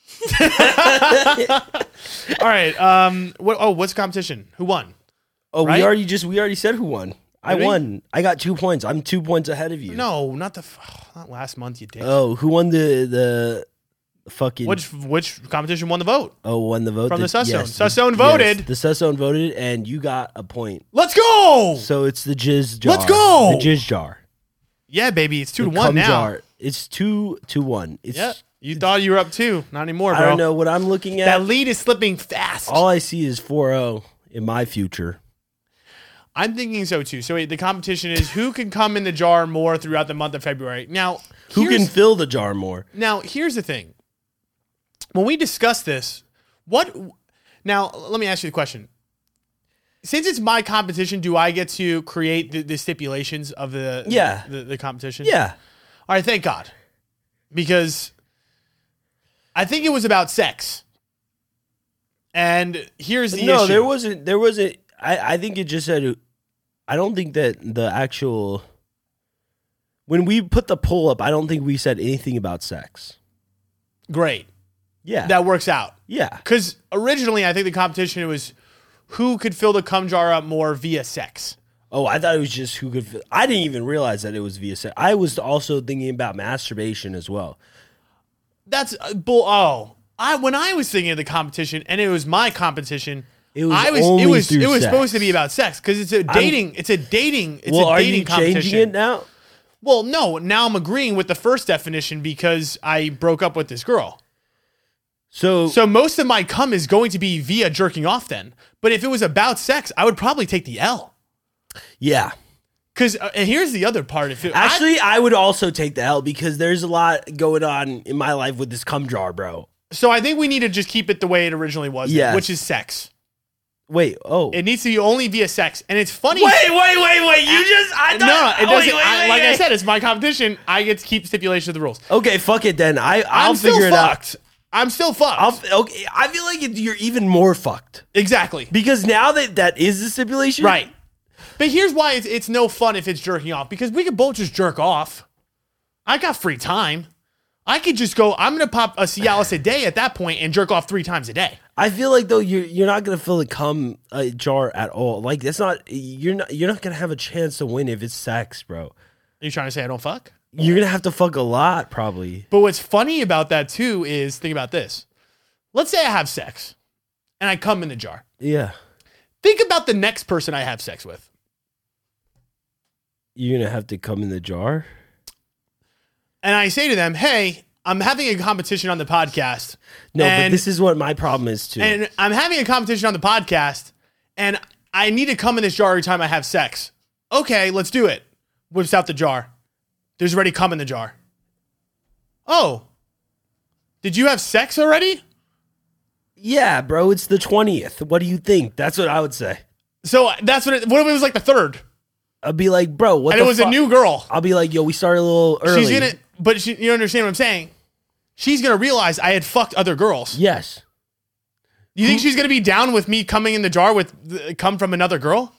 Speaker 1: All right. Um. What? Oh, what's the competition? Who won?
Speaker 2: Oh,
Speaker 1: Right?
Speaker 2: we already just we already said who won. I
Speaker 1: Did we?
Speaker 2: won. I got two points. I'm two points ahead of you.
Speaker 1: No, not the. f- Not last month. You did.
Speaker 2: Oh, who won the the fucking
Speaker 1: which which competition won the vote?
Speaker 2: oh won the vote
Speaker 1: From the Sussone.
Speaker 2: the-
Speaker 1: Sussone voted.
Speaker 2: the Sussone voted, and you got a point.
Speaker 1: Let's go.
Speaker 2: So it's the jizz jar.
Speaker 1: Let's go!
Speaker 2: The jizz jar.
Speaker 1: yeah, baby. It's two to
Speaker 2: The
Speaker 1: one
Speaker 2: cum
Speaker 1: now.
Speaker 2: jar. It's two to one. It's
Speaker 1: Yeah. You thought you were up two. Not anymore,
Speaker 2: I
Speaker 1: bro.
Speaker 2: don't know what I'm looking at.
Speaker 1: That lead is slipping fast.
Speaker 2: All I see is 4-0 in my future.
Speaker 1: I'm thinking so too. So wait, the competition is who can come in the jar more throughout the month of February. Now,
Speaker 2: Who
Speaker 1: here's-
Speaker 2: can fill the jar more?
Speaker 1: Now, here's the thing. When we discuss this, what now, let me ask you the question. Since it's my competition, do I get to create the, the stipulations of the
Speaker 2: Yeah.
Speaker 1: the, the competition?
Speaker 2: Yeah.
Speaker 1: All right, thank God. Because I think it was about sex. And here's the
Speaker 2: no,
Speaker 1: issue.
Speaker 2: there wasn't. There wasn't. I, I think it just said. I don't think that the actual. When we put the poll up, I don't think we said anything about sex.
Speaker 1: great.
Speaker 2: Yeah.
Speaker 1: That works out.
Speaker 2: yeah.
Speaker 1: Because originally, I think the competition was who could fill the cum jar up more via sex.
Speaker 2: Oh, I thought it was just who could. fi- I didn't even realize that it was via sex. I was also thinking about masturbation as well.
Speaker 1: That's uh, bull. Oh, I when I was thinking of the competition, and it was my competition.
Speaker 2: It was
Speaker 1: I was.
Speaker 2: only
Speaker 1: it was.
Speaker 2: through
Speaker 1: It was
Speaker 2: sex.
Speaker 1: supposed to be about sex because it's a dating. it's a dating. It's
Speaker 2: well,
Speaker 1: a
Speaker 2: are
Speaker 1: dating
Speaker 2: you changing
Speaker 1: competition.
Speaker 2: it now?
Speaker 1: Well, no, now I'm agreeing with the first definition because I broke up with this girl.
Speaker 2: So,
Speaker 1: So most of my cum is going to be via jerking off then. But if it was about sex, I would probably take the L.
Speaker 2: yeah.
Speaker 1: Cuz uh, and here's the other part if it, I-
Speaker 2: Actually, I, would also take the L because there's a lot going on in my life with this cum jar, bro.
Speaker 1: so I think we need to just keep it the way it originally was,
Speaker 2: Yes.
Speaker 1: which is sex.
Speaker 2: Wait, oh.
Speaker 1: It needs to be only via sex. And it's funny
Speaker 2: wait, wait, wait. You just I
Speaker 1: No, no, it doesn't. I, like I said, it's my competition. I get to keep stipulation of the rules.
Speaker 2: Okay, fuck it then. I I'll
Speaker 1: am
Speaker 2: figure
Speaker 1: still
Speaker 2: it out.
Speaker 1: fucked. I'm still fucked.
Speaker 2: I'll, f- okay, I feel like it- you're even more fucked
Speaker 1: exactly.
Speaker 2: because now that that is the stipulation,
Speaker 1: Right. But here's why it's, it's no fun if it's jerking off because we could both just jerk off. I got free time. I could just go, I'm going to pop a Cialis a day at that point and jerk off three times a day.
Speaker 2: I feel like though you're you're not gonna fill the cum uh, jar at all. Like that's not you're not you're not gonna have a chance to win if it's sex, bro.
Speaker 1: Are you trying to say I don't fuck?
Speaker 2: You're gonna have to fuck a lot probably.
Speaker 1: But what's funny about that too is think about this. Let's say I have sex and I come in the jar.
Speaker 2: Yeah,
Speaker 1: Think about the next person I have sex with.
Speaker 2: you're gonna have to come in the jar.
Speaker 1: And I say to them, hey, I'm having a competition on the podcast.
Speaker 2: No, but
Speaker 1: And-
Speaker 2: this is what my problem is too.
Speaker 1: and I'm having a competition on the podcast, and I need to come in this jar every time I have sex. Okay, let's do it. Whips out the jar. There's already cum in the jar. Oh, did you have sex already?
Speaker 2: yeah, bro, it's the twentieth. What do you think? That's what I would say.
Speaker 1: So that's what. It, what if it was like the third,
Speaker 2: I'd be like, bro, what?
Speaker 1: and
Speaker 2: the
Speaker 1: it was
Speaker 2: fu-
Speaker 1: a new girl?
Speaker 2: I'll be like, yo, we started a little early.
Speaker 1: She's gonna, but she, you understand what I'm saying? She's gonna realize I had fucked other girls.
Speaker 2: Yes.
Speaker 1: You think she's gonna be down with me coming in the jar with the, come from another girl?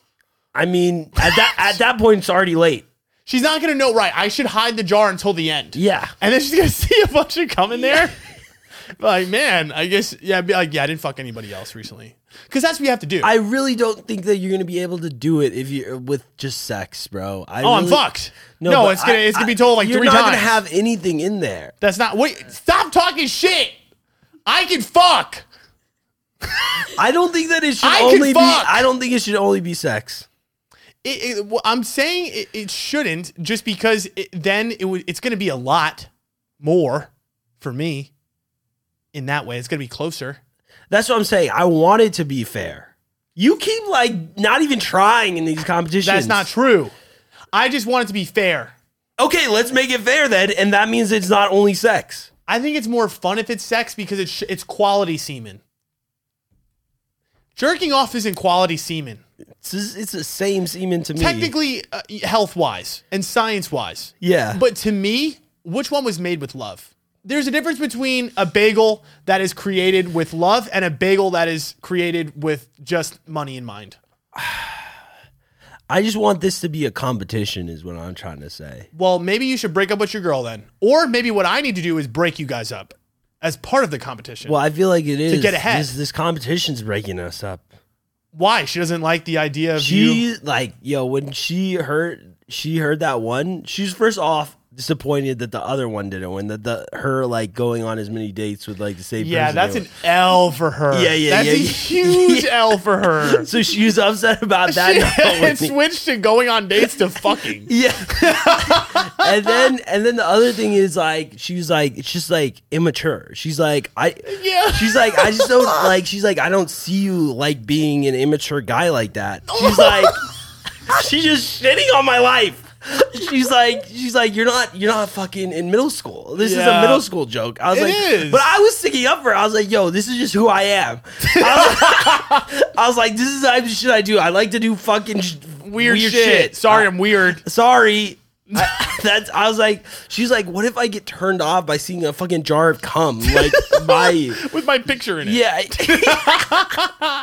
Speaker 2: I mean, at that at that point, it's already late.
Speaker 1: She's not gonna know. Right? I should hide the jar until the end.
Speaker 2: Yeah.
Speaker 1: And then she's gonna see a bunch of cum in there. like, man, I guess yeah, I'd be like, yeah, I didn't fuck anybody else recently. Cause that's what you have to do.
Speaker 2: I really don't think that you're gonna be able to do it if you with just sex, bro. I
Speaker 1: oh, I'm
Speaker 2: really-
Speaker 1: fucked. No,
Speaker 2: but
Speaker 1: it's gonna
Speaker 2: I-
Speaker 1: it's gonna be
Speaker 2: I-
Speaker 1: told like
Speaker 2: you're
Speaker 1: three
Speaker 2: not
Speaker 1: times.
Speaker 2: gonna have anything in there.
Speaker 1: that's not wait, stop talking shit. I can fuck.
Speaker 2: I don't think that it should
Speaker 1: I can
Speaker 2: only be.
Speaker 1: fuck.
Speaker 2: I don't think it should only be sex.
Speaker 1: It, it, well, I'm saying it, it shouldn't just because it, then it would it's gonna be a lot more for me. In that way, it's gonna be closer.
Speaker 2: That's what I'm saying. I want it to be fair. You keep like not even trying in these competitions.
Speaker 1: That's not true. I just want it to be fair.
Speaker 2: okay. Let's make it fair then, and that means it's not only sex.
Speaker 1: I think it's more fun if it's sex because it's sh- it's quality semen. Jerking off isn't quality semen,
Speaker 2: It's it's the same semen to me.
Speaker 1: technically uh, health wise and science wise.
Speaker 2: yeah.
Speaker 1: But to me, which one was made with love? There's a difference between a bagel that is created with love and a bagel that is created with just money in mind.
Speaker 2: I just want this to be a competition, is what I'm trying to say.
Speaker 1: Well, maybe you should break up with your girl then, or maybe what I need to do is break you guys up as part of the competition.
Speaker 2: Well, I feel like it is
Speaker 1: get ahead.
Speaker 2: This, this competition's breaking us up.
Speaker 1: Why she doesn't like the idea of you?
Speaker 2: She like yo when she heard she heard that one, she's first off disappointed that the other one didn't win. That the her like going on as many dates with like the same.
Speaker 1: Yeah,
Speaker 2: person
Speaker 1: that's
Speaker 2: they
Speaker 1: an L for her.
Speaker 2: Yeah, yeah,
Speaker 1: That's
Speaker 2: yeah,
Speaker 1: a
Speaker 2: yeah.
Speaker 1: huge L for
Speaker 2: were.
Speaker 1: her.
Speaker 2: So she was upset about that. not
Speaker 1: it
Speaker 2: winning.
Speaker 1: switched to going on dates to fucking.
Speaker 2: yeah, and then and then the other thing is like she's like it's just like immature. She's like I
Speaker 1: Yeah.
Speaker 2: She's like, I just don't like. She's like, I don't see you like being an immature guy like that. She's like, she's just shitting on my life. She's like, she's like, you're not, you're not fucking in middle school. This is a
Speaker 1: Yeah.
Speaker 2: middle school joke. I was
Speaker 1: It
Speaker 2: like,
Speaker 1: is.
Speaker 2: but I was sticking up for. her. I was like, yo, this is just who I am. I was like, I was like, this is the shit I do. I like to do fucking sh-
Speaker 1: Weird, shit. Sorry,
Speaker 2: Uh,
Speaker 1: I'm weird.
Speaker 2: sorry. I, that's I was like, she's like, what if I get turned off by seeing a fucking jar of cum like by you?
Speaker 1: With my picture in it.
Speaker 2: Yeah.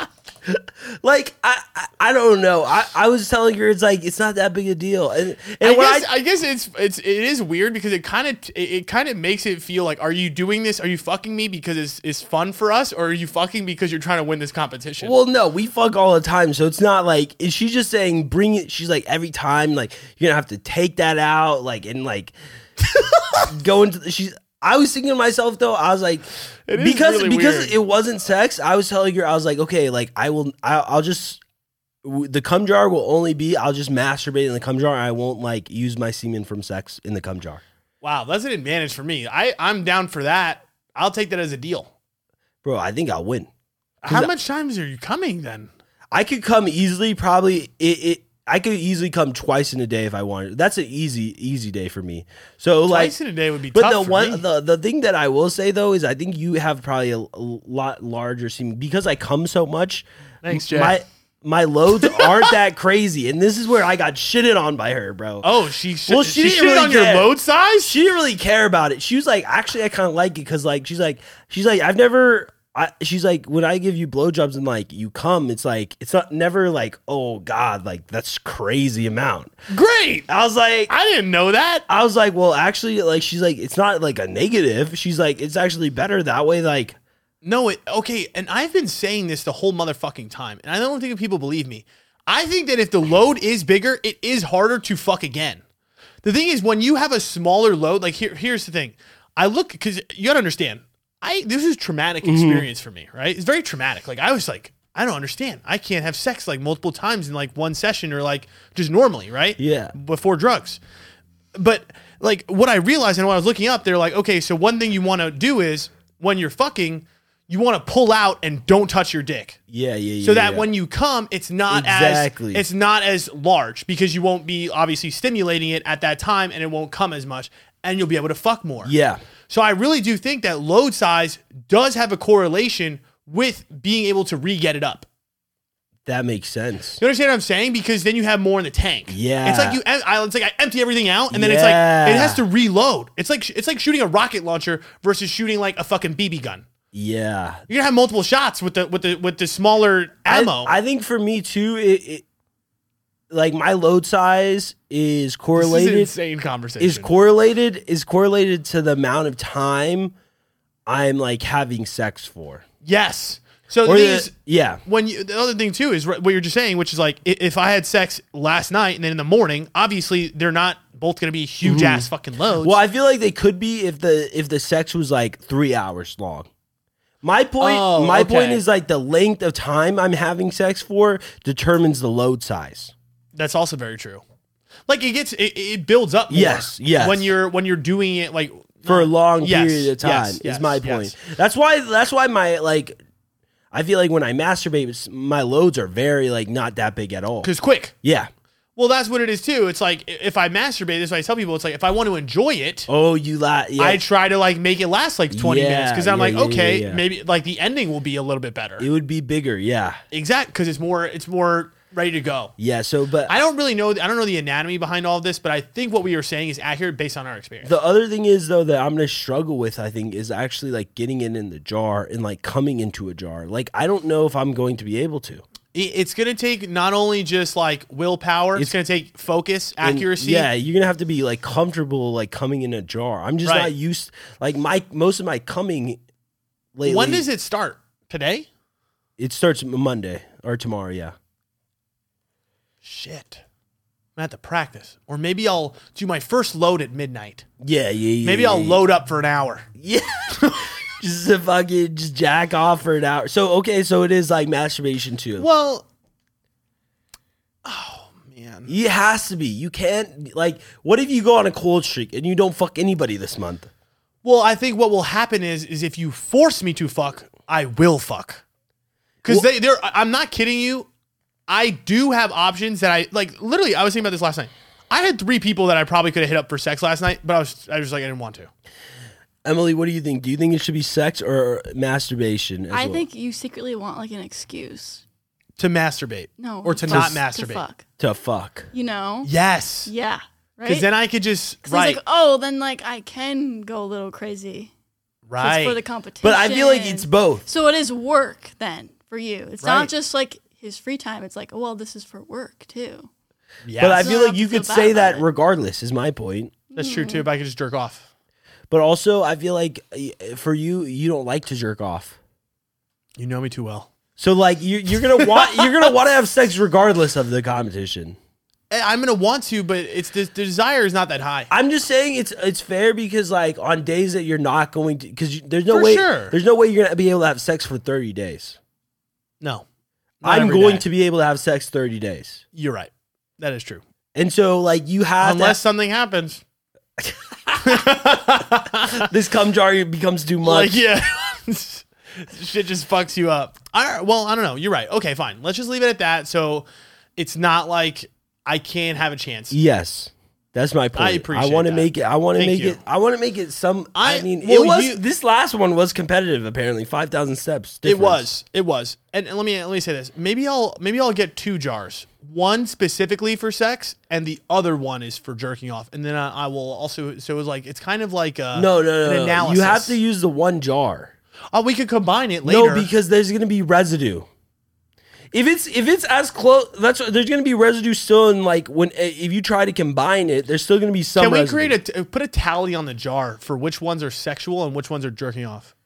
Speaker 2: like I, I, I don't know. I, I was telling her it's like it's not that big a deal. And
Speaker 1: I
Speaker 2: and when
Speaker 1: guess,
Speaker 2: I,
Speaker 1: I, guess it's it's it is weird because it kind of it, it kind of makes it feel like are you doing this are you fucking me because it's it's fun for us or are you fucking because you're trying to win this competition?
Speaker 2: well, no, we fuck all the time, so it's not like is she just saying bring it? She's like every time, like you're gonna have to take that out, like and like go into the, she's. I was thinking to myself though, I was like,
Speaker 1: It is
Speaker 2: because
Speaker 1: really
Speaker 2: because
Speaker 1: weird.
Speaker 2: it wasn't sex, I was telling her I was like, okay, like I will, I, I'll just. w- the cum jar will only be I'll just masturbate in the cum jar. I won't like use my semen from sex in the cum jar.
Speaker 1: Wow, that's an advantage for me. I I'm down for that. I'll take that as a deal.
Speaker 2: Bro, I think I'll win.
Speaker 1: How
Speaker 2: I-
Speaker 1: much times are you coming then?
Speaker 2: I could come easily, probably it, it I could easily come twice in a day if I wanted. That's an easy, easy day for me. So like
Speaker 1: Twice in a day would be
Speaker 2: But
Speaker 1: tough.
Speaker 2: the
Speaker 1: for
Speaker 2: one,
Speaker 1: me.
Speaker 2: the, the thing that I will say though is, I think you have probably a, l- lot larger semen because I come so much.
Speaker 1: Thanks,
Speaker 2: m-
Speaker 1: Jay.
Speaker 2: My my loads aren't that crazy, and this is where I got shitted on by her, bro.
Speaker 1: oh, she sh-
Speaker 2: Well,
Speaker 1: she,
Speaker 2: she didn't
Speaker 1: shit
Speaker 2: really
Speaker 1: on your
Speaker 2: care.
Speaker 1: load size.
Speaker 2: She didn't really care about it. She was like, actually, I kind of like it because, like, she's like, she's like, I've never. I, she's like, when I give you blowjobs and like you come, it's like it's not never like, oh god, like that's crazy amount.
Speaker 1: Great.
Speaker 2: I was like,
Speaker 1: I didn't know that.
Speaker 2: I was like, well, actually, like she's like, it's not like a negative. She's like, it's actually better that way. Like,
Speaker 1: No, it okay, and I've been saying this the whole motherfucking time, and I don't think people believe me. I think that if the load is bigger, it is harder to fuck again. The thing is, when you have a smaller load, like here, here's the thing. I look because you gotta understand. I this is traumatic experience for me, right? It's very traumatic. Like I was like, I don't understand. I can't have sex like multiple times in like one session or like just normally, right?
Speaker 2: Yeah.
Speaker 1: Before drugs but like what I realized and when I was looking up, they're like, okay, so one thing you want to do is when you're fucking, you want to pull out and don't touch your dick.
Speaker 2: yeah, yeah, yeah.
Speaker 1: So that
Speaker 2: yeah.
Speaker 1: when you come, it's not
Speaker 2: Exactly.
Speaker 1: as it's not as large because you won't be obviously stimulating it at that time and it won't come as much and you'll be able to fuck more.
Speaker 2: yeah,
Speaker 1: So I really do think that load size does have a correlation with being able to re get it up.
Speaker 2: that makes sense.
Speaker 1: You understand what I'm saying? Because then you have more in the tank.
Speaker 2: Yeah.
Speaker 1: it's like you. em- I, it's like I empty everything out, and then it's like it
Speaker 2: Yeah.
Speaker 1: has to reload. It's like it's like shooting a rocket launcher versus shooting like a fucking BB gun.
Speaker 2: Yeah,
Speaker 1: You're gonna have multiple shots with the with the with the smaller
Speaker 2: I-
Speaker 1: ammo.
Speaker 2: I, think for me too, it, it like my load size
Speaker 1: this is
Speaker 2: is
Speaker 1: an
Speaker 2: correlated
Speaker 1: insane conversation.
Speaker 2: is correlated is correlated to the amount of time I'm like having sex for.
Speaker 1: yes. So
Speaker 2: Or
Speaker 1: these.
Speaker 2: the, yeah,
Speaker 1: when you the other thing too is what you're just saying, which is like i- if I had sex last night and then in the morning, obviously they're not both going to be huge ass fucking loads.
Speaker 2: Well, I feel like they could be if the if the sex was like three hours long. My point,
Speaker 1: Oh,
Speaker 2: my
Speaker 1: okay.
Speaker 2: point is like the length of time I'm having sex for determines the load size.
Speaker 1: That's also very true. Like it gets it, it builds up. More
Speaker 2: Yes, yes.
Speaker 1: When you're when you're doing it like
Speaker 2: for a long
Speaker 1: Yes,
Speaker 2: period of time
Speaker 1: yes,
Speaker 2: is
Speaker 1: yes,
Speaker 2: my
Speaker 1: yes.
Speaker 2: point. That's why that's why my like I feel like when I masturbate s- my loads are very like not that big at all.
Speaker 1: because quick.
Speaker 2: Yeah.
Speaker 1: Well, that's what it is too. It's like i- if I masturbate, this is what I tell people. It's like if I want to enjoy it,
Speaker 2: Oh, you la yeah.
Speaker 1: I try to like make it last like twenty
Speaker 2: Yeah,
Speaker 1: minutes because I'm
Speaker 2: yeah,
Speaker 1: like,
Speaker 2: yeah,
Speaker 1: okay,
Speaker 2: yeah, yeah.
Speaker 1: maybe like the ending will be a little bit better.
Speaker 2: it would be bigger. Yeah.
Speaker 1: exact because it's more it's more ready to go.
Speaker 2: Yeah, so but
Speaker 1: I don't really know. I don't know the anatomy behind all of this, but I think what we are saying is accurate based on our experience.
Speaker 2: the other thing is though that I'm going to struggle with I think is actually like getting it in the jar and like coming into a jar. Like I don't know if I'm going to be able to.
Speaker 1: It- it's going to take not only just like willpower, it's, going to take focus,
Speaker 2: And,
Speaker 1: accuracy.
Speaker 2: yeah, you're gonna have to be like comfortable, like coming in a jar. I'm just
Speaker 1: Right.
Speaker 2: not used. Like my most of my coming lately.
Speaker 1: When does it start? Today?
Speaker 2: It starts m- Monday or tomorrow. Yeah.
Speaker 1: Shit. I'm at the practice. Or maybe I'll do my first load at midnight.
Speaker 2: Yeah, yeah, yeah.
Speaker 1: Maybe I'll load up for an hour.
Speaker 2: Yeah. just to fucking just jack off for an hour. So okay, so it is like masturbation too.
Speaker 1: Well, oh man.
Speaker 2: It has to be. You can't like. What if you go on a cold streak and you don't fuck anybody this month?
Speaker 1: Well, I think what will happen is is if you force me to fuck, I will fuck. Cuz
Speaker 2: Well-
Speaker 1: they they're I'm not kidding you. I do have options that I like literally I was thinking about this last night. I had three people that I probably could have hit up for sex last night, but I was I was like I didn't want to.
Speaker 2: Emily, what do you think? Do you think it should be sex or masturbation? As
Speaker 3: I
Speaker 2: well?
Speaker 3: think you secretly want like an excuse.
Speaker 1: To masturbate.
Speaker 3: No.
Speaker 1: Or to
Speaker 3: fuck-
Speaker 1: not
Speaker 3: To
Speaker 1: masturbate.
Speaker 3: fuck.
Speaker 2: to fuck.
Speaker 3: You know?
Speaker 1: Yes.
Speaker 3: Yeah. Right.
Speaker 1: Cuz then I could just
Speaker 3: 'Cause
Speaker 1: right.
Speaker 3: he's like, oh, then like I can go a little crazy. 'Cause
Speaker 1: right.
Speaker 3: for the competition.
Speaker 2: But I feel like it's both.
Speaker 3: So it is work then for you. It's
Speaker 1: Right.
Speaker 3: not just like his free time. It's like, oh, well, this is for work too.
Speaker 1: Yes.
Speaker 2: But I
Speaker 3: So
Speaker 2: feel
Speaker 3: I
Speaker 2: like
Speaker 3: don't
Speaker 2: you
Speaker 3: feel
Speaker 2: could
Speaker 3: bad
Speaker 2: say
Speaker 3: about
Speaker 2: that
Speaker 3: it.
Speaker 2: regardless. Is my point.
Speaker 1: That's true too. If I could just jerk off,
Speaker 2: But also, I feel like uh, for you, you don't like to jerk off.
Speaker 1: you know me too well.
Speaker 2: So like you, you're gonna want you're gonna want to have sex regardless of the competition.
Speaker 1: Eh, I'm gonna want to, but it's the, the desire is not that high.
Speaker 2: I'm just saying it's it's fair because like on days that you're not going to because there's no
Speaker 1: For
Speaker 2: way
Speaker 1: sure.
Speaker 2: there's no way you're gonna be able to have sex for 30 days.
Speaker 1: No, Not
Speaker 2: I'm
Speaker 1: every
Speaker 2: going
Speaker 1: day.
Speaker 2: to be able to have sex 30 days.
Speaker 1: You're right. That is true.
Speaker 2: And so, like, you have
Speaker 1: Unless
Speaker 2: Unless
Speaker 1: something happens.
Speaker 2: this cum jar becomes too
Speaker 1: Like,
Speaker 2: much.
Speaker 1: yeah. Shit just fucks you up. All right, well, I don't know. You're right. Okay, fine. Let's just leave it at that. So it's not like I can have a chance.
Speaker 2: Yes. That's my point.
Speaker 1: appreciate
Speaker 2: want to
Speaker 1: that.
Speaker 2: make it. I want to
Speaker 1: Thank
Speaker 2: make
Speaker 1: you.
Speaker 2: it. I want to make it. Some. I,
Speaker 1: I-
Speaker 2: mean,
Speaker 1: well,
Speaker 2: it was.
Speaker 1: you-
Speaker 2: this last one was competitive. Apparently, five thousand steps.
Speaker 1: It
Speaker 2: difference.
Speaker 1: was. It was. And, and let me let me say this. Maybe I'll maybe I'll get two jars. One specifically for sex, and the other one is for jerking off. And then I, I will also. So it was like it's kind of like uh, a
Speaker 2: No,
Speaker 1: an
Speaker 2: no, no. no. You
Speaker 1: analysis.
Speaker 2: have to use the one jar.
Speaker 1: Oh, we could combine it later.
Speaker 2: No, because there's gonna be residue. If it's if it's as close, that's what- there's gonna be residue still in like when eh, if you try to combine it, there's still gonna be some.
Speaker 1: can we
Speaker 2: residue.
Speaker 1: create a t- put a tally on the jar for which ones are sexual and which ones are jerking off?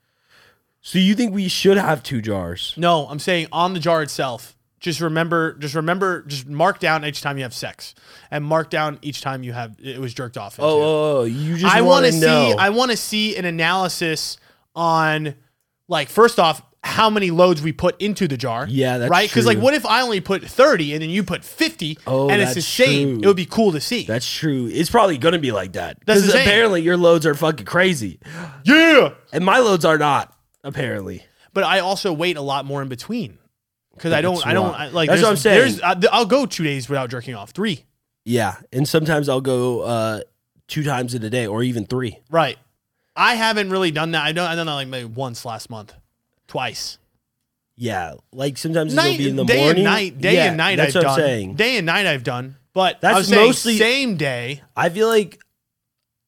Speaker 2: So you think we should have two jars?
Speaker 1: No, I'm saying on the jar itself. Just remember, just remember, just mark down each time you have sex, and mark down each time you have it was jerked off. into.
Speaker 2: Oh, oh, oh, you just.
Speaker 1: I
Speaker 2: want to
Speaker 1: see.
Speaker 2: know.
Speaker 1: I want to see an analysis on, like, first off, how many loads we put into the jar.
Speaker 2: Yeah, that's
Speaker 1: right. Because like,
Speaker 2: true.
Speaker 1: what if I only put thirty and then you put fifty,
Speaker 2: Oh,
Speaker 1: and it's the
Speaker 2: that's
Speaker 1: same?
Speaker 2: true.
Speaker 1: It would be cool to see.
Speaker 2: That's true. It's probably gonna be like that
Speaker 1: That's
Speaker 2: because
Speaker 1: the thing.
Speaker 2: apparently your loads are fucking crazy,
Speaker 1: yeah.
Speaker 2: and my loads are not. Apparently,
Speaker 1: But I also wait a lot more in between because I
Speaker 2: That's
Speaker 1: don't. I don't
Speaker 2: why.
Speaker 1: I, like.
Speaker 2: That's
Speaker 1: there's-
Speaker 2: what I'm saying.
Speaker 1: There's, uh, th- I'll go two days without jerking off. Three.
Speaker 2: yeah. And sometimes I'll go uh two times in a day, or even three.
Speaker 1: Right. I haven't really done that. I don't. I done that like maybe once last month, twice.
Speaker 2: Yeah, like sometimes
Speaker 1: night,
Speaker 2: it'll be in the
Speaker 1: day
Speaker 2: morning.
Speaker 1: and night, day
Speaker 2: Yeah,
Speaker 1: and night.
Speaker 2: That's
Speaker 1: I've
Speaker 2: what
Speaker 1: done.
Speaker 2: I'm saying.
Speaker 1: Day and night, I've done. But
Speaker 2: That's
Speaker 1: that's mostly
Speaker 2: mostly-
Speaker 1: same day.
Speaker 2: I feel like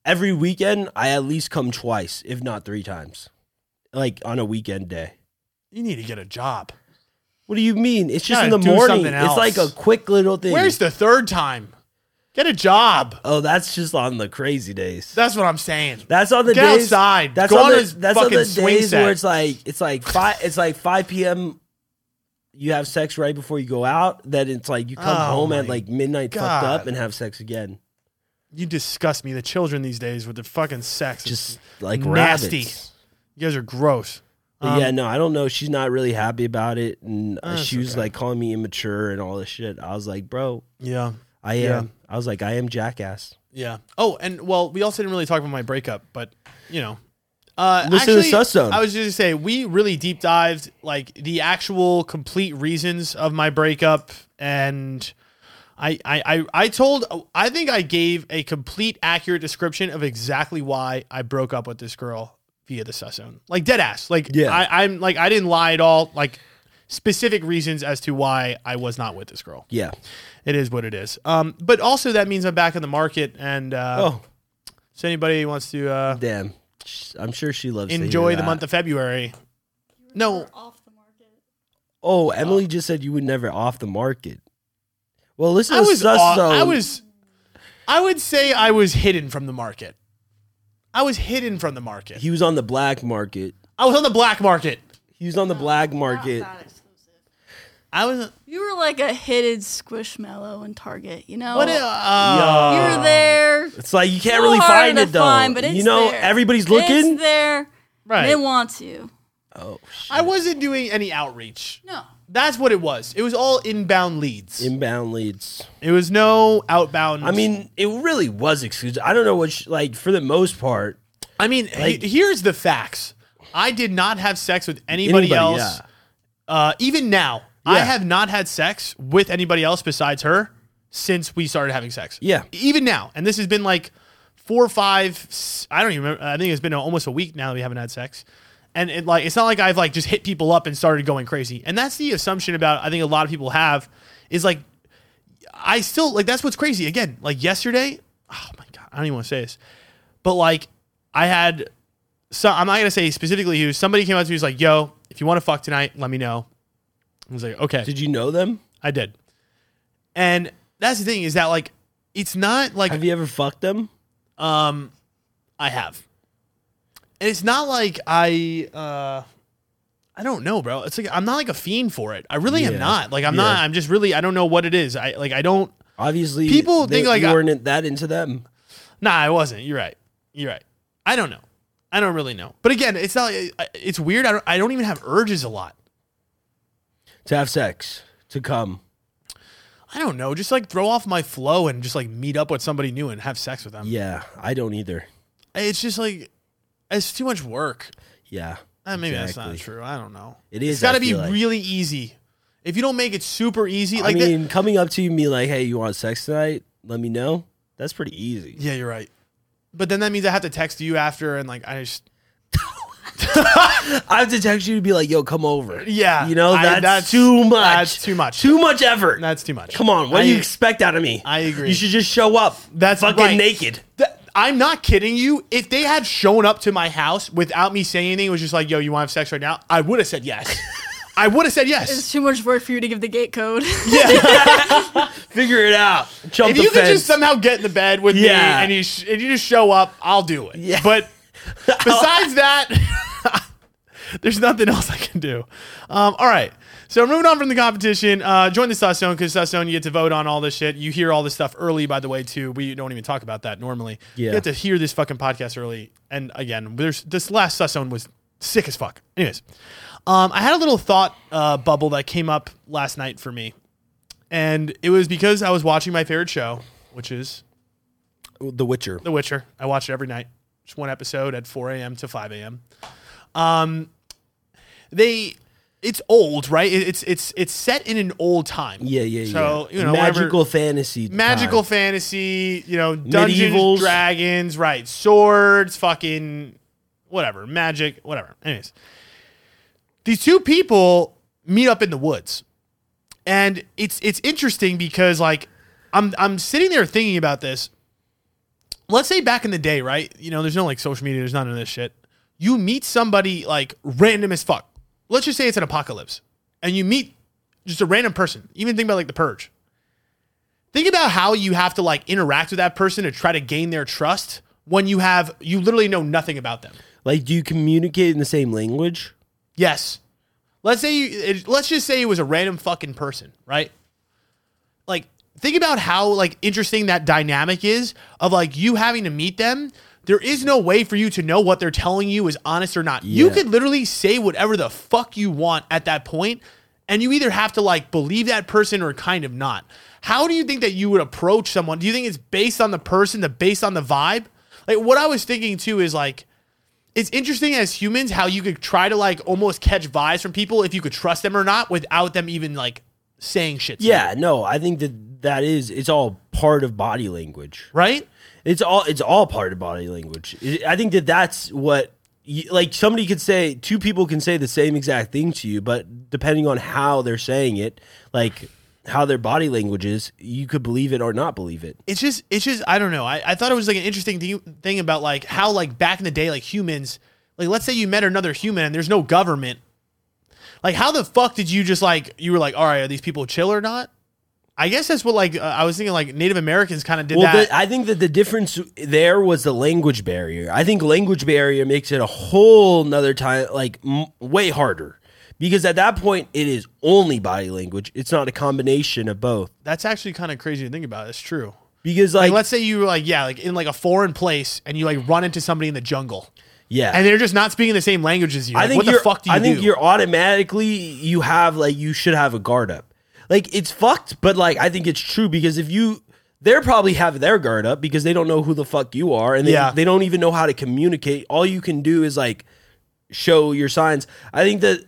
Speaker 2: every weekend I at least come twice, if not three times, like on a weekend day.
Speaker 1: You need to get a job.
Speaker 2: What do you mean? It's just in
Speaker 1: Gotta
Speaker 2: the
Speaker 1: do
Speaker 2: morning.
Speaker 1: something
Speaker 2: It's like a
Speaker 1: else.
Speaker 2: quick little thing.
Speaker 1: Where's the third time? Get a job.
Speaker 2: oh, that's just on the crazy days.
Speaker 1: That's what I'm saying.
Speaker 2: That's on the
Speaker 1: Get
Speaker 2: days.
Speaker 1: outside.
Speaker 2: That's
Speaker 1: Go
Speaker 2: on
Speaker 1: on
Speaker 2: the,
Speaker 1: his
Speaker 2: that's on
Speaker 1: fucking
Speaker 2: the
Speaker 1: swing
Speaker 2: days
Speaker 1: set.
Speaker 2: where it's like it's like five. It's like five p.m. You have sex right before you go out. Then it's like you come
Speaker 1: Oh
Speaker 2: home at
Speaker 1: my
Speaker 2: like midnight, fucked
Speaker 1: God.
Speaker 2: up, and have sex again.
Speaker 1: you disgust me. The children these days with the fucking sex.
Speaker 2: Just like
Speaker 1: nasty.
Speaker 2: rabbits.
Speaker 1: you guys are gross.
Speaker 2: But
Speaker 1: Um, Oh,
Speaker 2: yeah, no, I don't know. She's not really happy about it, and uh,
Speaker 1: That's
Speaker 2: she was
Speaker 1: okay.
Speaker 2: like calling me immature and all this shit. I was like, bro,
Speaker 1: Yeah.
Speaker 2: I
Speaker 1: Yeah.
Speaker 2: am. I was like, I am jackass.
Speaker 1: Yeah. Oh, and well, we also didn't really talk about my breakup, but you know, uh,
Speaker 2: Listen to
Speaker 1: actually,
Speaker 2: Sus Zone.
Speaker 1: I was just gonna say we really deep dived like the actual complete reasons of my breakup, and I, I, I, I told, I think I gave a complete, accurate description of exactly why I broke up with this girl via the Sus Zone, like dead ass, like
Speaker 2: Yeah.
Speaker 1: I, I'm like I didn't lie at all, like specific reasons as to why I was not with this girl.
Speaker 2: Yeah.
Speaker 1: It is what it is. Um, but also that means I'm back in the market, and uh,
Speaker 2: Oh,
Speaker 1: so anybody who wants to uh,
Speaker 2: damn. Sh- I'm sure she loves. to hear
Speaker 1: enjoy the
Speaker 2: that.
Speaker 1: month of February, no,
Speaker 3: We're off the market.
Speaker 2: Oh, Emily just said you would never off the market. Well, listen
Speaker 1: I
Speaker 2: to
Speaker 1: was
Speaker 2: Sus
Speaker 1: off-
Speaker 2: Zone.
Speaker 1: I was I would say I was hidden from the market. I was hidden from the market.
Speaker 2: He was on the black market.
Speaker 1: I was on the black market.
Speaker 2: He was on the black
Speaker 3: Oh,
Speaker 2: market.
Speaker 3: Not that exclusive.
Speaker 1: I was
Speaker 3: You were like a hidden squishmallow in Target, you know?
Speaker 1: what? Uh,
Speaker 3: you were there.
Speaker 2: It's like you can't
Speaker 3: It's
Speaker 2: really
Speaker 3: a little harder
Speaker 2: find
Speaker 3: to
Speaker 2: it though.
Speaker 3: find, but it's
Speaker 2: you know,
Speaker 3: there.
Speaker 2: everybody's looking.
Speaker 3: It's there.
Speaker 1: right.
Speaker 3: They want you.
Speaker 2: oh, shit.
Speaker 1: I wasn't doing any outreach.
Speaker 3: No.
Speaker 1: That's what it was. It was all inbound leads.
Speaker 2: inbound leads.
Speaker 1: it was no outbound.
Speaker 2: I mean, it really was exclusive. I don't know what, she, like, for the most part,
Speaker 1: I mean, he-
Speaker 2: Like-
Speaker 1: here's the facts. I did not have sex with anybody,
Speaker 2: Anybody,
Speaker 1: else.
Speaker 2: yeah.
Speaker 1: Uh, even now, I
Speaker 2: Yeah.
Speaker 1: have not had sex with anybody else besides her since we started having sex.
Speaker 2: Yeah.
Speaker 1: Even now, and this has been like four, five. s- I don't even remember. I think it's been almost a week now that we haven't had sex. And it like it's not like I've like just hit people up and started going crazy. And that's the assumption about I think a lot of people have is like I still like that's what's crazy. Again, like yesterday, oh my god, I don't even want to say this, but like I had so I'm not gonna say specifically who. Somebody came up to me was like, "Yo, if you want to fuck tonight, let me know." I was like, "Okay,
Speaker 2: did you know them?
Speaker 1: I did." And that's the thing is that like it's not like
Speaker 2: Have you ever fucked them?
Speaker 1: um, I have. And it's not like I uh I don't know, bro. It's like I'm not like a fiend for it. I really
Speaker 2: Yeah.
Speaker 1: am not. Like I'm
Speaker 2: Yeah.
Speaker 1: not. I'm just really I don't know what it is. I like I don't
Speaker 2: Obviously,
Speaker 1: People
Speaker 2: they-
Speaker 1: think, like,
Speaker 2: you
Speaker 1: I-
Speaker 2: weren't in- that into them.
Speaker 1: Nah, I wasn't. You're right. You're right. I don't know. I don't really know. But again, it's not. I- It's weird. I don't, I don't even have urges a lot.
Speaker 2: to have sex, to come.
Speaker 1: I don't know. Just like throw off my flow and just like meet up with somebody new and have sex with them.
Speaker 2: Yeah, I don't either.
Speaker 1: It's just like it's too much work.
Speaker 2: Yeah.
Speaker 1: Eh, maybe that's not
Speaker 2: Exactly.
Speaker 1: true. I don't know.
Speaker 2: It is,
Speaker 1: It's got
Speaker 2: I
Speaker 1: to be
Speaker 2: feel like.
Speaker 1: really easy. If you don't make it super easy, like
Speaker 2: I
Speaker 1: that-
Speaker 2: mean, coming up to you and be like, hey, you want sex tonight? Let me know. That's pretty easy.
Speaker 1: yeah, you're right. But then that means I have to text you after and like I just
Speaker 2: I have to text you to be like, yo, come over.
Speaker 1: Yeah.
Speaker 2: You know,
Speaker 1: I-
Speaker 2: that's,
Speaker 1: that's-
Speaker 2: too much.
Speaker 1: that's too much.
Speaker 2: Too much effort.
Speaker 1: that's too much.
Speaker 2: come on. What do you
Speaker 1: I-
Speaker 2: expect out of me?
Speaker 1: I agree.
Speaker 2: You should just show up.
Speaker 1: That's
Speaker 2: fucking
Speaker 1: right.
Speaker 2: naked.
Speaker 1: Th- I'm not kidding you. If they had shown up to my house without me saying anything, it was just like, "Yo, you want to have sex right now?" I would have said yes. I would have said yes.
Speaker 3: It's too much work for you to give the gate code.
Speaker 2: Figure it out. Jump
Speaker 1: If
Speaker 2: the
Speaker 1: you could
Speaker 2: fence.
Speaker 1: just somehow get in the bed with me
Speaker 2: Yeah.
Speaker 1: and you sh- and you just show up, I'll do it.
Speaker 2: Yeah.
Speaker 1: But besides that, there's nothing else I can do. Um, all right. So moving on from the competition, uh, join the Sussone because Sussone you get to vote on all this shit. You hear all this stuff early, by the way, too. We don't even talk about that normally. You
Speaker 2: Yeah.
Speaker 1: get to hear this fucking podcast early. And again, there's this last Sussone was sick as fuck. Anyways, um, I had a little thought uh, bubble that came up last night for me, and it was because I was watching my favorite show, which is
Speaker 2: the Witcher.
Speaker 1: the Witcher. I watch it every night. Just one episode at 4 a.m. to 5 a.m. Um, they, it's old, right? It- It's it's it's set in an old time.
Speaker 2: Yeah, yeah,
Speaker 1: So
Speaker 2: yeah.
Speaker 1: you know,
Speaker 2: magical
Speaker 1: whatever-
Speaker 2: fantasy.
Speaker 1: magical
Speaker 2: time.
Speaker 1: fantasy. You know, dungeons,
Speaker 2: Medievals.
Speaker 1: dragons, right? Swords, fucking whatever, magic, whatever. Anyways, these two people meet up in the woods, and it's it's interesting because like I'm I'm sitting there thinking about this let's say back in the day, right? You know, there's no like social media, there's none of this shit. You meet somebody like random as fuck. Let's just say it's an apocalypse and you meet just a random person. Even think about like the purge. Think about how you have to like interact with that person to try to gain their trust when you have you literally know nothing about them.
Speaker 2: Like, do you communicate in the same language?
Speaker 1: Yes. Let's say you, it- let's just say it was a random fucking person, right? Like think about how like interesting that dynamic is of like you having to meet them. There is no way for you to know what they're telling you is honest or not. You
Speaker 2: Yeah.
Speaker 1: could literally say whatever the fuck you want at that point and you either have to like believe that person or kind of not. How do you think that you would approach someone? Do you think it's based on the person, the based on the vibe? Like what I was thinking too is like it's interesting as humans how you could try to like almost catch vibes from people if you could trust them or not without them even like saying shit. to you,
Speaker 2: Yeah, no, I think that that is it's all part of body language.
Speaker 1: right?
Speaker 2: It's all it's all part of body language. I I think that that's what you, like somebody could say two people can say the same exact thing to you, but depending on how they're saying it, like how their body language is, you could believe it or not believe it.
Speaker 1: It's just, it's just, I don't know. I, I thought it was like an interesting thing, thing about like how like back in the day, like humans, like let's say you met another human and there's no government. Like how the fuck did you just like you were like, all right, are these people chill or not? I guess that's what like uh, I was thinking. Like Native Americans kind of did
Speaker 2: Well,
Speaker 1: that.
Speaker 2: the, I think that the difference there was the language barrier. I think language barrier makes it a whole nother time, like m- way harder, because at that point it is only body language. It's not a combination of both.
Speaker 1: that's actually kind of crazy to think about. It's true.
Speaker 2: Because like,
Speaker 1: Like, let's say you were like, yeah, like in like a foreign place, and you like run into somebody in the jungle.
Speaker 2: yeah,
Speaker 1: and they're just not speaking the same language as you.
Speaker 2: I
Speaker 1: Like,
Speaker 2: think
Speaker 1: what the
Speaker 2: you're,
Speaker 1: fuck do you
Speaker 2: I think
Speaker 1: do?
Speaker 2: you're automatically you have like you should have a guard up. Like it's fucked, but like I think it's true because if you they're probably have their guard up because they don't know who the fuck you are and they,
Speaker 1: Yeah.
Speaker 2: they don't even know how to communicate. All you can do is like show your signs. I think that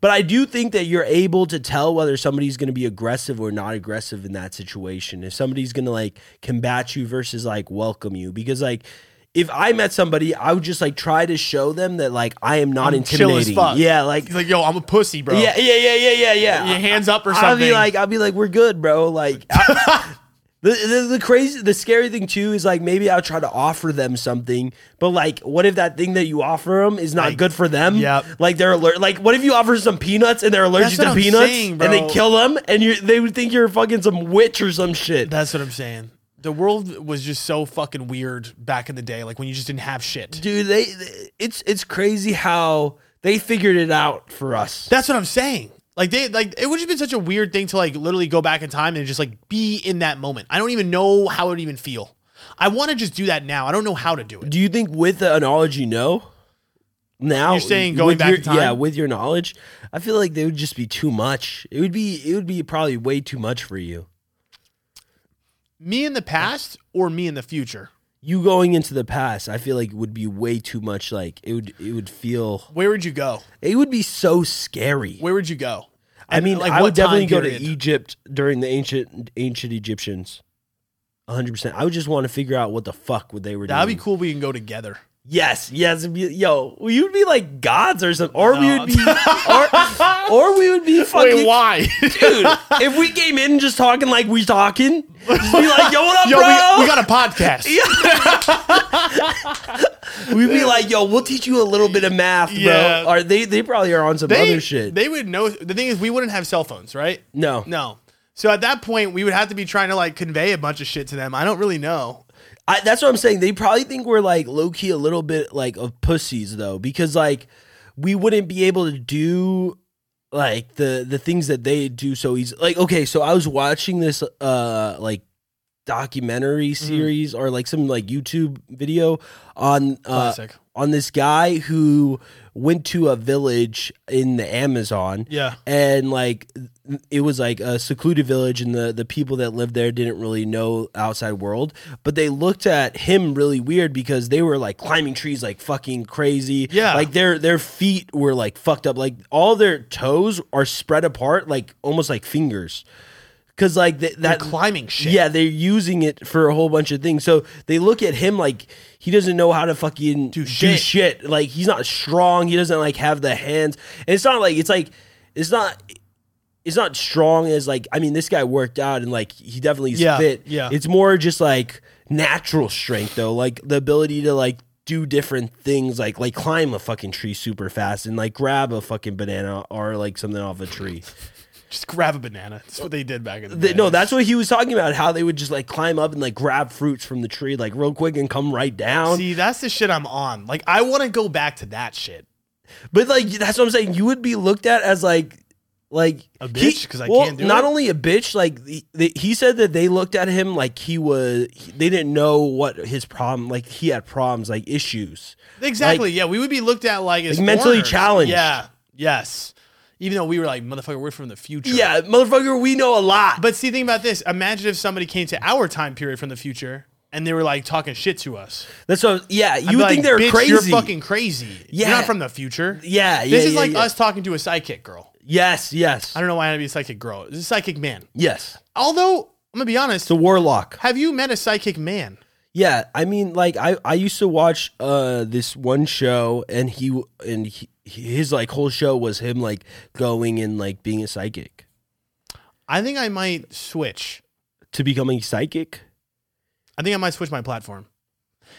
Speaker 2: but I do think that you're able to tell whether somebody's going to be aggressive or not aggressive in that situation. If somebody's going to like combat you versus like welcome you because like if I met somebody, I would just like try to show them that like I am not
Speaker 1: I'm chill as
Speaker 2: intimidating.
Speaker 1: fuck.
Speaker 2: Yeah, like
Speaker 1: He's like, yo, I'm a pussy, bro.
Speaker 2: yeah, yeah, yeah, yeah, yeah, yeah.
Speaker 1: Your hands up or
Speaker 2: I'll
Speaker 1: something.
Speaker 2: be like, I'll be like, we're good, bro. Like, I- the, the the crazy, the scary thing too is like maybe I'll try to offer them something, but like, what if that thing that you offer them is not good for them?
Speaker 1: Yep.
Speaker 2: Like they're alert. Like, what if you offer some peanuts and they're allergic
Speaker 1: what
Speaker 2: to
Speaker 1: I'm
Speaker 2: peanuts
Speaker 1: saying,
Speaker 2: and they
Speaker 1: bro.
Speaker 2: kill them and you they would think you're fucking some witch or some shit.
Speaker 1: That's what I'm saying. The world was just so fucking weird back in the day, like when you just didn't have shit.
Speaker 2: Dude, they, they- it's it's crazy how they figured it out for us.
Speaker 1: That's what I'm saying. Like they like it would have been such a weird thing to like literally go back in time and just like be in that moment. I don't even know how it would even feel. I want to just do that now. I don't know how to do it.
Speaker 2: Do you think with the analogy, no? now
Speaker 1: You're saying
Speaker 2: with
Speaker 1: going back
Speaker 2: your-
Speaker 1: in time?
Speaker 2: yeah with your knowledge i feel like they would just be too much it would be it would be probably way too much for you
Speaker 1: Me in the past or me in the future?
Speaker 2: you going into the past i feel like would be way too much like it would it would feel
Speaker 1: Where would you go?
Speaker 2: it would be so scary
Speaker 1: Where would you go?
Speaker 2: i
Speaker 1: And,
Speaker 2: mean
Speaker 1: like,
Speaker 2: i
Speaker 1: what
Speaker 2: would definitely
Speaker 1: time
Speaker 2: go to
Speaker 1: period?
Speaker 2: egypt during the ancient ancient egyptians 100% i would just want to figure out what the fuck would they were
Speaker 1: That'd
Speaker 2: doing
Speaker 1: be cool. We can go together.
Speaker 2: Yes, yes. it'd be- Yo, we would be like gods or something, or we
Speaker 1: No.
Speaker 2: would be, or, or we would be fucking.
Speaker 1: why?
Speaker 2: Dude, if we came in just talking like we talking, just be like, "Yo, what up,
Speaker 1: Yo, we,
Speaker 2: bro?"
Speaker 1: we got a podcast.
Speaker 2: We'd be like, "Yo, we'll teach you a little bit of math,
Speaker 1: Yeah.
Speaker 2: bro." Or they they probably are on some
Speaker 1: they,
Speaker 2: other shit.
Speaker 1: they would know. The thing is, we wouldn't have cell phones, right?
Speaker 2: no,
Speaker 1: No. So at that point, we would have to be trying to like convey a bunch of shit to them. I don't really know.
Speaker 2: I, that's what I'm saying. They probably think we're like low key a little bit like of pussies though, because like we wouldn't be able to do like the the things that they do so easy. Like okay, so I was watching this uh like documentary series or like some like YouTube video on uh,
Speaker 1: Classic.
Speaker 2: on this guy who went to a village in the Amazon
Speaker 1: Yeah.
Speaker 2: and like it was like a secluded village and the the people that lived there didn't really know outside world but they looked at him really weird because they were like climbing trees like fucking crazy
Speaker 1: Yeah.
Speaker 2: like their their feet were like fucked up like all their toes are spread apart like almost like fingers because like th-
Speaker 1: That
Speaker 2: that
Speaker 1: climbing shit.
Speaker 2: yeah they're using it for a whole bunch of things so they look at him like he doesn't know how to fucking do
Speaker 1: shit.
Speaker 2: like he's not strong he doesn't like have the hands and it's not like it's like it's not it's not strong as like I mean this guy worked out and like he definitely is
Speaker 1: Yeah,
Speaker 2: fit.
Speaker 1: yeah.
Speaker 2: It's more just like natural strength though, like the ability to like do different things like like climb a fucking tree super fast and like grab a fucking banana or like something off a tree.
Speaker 1: Just grab a banana. That's what they did back in the
Speaker 2: Th-
Speaker 1: day.
Speaker 2: no, that's what he was talking about how they would just like climb up and like grab fruits from the tree like real quick and come right down.
Speaker 1: See, that's the shit I'm on. Like, I want to go back to that shit.
Speaker 2: But like that's what I'm saying. You would be looked at as like like
Speaker 1: A
Speaker 2: he-
Speaker 1: bitch? 'Cause I
Speaker 2: well,
Speaker 1: can't do
Speaker 2: not
Speaker 1: it?
Speaker 2: only a bitch. Like the, the, he said that they looked at him like he was. he- they didn't know what his problem. Like he had problems, like issues.
Speaker 1: Exactly. yeah, we would be looked at like as
Speaker 2: Like mentally
Speaker 1: foreigners.
Speaker 2: challenged.
Speaker 1: Yeah. Yes. Even though we were like, motherfucker, we're from the future.
Speaker 2: Yeah, motherfucker, we know a lot.
Speaker 1: But see, think about this. Imagine if somebody came to our time period from the future and they were like talking shit to us.
Speaker 2: that's what. Yeah, you
Speaker 1: I'd be
Speaker 2: would
Speaker 1: like,
Speaker 2: think they're
Speaker 1: "Bitch,
Speaker 2: crazy.
Speaker 1: You're fucking crazy.
Speaker 2: Yeah.
Speaker 1: You're not from the future.
Speaker 2: yeah, yeah.
Speaker 1: This is
Speaker 2: yeah,
Speaker 1: like
Speaker 2: yeah.
Speaker 1: us talking to a psychic girl.
Speaker 2: Yes, yes,
Speaker 1: I don't know why I'd be a psychic girl. It's a psychic man.
Speaker 2: yes.
Speaker 1: Although, I'm going to be honest.
Speaker 2: It's a warlock.
Speaker 1: have you met a psychic man?
Speaker 2: Yeah, I mean, like I I used to watch uh this one show, and he and he, his like whole show was him like going and like being a psychic
Speaker 1: I think I might switch.
Speaker 2: to becoming psychic.
Speaker 1: I think I might switch my platform.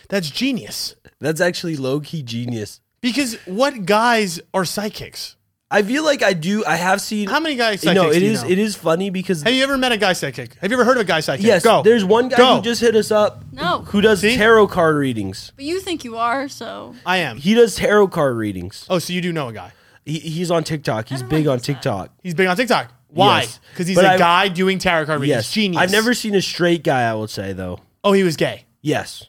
Speaker 1: That's genius.
Speaker 2: That's actually low key genius.
Speaker 1: Because what guys are psychics?
Speaker 2: I feel like I do. I have seen.
Speaker 1: How many guys psychics?
Speaker 2: no, it
Speaker 1: do you
Speaker 2: is
Speaker 1: know?
Speaker 2: it is funny because
Speaker 1: Have you ever met a guy psychic? Have you ever heard of a guy psychic?
Speaker 2: yes,
Speaker 1: go.
Speaker 2: there's one guy
Speaker 1: Go.
Speaker 2: who just hit us up
Speaker 3: No.
Speaker 2: who does
Speaker 1: See?
Speaker 2: tarot card readings.
Speaker 3: But you think you are, so
Speaker 1: I am.
Speaker 2: He does tarot card readings.
Speaker 1: oh, so you do know a guy?
Speaker 2: He, he's on TikTok. He's
Speaker 3: don't
Speaker 2: big
Speaker 3: like
Speaker 2: on
Speaker 3: this guy.
Speaker 2: TikTok.
Speaker 1: He's big on TikTok. Why?
Speaker 2: Yes.
Speaker 1: Because he's
Speaker 2: But
Speaker 1: a
Speaker 2: I've-
Speaker 1: guy doing tarot card readings.
Speaker 2: Yes,
Speaker 1: Genius.
Speaker 2: I've never seen a straight guy. I would say though.
Speaker 1: Oh, he was gay.
Speaker 2: Yes.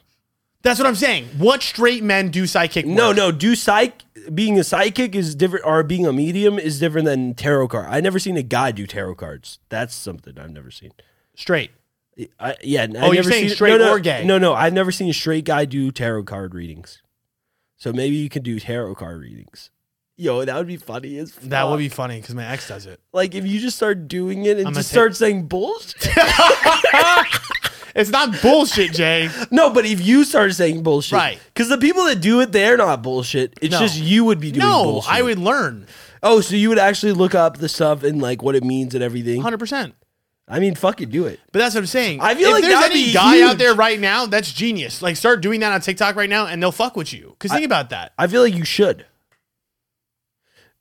Speaker 1: That's what I'm saying. What straight men do psychic?
Speaker 2: No,
Speaker 1: work?
Speaker 2: no. Do psych being a psychic is different, or being a medium is different than tarot card. I never seen a guy do tarot cards. That's something I've never seen.
Speaker 1: straight.
Speaker 2: I, yeah.
Speaker 1: Oh, you're
Speaker 2: never
Speaker 1: saying
Speaker 2: seen, no,
Speaker 1: straight
Speaker 2: no,
Speaker 1: or gay?
Speaker 2: No, no. I've never seen a straight guy do tarot card readings. So maybe you can do tarot card readings. Yo, that would be funny as fuck.
Speaker 1: That would be funny because my ex does it.
Speaker 2: like if you just start doing it and
Speaker 1: I'm
Speaker 2: just
Speaker 1: gonna
Speaker 2: start saying bullshit.
Speaker 1: It's not bullshit, Jay.
Speaker 2: no, but if you start saying bullshit,
Speaker 1: Right.
Speaker 2: Because the people that do it, they're not bullshit. It's
Speaker 1: No.
Speaker 2: just you would be doing
Speaker 1: no,
Speaker 2: bullshit.
Speaker 1: I would learn
Speaker 2: Oh, so you would actually look up the stuff and like what it means and everything.
Speaker 1: 100. percent
Speaker 2: I mean, fucking do it.
Speaker 1: But that's what I'm saying.
Speaker 2: I feel
Speaker 1: if
Speaker 2: like
Speaker 1: there's
Speaker 2: that'd
Speaker 1: any
Speaker 2: be
Speaker 1: guy
Speaker 2: huge.
Speaker 1: out there right now, that's genius. Like start doing that on TikTok right now, and they'll fuck with you. Because think about that.
Speaker 2: I feel like you should.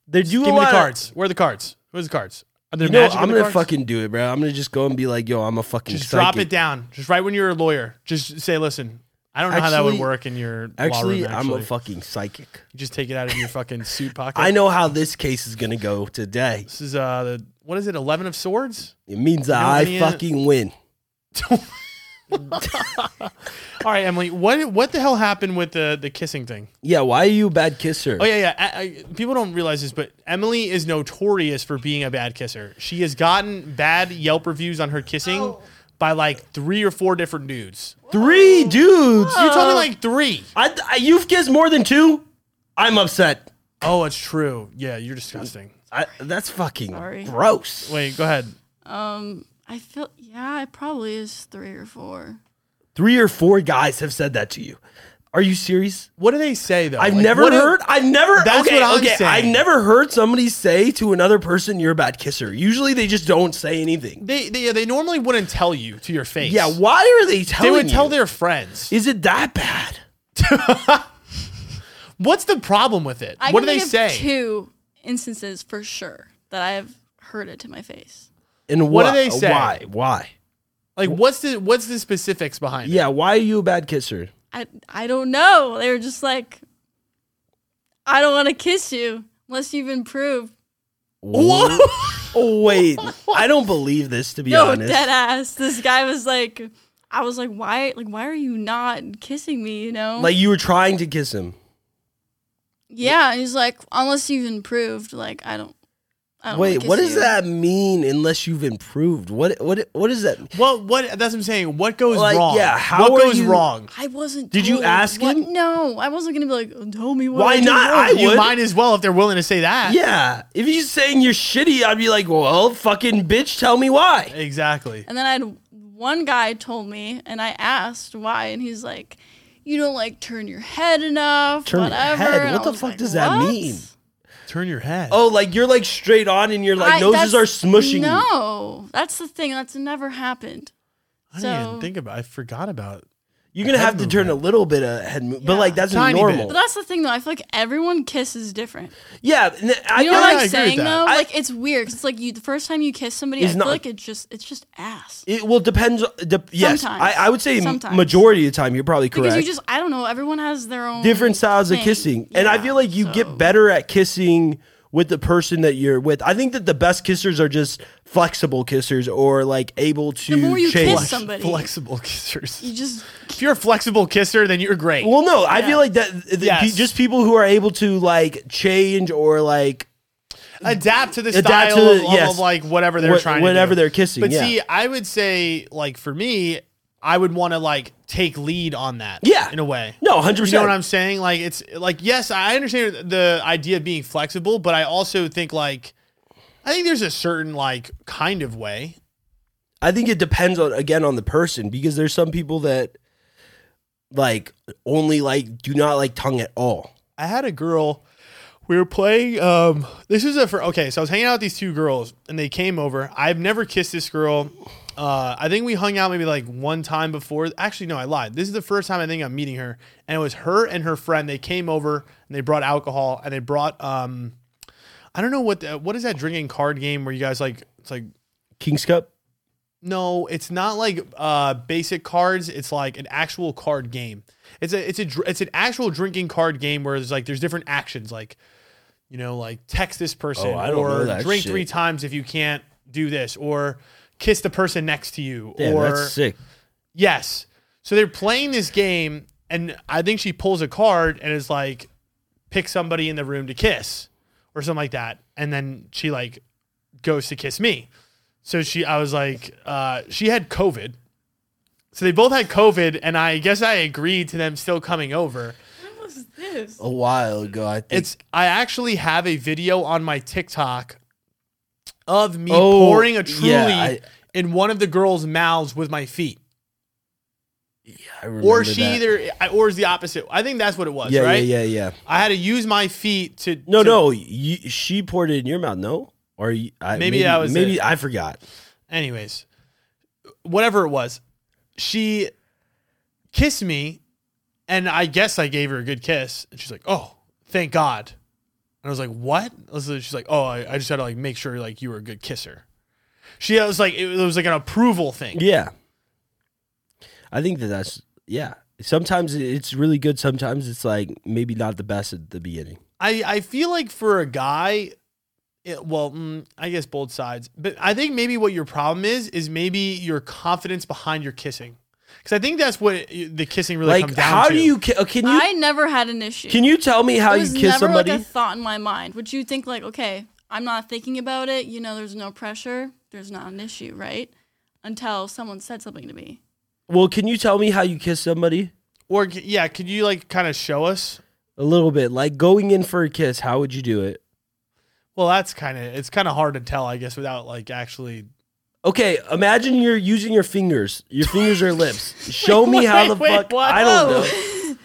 Speaker 2: They do a
Speaker 1: Give me the
Speaker 2: lot of-
Speaker 1: cards. Where are the cards? Where's the cards? Are there
Speaker 2: You know,
Speaker 1: magic in
Speaker 2: I'm
Speaker 1: the
Speaker 2: gonna
Speaker 1: cards?
Speaker 2: fucking do it, bro. I'm gonna just go and be like, yo, I'm a fucking.
Speaker 1: just drop
Speaker 2: psychic.
Speaker 1: it down. Just right when you're a lawyer, just say, "Listen, I don't know how that would
Speaker 2: Actually-
Speaker 1: work in your
Speaker 2: Actually,
Speaker 1: law room."
Speaker 2: I'm
Speaker 1: Actually,
Speaker 2: a fucking psychic.
Speaker 1: you just take it out of your fucking suit pocket.
Speaker 2: I know how this case is gonna go today.
Speaker 1: This is uh, the, what is it? Eleven of swords.
Speaker 2: It means that
Speaker 1: know
Speaker 2: I
Speaker 1: any, uh,
Speaker 2: fucking win.
Speaker 1: All right, Emily, what what the hell happened with the the kissing thing?
Speaker 2: Yeah, why are you a bad kisser?
Speaker 1: Oh yeah, yeah. I, I, people don't realize this, but Emily is notorious for being a bad kisser. She has gotten bad Yelp reviews on her kissing
Speaker 3: Oh.
Speaker 1: by like three or four different dudes.
Speaker 2: Three dudes.
Speaker 1: You told me like three.
Speaker 2: I, I, you've kissed more than two. I'm upset.
Speaker 1: Oh, it's true. Yeah, you're disgusting.
Speaker 2: I, that's fucking
Speaker 3: Sorry.
Speaker 2: gross.
Speaker 1: Wait, go ahead.
Speaker 3: Um, I feel yeah, it probably is three or four.
Speaker 2: Three or four guys have said that to you. Are you serious?
Speaker 1: What do they say though?
Speaker 2: I've
Speaker 1: Like,
Speaker 2: never
Speaker 1: what do-
Speaker 2: heard. I've never.
Speaker 1: That's
Speaker 2: okay,
Speaker 1: what I'm
Speaker 2: okay,
Speaker 1: saying.
Speaker 2: I've never heard somebody say to another person, "You're a bad kisser." Usually, they just don't say anything.
Speaker 1: They, they yeah, they normally wouldn't tell you to your face.
Speaker 2: Yeah, why are they
Speaker 1: they
Speaker 2: telling?
Speaker 1: would tell
Speaker 2: you?
Speaker 1: their friends.
Speaker 2: Is it that bad?
Speaker 1: What's the problem with it?
Speaker 3: I
Speaker 1: what do
Speaker 3: can
Speaker 1: they
Speaker 3: think of
Speaker 1: say?
Speaker 3: Two instances for sure that I have heard it to my face.
Speaker 2: And
Speaker 1: What do
Speaker 2: why-
Speaker 1: they say?
Speaker 2: Why? Why?
Speaker 1: Like what's the what's the specifics behind it?
Speaker 2: Yeah, why are you a bad kisser?
Speaker 3: I I don't know. They were just like, I don't want to kiss you unless you've improved.
Speaker 2: Whoa! Wait, I don't believe this to be
Speaker 3: No,
Speaker 2: honest.
Speaker 3: dead ass. This guy was like, I was like, why? Like, why are you not kissing me? You know?
Speaker 2: Like you were trying to kiss him.
Speaker 3: yeah. And he's like, unless you've improved, like, I don't. I don't wanna
Speaker 2: Wait,
Speaker 3: kiss
Speaker 2: what does
Speaker 3: you."
Speaker 2: that mean? Unless you've improved, what what what does that?
Speaker 1: Well, what that's what I'm saying. What goes
Speaker 2: Like,
Speaker 1: wrong?
Speaker 2: yeah,
Speaker 1: what
Speaker 2: how are
Speaker 1: goes
Speaker 2: you-
Speaker 1: wrong?
Speaker 3: I wasn't.
Speaker 2: Did you
Speaker 3: told
Speaker 2: ask
Speaker 3: what-
Speaker 2: him?
Speaker 3: No, I wasn't gonna be like, "Oh, tell me what.
Speaker 2: Why
Speaker 3: I did
Speaker 2: not?
Speaker 3: wrong."
Speaker 2: I
Speaker 1: You
Speaker 2: would.
Speaker 1: might as well if they're willing to say that.
Speaker 2: Yeah, if he's saying you're shitty, I'd be like, well, fucking bitch, tell me why.
Speaker 1: Exactly.
Speaker 3: And then I had one guy told me, and I asked why, and he's like, "You don't like turn your head enough,
Speaker 2: Turn your
Speaker 3: whatever."
Speaker 2: head?
Speaker 3: And
Speaker 2: What
Speaker 3: I
Speaker 2: the
Speaker 3: was
Speaker 2: fuck
Speaker 3: like,
Speaker 2: does that
Speaker 3: "What?"
Speaker 2: mean?
Speaker 1: Turn your head.
Speaker 2: Oh, like you're like straight on, and your like
Speaker 3: I-
Speaker 2: noses are
Speaker 3: that's-
Speaker 2: smushing. you.
Speaker 3: No, that's the thing. That's never happened.
Speaker 1: I didn't even
Speaker 3: so-
Speaker 1: think about. I forgot about.
Speaker 2: You're gonna
Speaker 1: Head
Speaker 2: have to turn a little bit of head, move, but like that's
Speaker 1: Tiny bit.
Speaker 2: normal.
Speaker 3: But that's the thing, though. I feel like everyone kisses different.
Speaker 2: Yeah, n- I
Speaker 3: You know what
Speaker 1: I
Speaker 3: I'm
Speaker 1: agree with
Speaker 3: saying,
Speaker 1: that.
Speaker 3: though?
Speaker 2: I-
Speaker 3: like it's weird. 'cause it's like you, the first time you kiss somebody, I
Speaker 2: It's
Speaker 3: feel
Speaker 2: not-
Speaker 3: like it's just it's just ass.
Speaker 2: It well depends. De- yes,
Speaker 3: Sometimes.
Speaker 2: I, I would say m-
Speaker 3: Sometimes.
Speaker 2: majority of the time you're probably
Speaker 3: Because
Speaker 2: correct.
Speaker 3: you just I don't know. Everyone has their own
Speaker 2: Different styles of
Speaker 3: thing.
Speaker 2: kissing, and I
Speaker 3: Yeah,
Speaker 2: feel like you
Speaker 3: so-
Speaker 2: get better at kissing with the person that you're with. I think that the best kissers are just flexible kissers or like able to
Speaker 3: The more you
Speaker 2: change.
Speaker 3: kiss somebody,
Speaker 1: Flexible kissers.
Speaker 3: you just
Speaker 1: If you're a flexible kisser, then you're great.
Speaker 2: Well, no, I feel like that th-
Speaker 1: Yes.
Speaker 2: pe- just people who are able to like change or like
Speaker 1: adapt to the
Speaker 2: Adapt
Speaker 1: style
Speaker 2: to the-
Speaker 1: of, of,
Speaker 2: yes.
Speaker 1: like whatever they're
Speaker 2: What-
Speaker 1: trying
Speaker 2: whatever
Speaker 1: to do.
Speaker 2: they're kissing,
Speaker 1: But
Speaker 2: yeah.
Speaker 1: see, I would say like for me, I would want to like take lead on that.
Speaker 2: Yeah.
Speaker 1: In a way.
Speaker 2: no, hundred
Speaker 1: You know what I'm
Speaker 2: percent.
Speaker 1: saying? Like it's like yes, I understand the idea of being flexible, but I also think like I think there's a certain like kind of way.
Speaker 2: I think it depends on again on the person because there's some people that like only like do not like tongue at all.
Speaker 1: I had a girl. We were playing. Um, this is a for okay. So I was hanging out with these two girls, and they came over. I've never kissed this girl. Uh, I think we hung out maybe like one time before. Actually, no, I lied. This is the first time I think I'm meeting her, and it was her and her friend. They came over and they brought alcohol and they brought um, I don't know what the, what is that drinking card game where you guys like it's like
Speaker 2: King's Cup.
Speaker 1: no, it's not like uh, basic cards. It's like an actual card game. It's a it's a dr- it's an actual drinking card game where there's like there's different actions like, you know, like text this person
Speaker 2: Oh, I don't know
Speaker 1: or
Speaker 2: that
Speaker 1: drink
Speaker 2: shit.
Speaker 1: three times if you can't do this or kiss the person next to you
Speaker 2: Damn,
Speaker 1: or
Speaker 2: that's sick.
Speaker 1: yes. So they're playing this game and I think she pulls a card and is like pick somebody in the room to kiss or something like that and then she like goes to kiss me. So she, I was like, uh, she had COVID. So they both had COVID, and I guess I agreed to them still coming over.
Speaker 2: A while ago, I think.
Speaker 1: It's I actually have a video on my TikTok of me
Speaker 2: Oh,
Speaker 1: pouring a
Speaker 2: yeah,
Speaker 1: truly
Speaker 2: I-
Speaker 1: in one of the girls' mouths with my feet,
Speaker 2: I remember
Speaker 1: or she
Speaker 2: that.
Speaker 1: either, I- or is the opposite. I think that's what it was,
Speaker 2: Yeah,
Speaker 1: right?
Speaker 2: yeah, yeah, yeah.
Speaker 1: I had to use my feet to
Speaker 2: No,
Speaker 1: to-
Speaker 2: no, you, she poured it in your mouth. No, or you, I,
Speaker 1: Maybe that was
Speaker 2: maybe
Speaker 1: it.
Speaker 2: I forgot.
Speaker 1: anyways, whatever it was, she kissed me, and I guess I gave her a good kiss. And she's like, "Oh, thank God." And I was like, "What?" I was- She's like, "Oh, I, I just had to like make sure like you were a good kisser." She I was like, it was like an approval thing.
Speaker 2: Yeah, I think that that's yeah. Sometimes it's really good. Sometimes it's like maybe not the best at the beginning.
Speaker 1: I I feel like for a guy. It, well, mm, I guess both sides, but I think maybe what your problem is is maybe your confidence behind your kissing. Because I think that's what it- the kissing really
Speaker 2: Like,
Speaker 1: comes down
Speaker 2: how
Speaker 1: to.
Speaker 2: do you ki- uh, can you
Speaker 3: I never had an issue.
Speaker 2: can you tell me how
Speaker 3: it
Speaker 2: you
Speaker 3: was
Speaker 2: kiss
Speaker 3: never
Speaker 2: somebody?
Speaker 3: like a thought in my mind. Would you think like, okay, I'm not thinking about it. You know, there's no pressure. There's not an issue, right? Until someone said something to me.
Speaker 2: well, can you tell me how you kiss somebody?
Speaker 1: Or c- yeah, could you like kind of show us?
Speaker 2: A little bit, like going in for a kiss. How would you do it?
Speaker 1: Well, that's kind of it's kind of hard to tell, I guess, without like actually.
Speaker 2: Okay, imagine you're using your fingers. Your fingers are lips. Show me
Speaker 1: wait,
Speaker 2: how the
Speaker 1: wait,
Speaker 2: fuck.
Speaker 1: what?
Speaker 2: I don't know.
Speaker 3: Oh.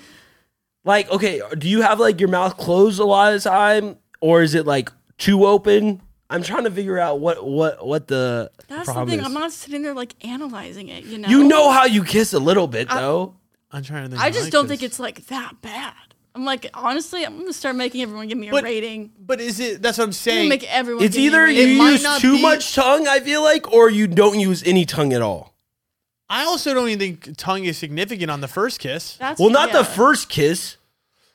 Speaker 2: Like, okay, do you have like your mouth closed a lot of the time, or is it like too open? I'm trying to figure out what what what the
Speaker 3: That's the
Speaker 2: problem
Speaker 3: thing.
Speaker 2: is.
Speaker 3: I'm not sitting there like analyzing it. You know.
Speaker 2: you know how you kiss a little bit though.
Speaker 1: I'm trying to think.
Speaker 3: I
Speaker 1: how
Speaker 3: just
Speaker 1: to
Speaker 3: don't
Speaker 1: kiss.
Speaker 3: think it's like that bad. I'm like, honestly, I'm gonna start making everyone give me a
Speaker 1: But-
Speaker 3: rating.
Speaker 1: But is it? That's what I'm
Speaker 3: I'm gonna
Speaker 1: saying.
Speaker 3: make everyone.
Speaker 2: it's
Speaker 3: give me a
Speaker 2: either you
Speaker 3: rating.
Speaker 1: It might
Speaker 2: use
Speaker 1: not
Speaker 2: too
Speaker 1: be-
Speaker 2: much tongue, I feel like, or you don't use any tongue at all.
Speaker 1: I also don't even think tongue is significant on the first kiss.
Speaker 3: That's,
Speaker 2: Well, not
Speaker 3: yeah.
Speaker 2: the first kiss.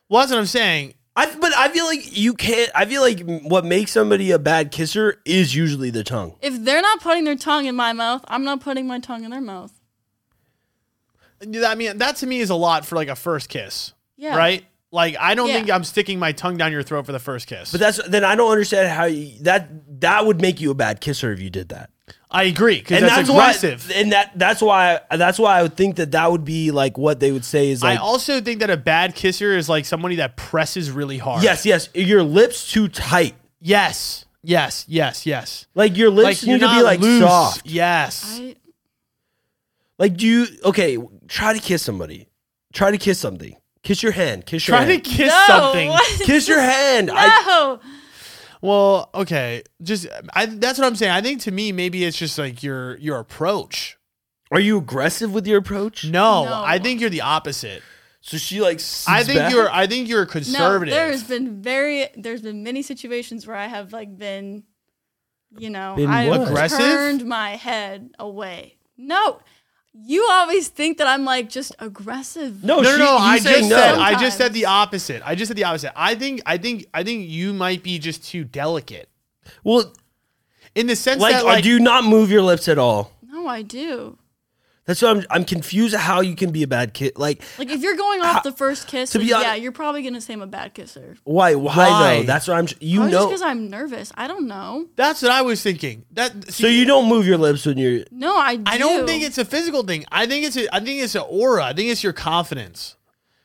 Speaker 1: Well, that's what I'm saying.
Speaker 2: I but I feel like you can't. I feel like what makes somebody a bad kisser is usually the tongue.
Speaker 3: If they're not putting their tongue in my mouth, I'm not putting my tongue in their mouth.
Speaker 1: I mean, that to me is a lot for like a first kiss,
Speaker 3: Yeah.
Speaker 1: right? Like I don't
Speaker 3: Yeah.
Speaker 1: think I'm sticking my tongue down your throat for the first kiss.
Speaker 2: But that's then I don't understand how you, that that would make you a bad kisser if you did that.
Speaker 1: I agree because
Speaker 2: And
Speaker 1: that's,
Speaker 2: that's,
Speaker 1: aggressive.
Speaker 2: why. And that that's why that's why I would think that that would be like what they would say is like
Speaker 1: I also think that a bad kisser is like somebody that presses really hard.
Speaker 2: yes, yes, your lips too tight.
Speaker 1: Yes. Yes. Yes. Yes.
Speaker 2: Like your lips
Speaker 1: you're
Speaker 2: need to be
Speaker 1: not
Speaker 2: like
Speaker 1: loose.
Speaker 2: soft.
Speaker 1: Yes.
Speaker 3: I,
Speaker 2: Like do you okay? Try to kiss somebody. Try to kiss something. Kiss your hand. Kiss your
Speaker 1: Try to
Speaker 2: hand.
Speaker 1: kiss
Speaker 3: no,
Speaker 1: something.
Speaker 3: What?
Speaker 2: kiss your hand. I,
Speaker 3: No.
Speaker 1: Well, okay. Just I, that's what I'm saying. I think to me, maybe it's just like your your approach.
Speaker 2: are you aggressive with your approach?
Speaker 1: No,
Speaker 3: No.
Speaker 1: I think you're the opposite.
Speaker 2: So she like. sits
Speaker 1: I think
Speaker 2: back?
Speaker 1: you're I think you're
Speaker 3: no,
Speaker 1: conservative.
Speaker 3: there's been very there's been many situations where I have like been, you know,
Speaker 2: Been
Speaker 3: I
Speaker 2: what?
Speaker 1: Aggressive?
Speaker 3: turned my head away. No, you always think that I'm like just aggressive.
Speaker 2: No,
Speaker 1: no,
Speaker 2: Oh, she,
Speaker 1: no, no.
Speaker 2: he's
Speaker 1: I just
Speaker 2: saying
Speaker 1: said
Speaker 2: no.
Speaker 1: I just said
Speaker 3: Sometimes.
Speaker 1: the opposite. I just said the opposite. I think I think I think you might be just too delicate
Speaker 2: well,
Speaker 1: in the sense
Speaker 2: like,
Speaker 1: that
Speaker 2: or
Speaker 1: like
Speaker 2: do you not move your lips at all?
Speaker 3: no, I do.
Speaker 2: That's what I'm. I'm confused at how you can be a bad kid. Like,
Speaker 3: Like if you're going off the first kiss,
Speaker 2: to
Speaker 3: like,
Speaker 2: be hon-
Speaker 3: yeah, you're probably gonna say I'm a bad kisser.
Speaker 2: why? Why,
Speaker 1: Why?
Speaker 2: though? That's what I'm. You
Speaker 3: Probably just
Speaker 2: know.
Speaker 3: because I'm nervous. I don't know.
Speaker 1: that's what I was thinking. That
Speaker 2: so you don't move your lips when you're.
Speaker 3: No, I do.
Speaker 1: I don't think it's a physical thing. I think it's a, I think it's an aura. I think it's your confidence.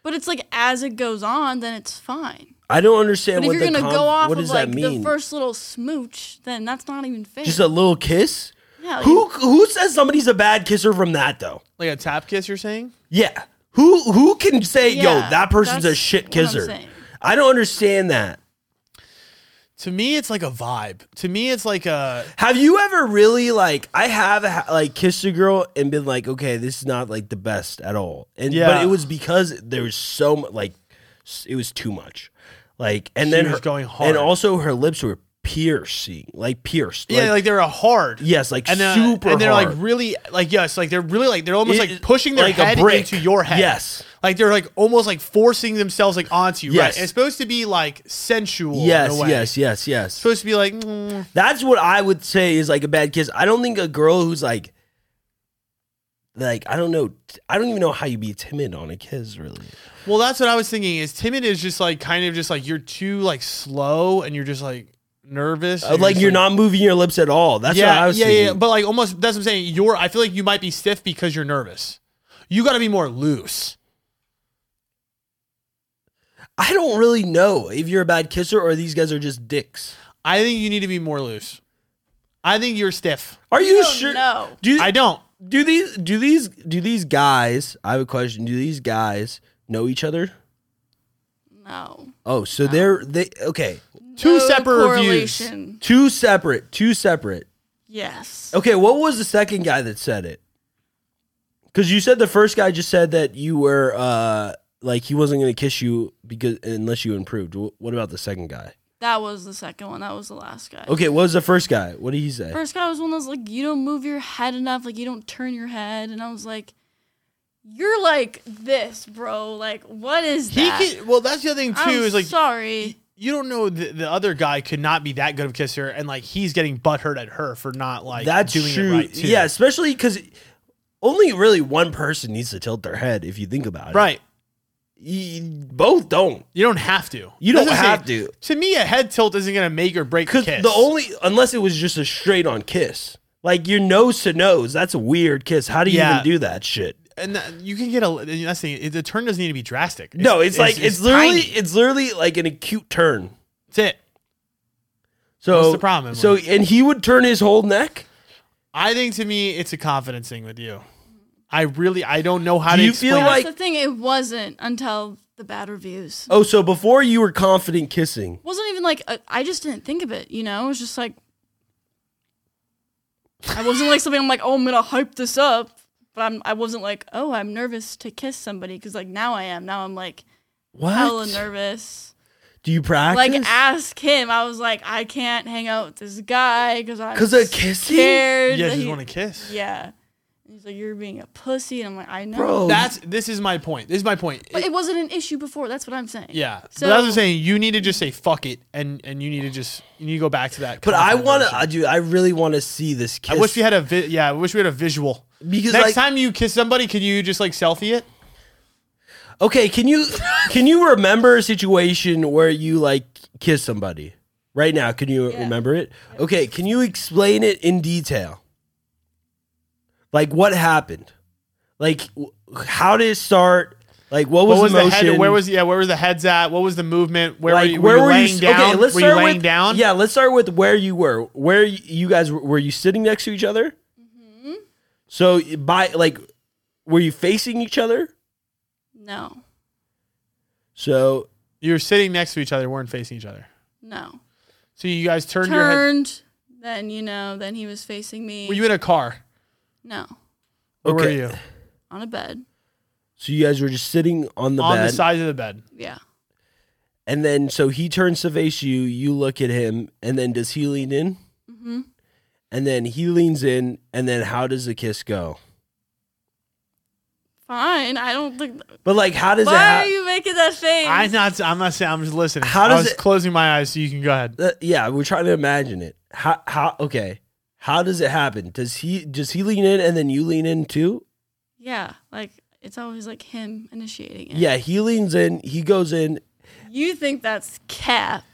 Speaker 3: But it's like as it goes on, then it's fine.
Speaker 2: I don't understand
Speaker 3: But if
Speaker 2: what
Speaker 3: you're
Speaker 2: the
Speaker 3: gonna
Speaker 2: conf-
Speaker 3: go off
Speaker 2: What
Speaker 3: of
Speaker 2: does
Speaker 3: like
Speaker 2: that mean?
Speaker 3: the first little smooch, then that's not even fair.
Speaker 2: just a little kiss.
Speaker 3: yeah, like,
Speaker 2: Who who says somebody's a bad kisser from that though?
Speaker 1: Like a tap kiss, you're saying?
Speaker 2: Yeah. Who who can say yo
Speaker 3: Yeah,
Speaker 2: that person's a
Speaker 3: that's
Speaker 2: shit
Speaker 3: what I'm
Speaker 2: kisser?
Speaker 3: saying.
Speaker 2: I don't understand that.
Speaker 1: To me, it's like a vibe. To me, it's like a
Speaker 2: Have you ever really like I have ha- like kissed a girl and been like, okay, this is not like the best at all, and
Speaker 1: Yeah.
Speaker 2: but it was because there was so much like s- it was too much, like and
Speaker 1: She
Speaker 2: then
Speaker 1: was
Speaker 2: her-
Speaker 1: going hard.
Speaker 2: and also her lips were piercing, like pierced,
Speaker 1: yeah, like, they're a hard.
Speaker 2: yes, like
Speaker 1: And, uh,
Speaker 2: super,
Speaker 1: and they're
Speaker 2: hard.
Speaker 1: like really like yes, like they're really like they're almost
Speaker 2: It-
Speaker 1: like pushing their
Speaker 2: like a
Speaker 1: head
Speaker 2: brick.
Speaker 1: into your head.
Speaker 2: Yes.
Speaker 1: Like they're like almost like forcing themselves like onto you.
Speaker 2: Yes.
Speaker 1: Right. And it's supposed to be like sensual. in
Speaker 2: yes,
Speaker 1: a Oh, way.
Speaker 2: yes,
Speaker 1: It's
Speaker 2: yes, yes.
Speaker 1: supposed to be like mm,
Speaker 2: That's what I would say is like a bad kiss. I don't think a girl who's like, like I don't know, I don't even know how you be timid on a kiss really.
Speaker 1: well that's what I was thinking is timid is just like kind of just like you're too like slow and you're just like nervous.
Speaker 2: Uh, like you're not moving your lips at all. That's
Speaker 1: yeah,
Speaker 2: what I was
Speaker 1: yeah,
Speaker 2: thinking.
Speaker 1: yeah. But like almost that's what I'm saying. You're I feel like you might be stiff because you're nervous. You gotta be more loose.
Speaker 2: I don't really know if you're a bad kisser or these guys are just dicks.
Speaker 1: I think you need to be more loose. I think you're stiff.
Speaker 2: Are you,
Speaker 3: You don't
Speaker 2: sure?
Speaker 3: know.
Speaker 2: Do
Speaker 1: I don't.
Speaker 2: do these do these do these guys? I have a question. Do these guys know each other?
Speaker 3: no.
Speaker 2: Oh, so they're they okay?
Speaker 1: Two
Speaker 3: No
Speaker 1: separate reviews.
Speaker 3: correlation.
Speaker 2: Two separate. Two separate.
Speaker 3: Yes.
Speaker 2: Okay, what was the second guy that said it? Because you said the first guy just said that you were uh like he wasn't gonna kiss you because unless you improved. Wh- What about the second guy?
Speaker 3: That was the second one. That was the last guy.
Speaker 2: Okay, what was the first guy? What did he say?
Speaker 3: First guy was one that was like, you don't move your head enough, like you don't turn your head, and I was like, you're like this, bro. Like, what is
Speaker 1: He
Speaker 3: that?
Speaker 1: could, well, that's the other thing too
Speaker 3: I'm
Speaker 1: is like
Speaker 3: sorry.
Speaker 1: you don't know the, the other guy could not be that good of a kisser, and like he's getting butthurt at her for not like
Speaker 2: That's
Speaker 1: doing
Speaker 2: true.
Speaker 1: it right too.
Speaker 2: Yeah, especially because only really one person needs to tilt their head if you think about it.
Speaker 1: Right.
Speaker 2: You- both don't.
Speaker 1: You don't have to.
Speaker 2: You don't
Speaker 1: That's the
Speaker 2: have
Speaker 1: thing.
Speaker 2: to.
Speaker 1: To me, a head tilt isn't going to make or break the
Speaker 2: Because
Speaker 1: kiss.
Speaker 2: the only unless it was just a straight on kiss. Like your nose to nose, that's a weird kiss. How do you
Speaker 1: Yeah.
Speaker 2: even do that shit?
Speaker 1: and that- you can get a. and That's the, thing, the turn doesn't need to be drastic.
Speaker 2: no, it's, like it's, literally
Speaker 1: tiny.
Speaker 2: it's literally like an acute turn.
Speaker 1: that's it.
Speaker 2: So
Speaker 1: What's the problem,
Speaker 2: So
Speaker 1: Emily?
Speaker 2: and he would turn his whole neck.
Speaker 1: I think to me, it's a confidence thing with you. I really, I don't know how
Speaker 2: Do
Speaker 1: to
Speaker 2: you
Speaker 1: explain
Speaker 2: feel
Speaker 1: it.
Speaker 2: like-
Speaker 3: That's the thing. It wasn't until the bad reviews.
Speaker 2: Oh, so before you were confident kissing.
Speaker 3: wasn't even like a, I just didn't think of it. You know, it was just like I wasn't like something. I'm like, oh, I'm gonna hype this up. But I'm, I wasn't like, oh, I'm nervous to kiss somebody because like now I am. Now I'm like
Speaker 2: What?
Speaker 3: hella nervous.
Speaker 2: Do you practice?
Speaker 3: Like ask him. I was like, I can't hang out with this guy because I'm
Speaker 2: 'Cause of kissing?
Speaker 3: Scared
Speaker 1: you guys
Speaker 3: that
Speaker 1: just
Speaker 3: he-
Speaker 1: want to kiss.
Speaker 3: Yeah. And He's like, you're being a pussy, and I'm like, I know.
Speaker 2: Bro.
Speaker 1: That's this is my point. This is my point.
Speaker 3: But it wasn't an issue before. That's what I'm saying.
Speaker 1: yeah, but
Speaker 3: So
Speaker 1: that's what I'm saying. You need to just say fuck it, and and you need to just you need to go back to that.
Speaker 2: but I
Speaker 1: confident
Speaker 2: want
Speaker 1: version.
Speaker 2: to, dude. I really want to see this
Speaker 1: I
Speaker 2: kiss.
Speaker 1: wish we had a vi- yeah. I wish we had a visual.
Speaker 2: Because,
Speaker 1: next
Speaker 2: like-
Speaker 1: time you kiss somebody, can you just like selfie it?
Speaker 2: Okay, can you can you remember a situation where you like kiss somebody right now? Can you remember it? Okay, can you explain it in detail? Like what happened? Like w- how did it start? Like what was,
Speaker 1: What was
Speaker 2: the
Speaker 1: the
Speaker 2: motion?
Speaker 1: head? Where was yeah? Where was the heads at? What was the movement? Where
Speaker 2: like,
Speaker 1: were you? Were you laying
Speaker 2: s-
Speaker 1: down?
Speaker 2: Okay, let's
Speaker 1: were you
Speaker 2: start
Speaker 1: laying
Speaker 2: with,
Speaker 1: down?
Speaker 2: Yeah, let's start with where you were. Where y- you guys were, were you sitting next to each other? So by like, were you facing each other?
Speaker 3: no,
Speaker 2: So
Speaker 1: you were sitting next to each other, weren't facing each other.
Speaker 3: no.
Speaker 1: So you guys turned your head.
Speaker 3: Turned. Then you know. Then he was facing me.
Speaker 1: Were you in a car?
Speaker 3: no,
Speaker 1: Where were
Speaker 2: Okay.
Speaker 1: you?
Speaker 3: on a bed.
Speaker 2: So you guys were just sitting on the
Speaker 1: On
Speaker 2: bed,
Speaker 1: the side of the bed.
Speaker 3: Yeah.
Speaker 2: and then so he turns to face you. You look at him, and then does he lean in?
Speaker 3: Mm-hmm.
Speaker 2: And then he leans in, and then how does the kiss go?
Speaker 3: Fine. I don't think.
Speaker 2: But like, how does it?
Speaker 3: Why
Speaker 2: Ha-
Speaker 3: are you making that face?
Speaker 1: I'm not. I'm not saying. I'm just listening.
Speaker 2: How
Speaker 1: I
Speaker 2: does
Speaker 1: was
Speaker 2: it-
Speaker 1: closing my eyes so you can go ahead.
Speaker 2: Uh, yeah, we're trying to imagine it. How? How? Okay. How does it happen? Does he? Does he lean in, and then you lean in too?
Speaker 3: Yeah. Like it's always like him initiating it.
Speaker 2: Yeah, he leans in. He goes in.
Speaker 3: You think that's cap?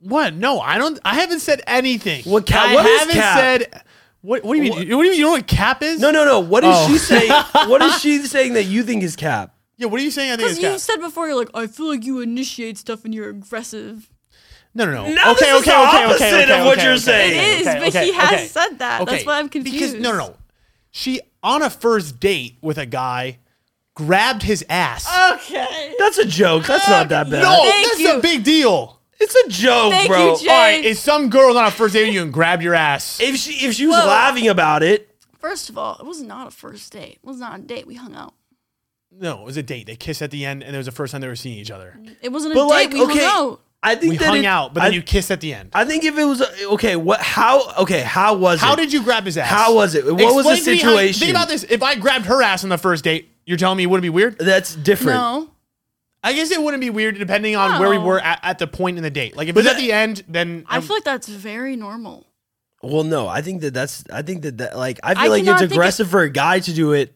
Speaker 1: What? No, I don't. I haven't said anything.
Speaker 2: What cap-
Speaker 1: I
Speaker 2: what is
Speaker 1: haven't
Speaker 2: cap?
Speaker 1: said. What? What do you mean? You- What do you mean? You know what cap is?
Speaker 2: No, no, no. What is
Speaker 1: Oh.
Speaker 2: she saying? what is she saying that you think is cap?
Speaker 1: Yeah. What are you saying? I think
Speaker 3: Because
Speaker 1: it's
Speaker 3: you
Speaker 1: cap.
Speaker 3: said before you're like, I feel like you initiate stuff and you're aggressive.
Speaker 1: No, no, no.
Speaker 2: No, this is the opposite of what you're saying.
Speaker 3: It
Speaker 2: Okay,
Speaker 3: is, but he has said that. That's why I'm confused.
Speaker 1: Because no, no, no. She on a first date with a guy grabbed his ass.
Speaker 3: Okay.
Speaker 2: That's a joke. That's not that bad.
Speaker 1: no,
Speaker 3: Oh, Thank
Speaker 1: that's
Speaker 3: you.
Speaker 1: a big deal.
Speaker 2: it's a joke,
Speaker 3: Thank
Speaker 2: bro.
Speaker 3: you, Jay.
Speaker 1: Oh, All right, is some girl on a first date with you and grabbed your ass?
Speaker 2: If she if she was
Speaker 3: Whoa.
Speaker 2: laughing about it,
Speaker 3: First of all, it was not a first date. It was not a date. We hung out.
Speaker 1: no, it was a date. They kissed at the end, and it was the first time they were seeing each other.
Speaker 3: It wasn't a
Speaker 2: but
Speaker 3: date.
Speaker 2: like
Speaker 3: we
Speaker 2: okay,
Speaker 3: hung out.
Speaker 2: I think
Speaker 1: We
Speaker 2: that
Speaker 1: hung
Speaker 2: it-
Speaker 1: out, but then
Speaker 2: I,
Speaker 1: you kissed at the end.
Speaker 2: I think if it was okay, what? How? Okay, how was it?
Speaker 1: How did you grab his ass?
Speaker 2: How was it? What was the
Speaker 1: Explain to me how-
Speaker 2: situation?
Speaker 1: think about this. If I grabbed her ass on the first date, you're telling me it wouldn't be weird?
Speaker 2: That's different.
Speaker 3: No.
Speaker 1: I guess it wouldn't be weird depending on where we
Speaker 3: No.
Speaker 1: were at, at the point in the date. Like if
Speaker 2: But
Speaker 1: it's at
Speaker 2: that-
Speaker 1: the end, then
Speaker 3: I feel like that's very normal.
Speaker 2: Well, no, I think that that's. I think that that like I
Speaker 3: I
Speaker 2: feel like
Speaker 3: cannot
Speaker 2: it's
Speaker 3: think it-
Speaker 2: aggressive for a guy to do it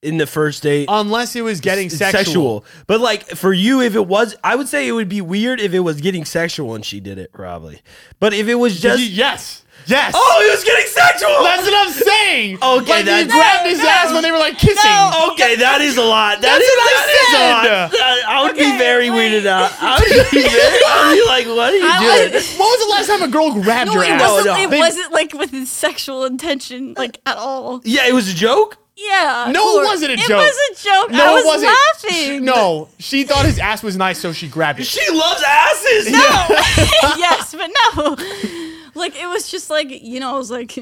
Speaker 2: in the first date.
Speaker 1: unless it was Oh, getting
Speaker 2: It's
Speaker 1: sexual.
Speaker 2: but like for you, if it was, I would say it would be weird if it was getting sexual and she did it probably. But if it was
Speaker 1: Did
Speaker 2: just
Speaker 1: you- yes, yes.
Speaker 2: oh, it was getting sexual.
Speaker 1: that's what I'm saying.
Speaker 2: Okay,
Speaker 1: like you
Speaker 2: that's-
Speaker 1: grabbed
Speaker 3: No,
Speaker 1: his
Speaker 3: no,
Speaker 1: ass when they were like kissing.
Speaker 2: Oh, Okay, that is a lot. That
Speaker 1: That's
Speaker 2: is-
Speaker 1: what I
Speaker 2: that is
Speaker 1: said.
Speaker 2: a lot. I would be
Speaker 3: Okay,
Speaker 2: very
Speaker 3: wait.
Speaker 2: weirded out. I would be very. I'd be like, what are you
Speaker 3: I-
Speaker 2: doing?
Speaker 1: When was the last time a girl grabbed
Speaker 3: No,
Speaker 1: your
Speaker 3: it
Speaker 1: ass?
Speaker 3: wasn't.
Speaker 2: no.
Speaker 3: It
Speaker 1: They-
Speaker 3: wasn't like with his sexual intention, like at all.
Speaker 2: Yeah, it was a joke.
Speaker 3: Yeah.
Speaker 1: No, it
Speaker 3: Lord.
Speaker 1: wasn't a
Speaker 3: It
Speaker 1: joke.
Speaker 3: was a joke.
Speaker 1: No,
Speaker 3: I was
Speaker 1: it wasn't. She-
Speaker 3: laughing.
Speaker 1: no, she thought his ass was nice, so she grabbed it.
Speaker 2: She loves asses. No.
Speaker 3: yes, but no. Like it was just like you know, I was like,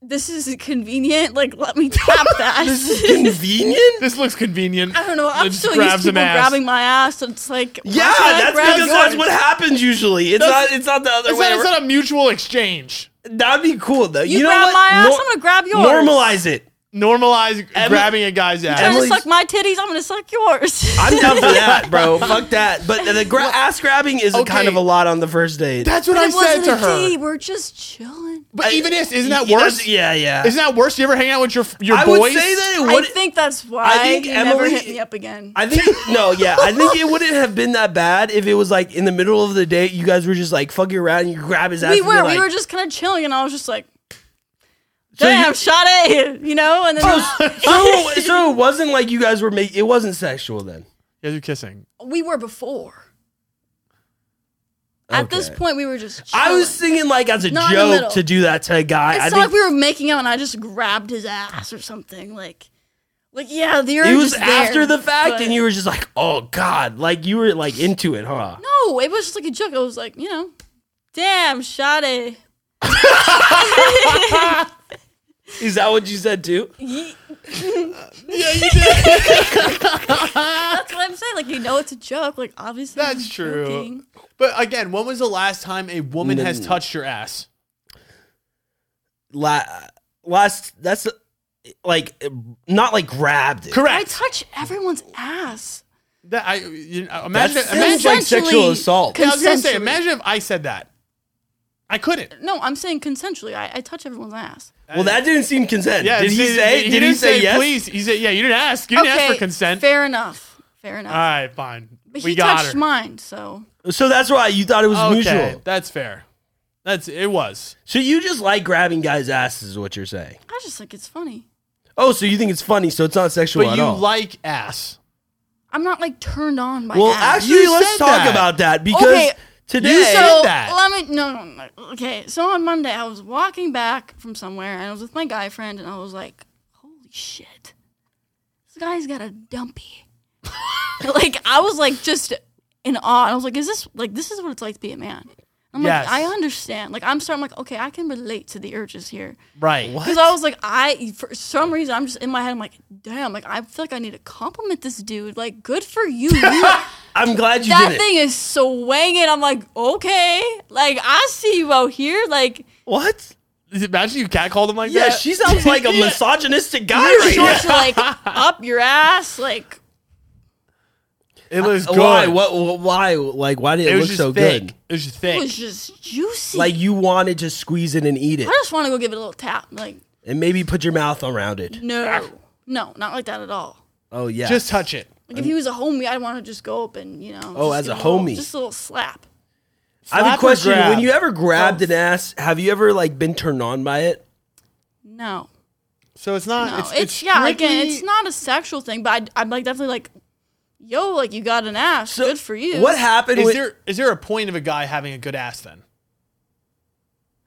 Speaker 3: this is convenient. Like let me tap that.
Speaker 2: Convenient.
Speaker 1: This looks convenient.
Speaker 3: I don't know. I'm
Speaker 1: Just
Speaker 3: so
Speaker 1: grabs
Speaker 3: used to
Speaker 1: an
Speaker 3: people
Speaker 1: ass.
Speaker 3: grabbing my ass. and It's like why
Speaker 2: Yeah,
Speaker 3: should I
Speaker 2: that's
Speaker 3: grab
Speaker 2: because
Speaker 3: yours?
Speaker 2: that's what happens usually. It's
Speaker 1: That's-
Speaker 2: not. It's not the other
Speaker 1: It's
Speaker 2: way.
Speaker 1: not, it's
Speaker 2: around.
Speaker 1: not a mutual exchange.
Speaker 2: That'd be cool though. You,
Speaker 3: You
Speaker 2: know
Speaker 3: grab
Speaker 2: what?
Speaker 3: my ass, I'm gonna grab yours.
Speaker 2: Normalize it.
Speaker 1: normalize grabbing a guy's ass.
Speaker 3: Trying to
Speaker 2: Emily's-
Speaker 3: suck my titties, I'm gonna suck yours.
Speaker 2: I'm down for that, bro. Fuck that. But the gra- ass grabbing is
Speaker 1: Okay.
Speaker 2: kind of a lot on the first date.
Speaker 1: That's what I
Speaker 3: But it
Speaker 1: said
Speaker 3: wasn't
Speaker 1: to
Speaker 3: a
Speaker 1: her.
Speaker 3: date. We're just chilling.
Speaker 1: But even if isn't that
Speaker 2: Yeah,
Speaker 1: worse?
Speaker 2: that's- Yeah, yeah.
Speaker 1: Isn't that worse? You ever hang out with your your
Speaker 2: I
Speaker 1: boys?
Speaker 2: would say that it would.
Speaker 3: I think that's why
Speaker 2: I think
Speaker 3: you never
Speaker 2: Emily-
Speaker 3: hit me up again.
Speaker 2: I think no, yeah. I think it wouldn't have been that bad if it was like in the middle of the date. You guys were just like fucking around and you grab his ass.
Speaker 3: we
Speaker 2: and be
Speaker 3: were,
Speaker 2: like-
Speaker 3: we were just kind of chilling, and I was just like,
Speaker 2: So you-
Speaker 3: "Damn, shot it," you know. And then
Speaker 2: so, "Oh, so it wasn't like you guys were making. It wasn't sexual then.
Speaker 1: You guys are kissing.
Speaker 3: we were before. At this
Speaker 2: Okay.
Speaker 3: point, we were just. Chilling.
Speaker 2: I was thinking like as a
Speaker 3: Not in the middle.
Speaker 2: joke to do that to a guy. I
Speaker 3: It's not
Speaker 2: think
Speaker 3: like we were making out, and I just grabbed his ass or something. Like, like yeah, the
Speaker 2: it was after the fact, and you were just like, "Oh God!" Like you were like into it, huh?
Speaker 3: No, it was just like a joke. I was like, you know, damn, shot it.
Speaker 2: Is that what you said too?
Speaker 3: That's what I'm saying. Like, you know, it's a joke. Like, obviously,
Speaker 1: That's
Speaker 3: I'm
Speaker 1: true.
Speaker 3: joking.
Speaker 1: But again, when was the last time a woman has
Speaker 2: Mm.
Speaker 1: touched your ass?
Speaker 2: La- last, that's like not like grabbed.
Speaker 3: I
Speaker 1: Correct.
Speaker 3: touch everyone's ass.
Speaker 1: that I you know, imagine
Speaker 2: That's-
Speaker 1: imagine
Speaker 2: It's like sexual
Speaker 3: Consensually-
Speaker 2: assault.
Speaker 1: I was gonna say
Speaker 3: consensually.
Speaker 1: imagine if I said that. I couldn't.
Speaker 3: No, I'm saying consensually. I, I touch everyone's ass.
Speaker 2: Well, that didn't seem consent.
Speaker 1: Yeah.
Speaker 2: did he
Speaker 1: see,
Speaker 2: say? Did he,
Speaker 1: didn't
Speaker 2: say, yes?
Speaker 1: Please. He said, "Yeah, you didn't ask. You didn't ask for consent."
Speaker 3: Fair enough. Fair enough.
Speaker 1: All right, fine.
Speaker 3: but
Speaker 1: we
Speaker 3: he
Speaker 1: got
Speaker 3: touched
Speaker 1: her.
Speaker 3: mine, so
Speaker 2: So that's why you thought it was
Speaker 1: okay,
Speaker 2: mutual.
Speaker 1: that's fair. That's it was.
Speaker 2: So you just like grabbing guys' asses, is what you're saying.
Speaker 3: I just think it's funny.
Speaker 2: Oh, so you think it's funny? So it's not sexual
Speaker 1: but
Speaker 2: at
Speaker 1: you
Speaker 2: all.
Speaker 1: like ass.
Speaker 3: I'm not like turned on by
Speaker 2: well,
Speaker 3: ass.
Speaker 2: actually,
Speaker 1: You
Speaker 2: let's
Speaker 1: said
Speaker 2: talk
Speaker 1: that.
Speaker 2: about that because
Speaker 3: Okay,
Speaker 2: today.
Speaker 1: you said-
Speaker 3: so
Speaker 1: that.
Speaker 3: let me no, no, no. Okay, so on Monday I was walking back from somewhere and I was with my guy friend and I was like, "Holy shit, this guy's got a dumpy." like I was like just in awe. And I was like, "Is this like this is what it's like to be a man?" I'm
Speaker 1: Yes.
Speaker 3: like, "I understand." Like I'm starting like, "Okay, I can relate to the urges here."
Speaker 1: Right.
Speaker 3: Because I was like, I for some reason I'm just in my head. I'm like, damn, like I feel like I need to compliment this dude. Like, good for you. You-
Speaker 2: I'm glad you
Speaker 3: that
Speaker 2: did it.
Speaker 3: thing is swinging. I'm like, okay, like I see you out here. Like,
Speaker 2: What?
Speaker 1: Imagine you catcalled him like
Speaker 2: Yeah,
Speaker 1: that.
Speaker 2: she sounds like a misogynistic guy
Speaker 3: your
Speaker 2: right now.
Speaker 3: shorts are like up your ass. Like,
Speaker 1: it was good.
Speaker 2: Why? What, what? Why? Like, why did it,
Speaker 1: It was
Speaker 2: look
Speaker 1: just
Speaker 2: so
Speaker 1: thick.
Speaker 2: good?
Speaker 1: It was just
Speaker 3: it
Speaker 1: thick.
Speaker 3: was just juicy.
Speaker 2: Like you wanted to squeeze it and eat it,
Speaker 3: I just want to go give it a little tap. Like,
Speaker 2: and maybe put your mouth around it.
Speaker 3: no, no, not like that at all.
Speaker 2: Oh yeah,
Speaker 1: Just touch it.
Speaker 3: Like if he was a homie, I'd want to just go up and you know.
Speaker 2: Oh,
Speaker 3: just
Speaker 2: as
Speaker 3: give
Speaker 2: a
Speaker 3: it little-
Speaker 2: homie.
Speaker 3: just a little slap.
Speaker 2: I
Speaker 1: slap
Speaker 2: have a
Speaker 1: or
Speaker 2: question.
Speaker 1: grab? Oh.
Speaker 2: When you ever grabbed an ass, have you ever like been turned on by it?
Speaker 3: No,
Speaker 1: So it's not.
Speaker 3: no,
Speaker 1: it's,
Speaker 3: it's, yeah. Again,
Speaker 1: strictly-
Speaker 3: it's not a sexual thing, but I'd, I'm like definitely like, yo, like you got an ass.
Speaker 2: So
Speaker 3: Good for you.
Speaker 2: What happened?
Speaker 1: Is
Speaker 2: when-
Speaker 1: there is there a point of a guy having a good ass then?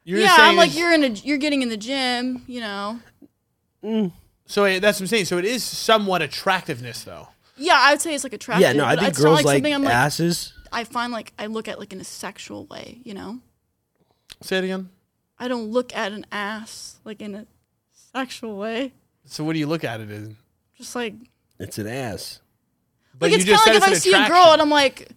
Speaker 1: You're
Speaker 3: yeah, I'm like
Speaker 1: it's-
Speaker 3: you're in a you're getting in the gym, you know.
Speaker 1: So it- that's what I'm saying. So it is somewhat attractiveness though.
Speaker 3: Yeah, I would say it's like attractive.
Speaker 2: yeah, no, I
Speaker 3: but
Speaker 2: think
Speaker 3: it's not
Speaker 2: girls
Speaker 3: like,
Speaker 2: like,
Speaker 3: something I'm like
Speaker 2: asses.
Speaker 3: I find like I look at like in a sexual way, you know.
Speaker 1: Say it again.
Speaker 3: I don't look at an ass like in a sexual way.
Speaker 1: So what do you look at it in?
Speaker 3: Just like
Speaker 2: It's an ass.
Speaker 1: But
Speaker 3: like
Speaker 1: you
Speaker 3: it's kind of
Speaker 1: said
Speaker 3: like if I
Speaker 1: an
Speaker 3: see a girl
Speaker 1: attraction.
Speaker 3: and I'm like,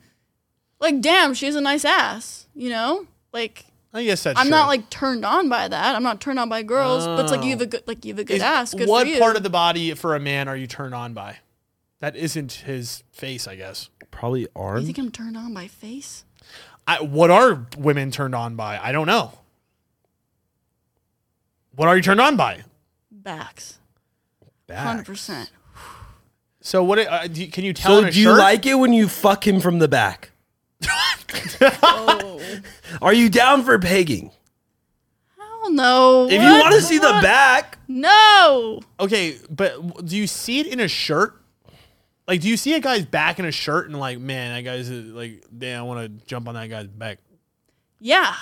Speaker 3: like damn, she has a nice ass, you know. Like
Speaker 1: I guess that's.
Speaker 3: I'm not
Speaker 1: true.
Speaker 3: like turned on by that. I'm not turned on by girls, but it's like you have a
Speaker 2: Oh.
Speaker 3: good like you have a good
Speaker 1: Is-
Speaker 3: ass. Good
Speaker 1: what
Speaker 3: for you.
Speaker 1: part of the body for a man are you turned on by? That isn't his face, I guess.
Speaker 2: Probably
Speaker 3: you
Speaker 2: arm.
Speaker 3: think I'm turned on by face?
Speaker 1: I, what are women turned on by? I don't know. What are you turned on by?
Speaker 3: Backs, hundred
Speaker 2: Back.
Speaker 3: percent.
Speaker 1: So what? Uh, do, you- can you tell?
Speaker 2: So
Speaker 1: in a
Speaker 2: do you
Speaker 1: shirt?
Speaker 2: like it when you fuck him from the back? Oh. Are you down for pegging?
Speaker 3: I don't know.
Speaker 2: If you want to see the
Speaker 3: back.
Speaker 2: back,
Speaker 3: No.
Speaker 1: Okay, but w- do you see it in a shirt? Like, do you see a guy's back in a shirt and like, man, that guy's uh, like, damn, I want to jump on that guy's back.
Speaker 3: Yeah.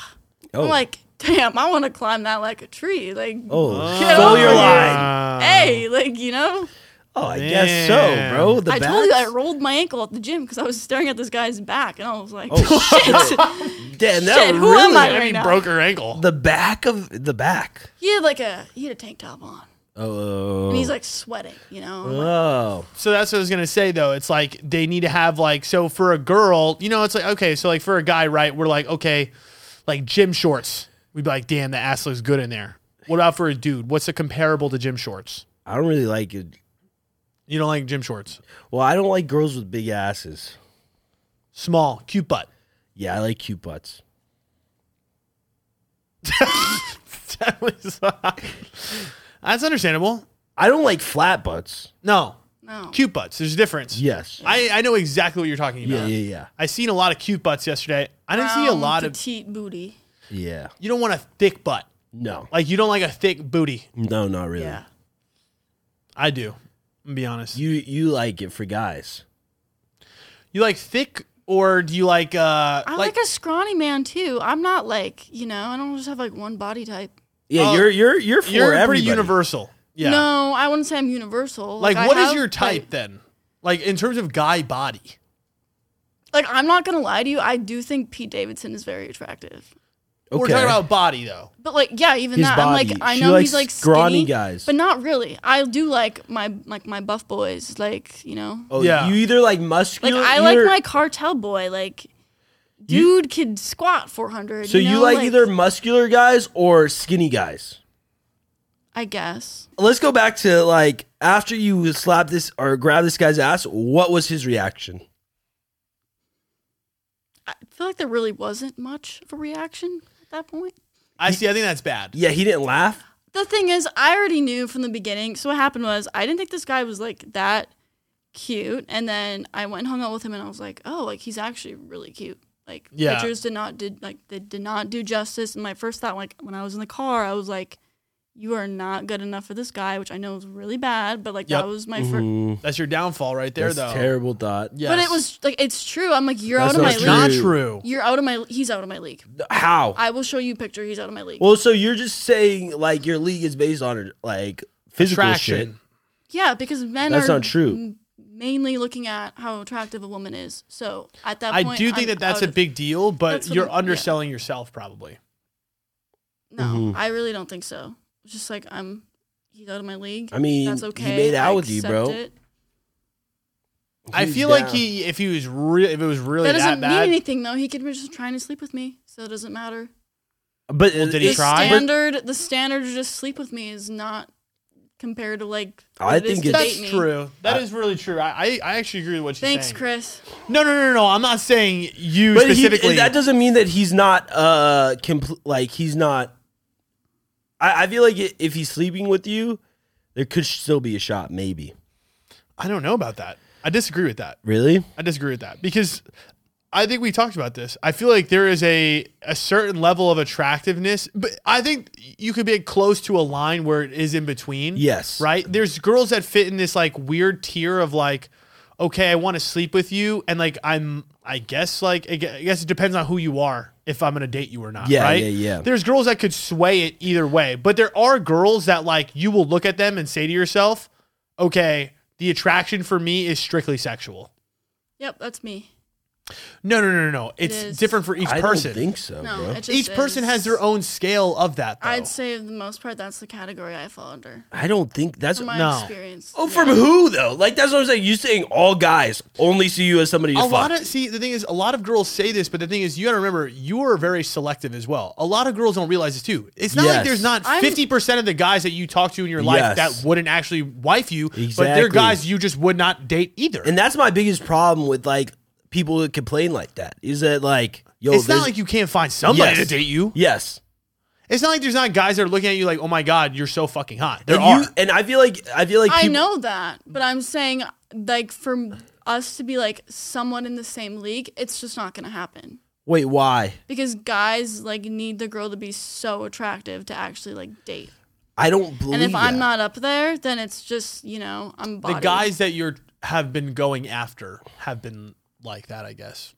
Speaker 2: Oh.
Speaker 3: I'm like, damn, I want to climb that like a tree. Like,
Speaker 2: oh,
Speaker 3: Get
Speaker 2: stole
Speaker 3: over
Speaker 2: your
Speaker 3: here.
Speaker 2: line.
Speaker 3: hey, like, you know?
Speaker 2: Oh, I guess so,
Speaker 1: Damn.
Speaker 2: bro. The
Speaker 3: I
Speaker 2: back.
Speaker 3: told you I rolled my ankle at the gym because I was staring at this guy's back and I was like,
Speaker 1: Oh,
Speaker 2: Damn, that
Speaker 3: Shit, who
Speaker 2: really.
Speaker 3: am I?
Speaker 1: I
Speaker 3: Right
Speaker 1: mean,
Speaker 3: now.
Speaker 1: broke her ankle.
Speaker 2: The back of the back.
Speaker 3: he had like a, he had a tank top on.
Speaker 2: Oh.
Speaker 3: And he's like sweating, you
Speaker 1: Uh,
Speaker 3: know? I'm like,
Speaker 2: Oh.
Speaker 1: So that's what I was gonna say though. It's like they need to have like, so for a girl, you know, it's like okay, so like for a guy, right? We're like, okay, like gym shorts. We'd be like, damn, the ass looks good in there. What about for a dude? What's a comparable to gym shorts?
Speaker 2: I don't really like it.
Speaker 1: You don't like gym shorts.
Speaker 2: Well, I don't like girls with big asses.
Speaker 1: Small, cute butt.
Speaker 2: Yeah, I like cute butts.
Speaker 1: That was- That's understandable.
Speaker 2: I don't like flat butts.
Speaker 1: No,
Speaker 3: No.
Speaker 1: cute butts. There's a difference.
Speaker 2: Yes.
Speaker 1: I, I know exactly what you're talking about.
Speaker 2: yeah, yeah,
Speaker 1: I seen a lot of cute butts yesterday. I didn't see a
Speaker 3: Round,
Speaker 1: lot of.
Speaker 3: petite booty.
Speaker 2: yeah. Yeah.
Speaker 1: You don't want a thick butt.
Speaker 2: No.
Speaker 1: Like you don't like a thick booty.
Speaker 2: No, not really.
Speaker 1: I do. I'm gonna be honest. You,
Speaker 2: You you like it for guys.
Speaker 1: you like thick or do you like uh
Speaker 3: I
Speaker 1: like,
Speaker 3: like, a scrawny man too. I'm not like you know. I don't just have like one body type.
Speaker 2: Yeah,
Speaker 1: Oh,
Speaker 2: you're you're Uh, you're for
Speaker 1: you're
Speaker 2: everybody.
Speaker 1: pretty universal. Yeah.
Speaker 3: No, I wouldn't say I'm universal.
Speaker 1: Like,
Speaker 3: I
Speaker 1: what is
Speaker 3: have,
Speaker 1: your type
Speaker 3: Like,
Speaker 1: then? Like in terms of guy body.
Speaker 3: like, I'm not gonna lie to you. I do think Pete Davidson is very attractive.
Speaker 2: Okay.
Speaker 1: We're talking about body though.
Speaker 3: But like, yeah, even
Speaker 2: His
Speaker 3: that. I'm like,
Speaker 2: body.
Speaker 3: I
Speaker 2: She
Speaker 3: know
Speaker 2: likes
Speaker 3: he's like
Speaker 2: scrawny
Speaker 3: skinny,
Speaker 2: guys.
Speaker 3: but not really. I do like my like my buff boys. Like you know,
Speaker 2: Oh,
Speaker 1: Yeah.
Speaker 2: You either like
Speaker 3: like
Speaker 2: muscular.
Speaker 3: I like
Speaker 2: either-
Speaker 3: my cartel boy. Like,
Speaker 2: You-
Speaker 3: dude could squat 400.
Speaker 2: So you,
Speaker 3: know?
Speaker 2: like, either muscular guys or skinny guys.
Speaker 3: I guess.
Speaker 2: Let's go back to like after you slap this or grab this guy's ass. What was his reaction?
Speaker 3: I feel like there really wasn't much of a reaction at that point.
Speaker 1: I see, I think that's bad.
Speaker 2: Yeah, he didn't laugh.
Speaker 3: The thing is, I already knew from the beginning. So what happened was, I didn't think this guy was like that cute, and then I went and hung out with him, and I was like, oh, like he's actually really cute. Like
Speaker 1: Yeah.
Speaker 3: pictures did not did like they did not do justice. And my first thought, like when I was in the car, I was like, you are not good enough for this guy, which I know is really bad, but like
Speaker 1: Yep.
Speaker 3: that was my
Speaker 2: Mm-hmm.
Speaker 3: first.
Speaker 1: That's your downfall right there
Speaker 2: Mm, That's
Speaker 1: though.
Speaker 2: terrible thought.
Speaker 1: Yes.
Speaker 3: But it was like it's true. I'm like you're
Speaker 2: That's
Speaker 3: out of my
Speaker 1: That's
Speaker 2: true.
Speaker 1: not
Speaker 3: league.
Speaker 1: true.
Speaker 3: You're out of my. He's out of my league.
Speaker 2: How?
Speaker 3: I will show you a picture. He's out of my league.
Speaker 2: well, so you're just saying like your league is based on like physical shit.
Speaker 1: Attraction.
Speaker 3: Yeah, because men
Speaker 2: That's
Speaker 3: are
Speaker 2: not true.
Speaker 3: m- mainly looking at how attractive a woman is. So at that
Speaker 1: I
Speaker 3: point,
Speaker 1: do think
Speaker 3: I'm
Speaker 1: that that's
Speaker 3: out
Speaker 1: a
Speaker 3: of-
Speaker 1: big deal, but
Speaker 3: That's what
Speaker 1: you're
Speaker 3: I'm- yeah.
Speaker 1: underselling yourself probably.
Speaker 3: No,
Speaker 2: Mm-hmm.
Speaker 3: I really don't think so. It's just like I'm. He's out of my league.
Speaker 2: I mean,
Speaker 3: that's
Speaker 2: he
Speaker 3: okay.
Speaker 2: made out
Speaker 3: I
Speaker 2: with you,
Speaker 3: accept
Speaker 2: bro.
Speaker 3: It.
Speaker 1: I
Speaker 2: He's
Speaker 1: feel like
Speaker 2: down.
Speaker 1: he if he was real if it was really
Speaker 3: That
Speaker 1: that,
Speaker 3: doesn't mean
Speaker 1: bad.
Speaker 3: anything though. He could be just trying to sleep with me, so it doesn't matter.
Speaker 2: But
Speaker 1: did he
Speaker 3: The
Speaker 2: it's-
Speaker 1: try?
Speaker 3: standard, the standard to just sleep with me is not compared to like.
Speaker 2: I
Speaker 3: what it is
Speaker 2: think
Speaker 3: to
Speaker 2: it's-
Speaker 3: date
Speaker 1: That's
Speaker 3: me.
Speaker 1: true. That is really true. I, I, I actually agree with what you're
Speaker 3: Thanks,
Speaker 1: saying.
Speaker 3: Chris.
Speaker 1: No, no, no, no. I'm not saying you
Speaker 2: But he,
Speaker 1: specifically.
Speaker 2: that doesn't mean that he's not uh compl- like he's not. I, I feel like i- if he's sleeping with you, there could still be a shot. Maybe.
Speaker 1: I don't know about that. I disagree with that.
Speaker 2: Really?
Speaker 1: I disagree with that because I think we talked about this. I feel like there is a a certain level of attractiveness, but I think you could be close to a line where it is in between.
Speaker 2: Yes.
Speaker 1: Right? There's girls that fit in this like weird tier of like okay, I want to sleep with you and like I'm I guess like I gue- I guess it depends on who you are if I'm going to date you or not,
Speaker 2: Yeah,
Speaker 1: right?
Speaker 2: yeah, yeah.
Speaker 1: There's girls that could sway it either way, but there are girls that like you will look at them and say to yourself, "Okay, the attraction for me is strictly sexual."
Speaker 3: Yep, that's me.
Speaker 1: No, no, no, no, no. It's
Speaker 3: is.
Speaker 1: different for each
Speaker 2: I
Speaker 1: person.
Speaker 2: don't think so,
Speaker 3: No,
Speaker 2: bro.
Speaker 3: it just
Speaker 1: each person
Speaker 3: is.
Speaker 1: has their own scale of that. Though.
Speaker 3: I'd say the most part that's the category I fall under.
Speaker 2: I don't think that's.
Speaker 3: From my
Speaker 1: No.
Speaker 3: experience.
Speaker 2: Oh, from who though? Like that's what I'm saying. You saying all guys only see you as somebody to
Speaker 1: a
Speaker 2: fuck.
Speaker 1: lot of see the thing is a lot of girls say this, but the thing is you got to remember you are very selective as well. A lot of girls don't realize this too. It's not like
Speaker 2: Yes.
Speaker 1: there's not
Speaker 3: I'm-
Speaker 1: fifty percent of the guys that you talk to in your life
Speaker 2: Yes.
Speaker 1: that wouldn't actually wife you, but
Speaker 2: Exactly.
Speaker 1: they're guys you just would not date either.
Speaker 2: and that's my biggest problem with like people that complain like that. Is that like yo?
Speaker 1: it's not
Speaker 2: there's-
Speaker 1: like you can't find somebody
Speaker 2: Yes.
Speaker 1: to date you.
Speaker 2: yes.
Speaker 1: It's not like there's not guys that are looking at you like, oh my god, you're so fucking hot. There
Speaker 2: and
Speaker 1: are.
Speaker 2: You, and I feel like I feel like
Speaker 3: I
Speaker 2: people-
Speaker 3: know that, but I'm saying like for us to be like someone in the same league, it's just not gonna happen
Speaker 2: Wait, why?
Speaker 3: because guys like need the girl to be so attractive to actually like date.
Speaker 2: I don't believe.
Speaker 3: And if I'm
Speaker 2: that.
Speaker 3: not up there, then it's just you know I'm
Speaker 1: the
Speaker 3: body.
Speaker 1: guys that you're have been going after have been like that, I guess.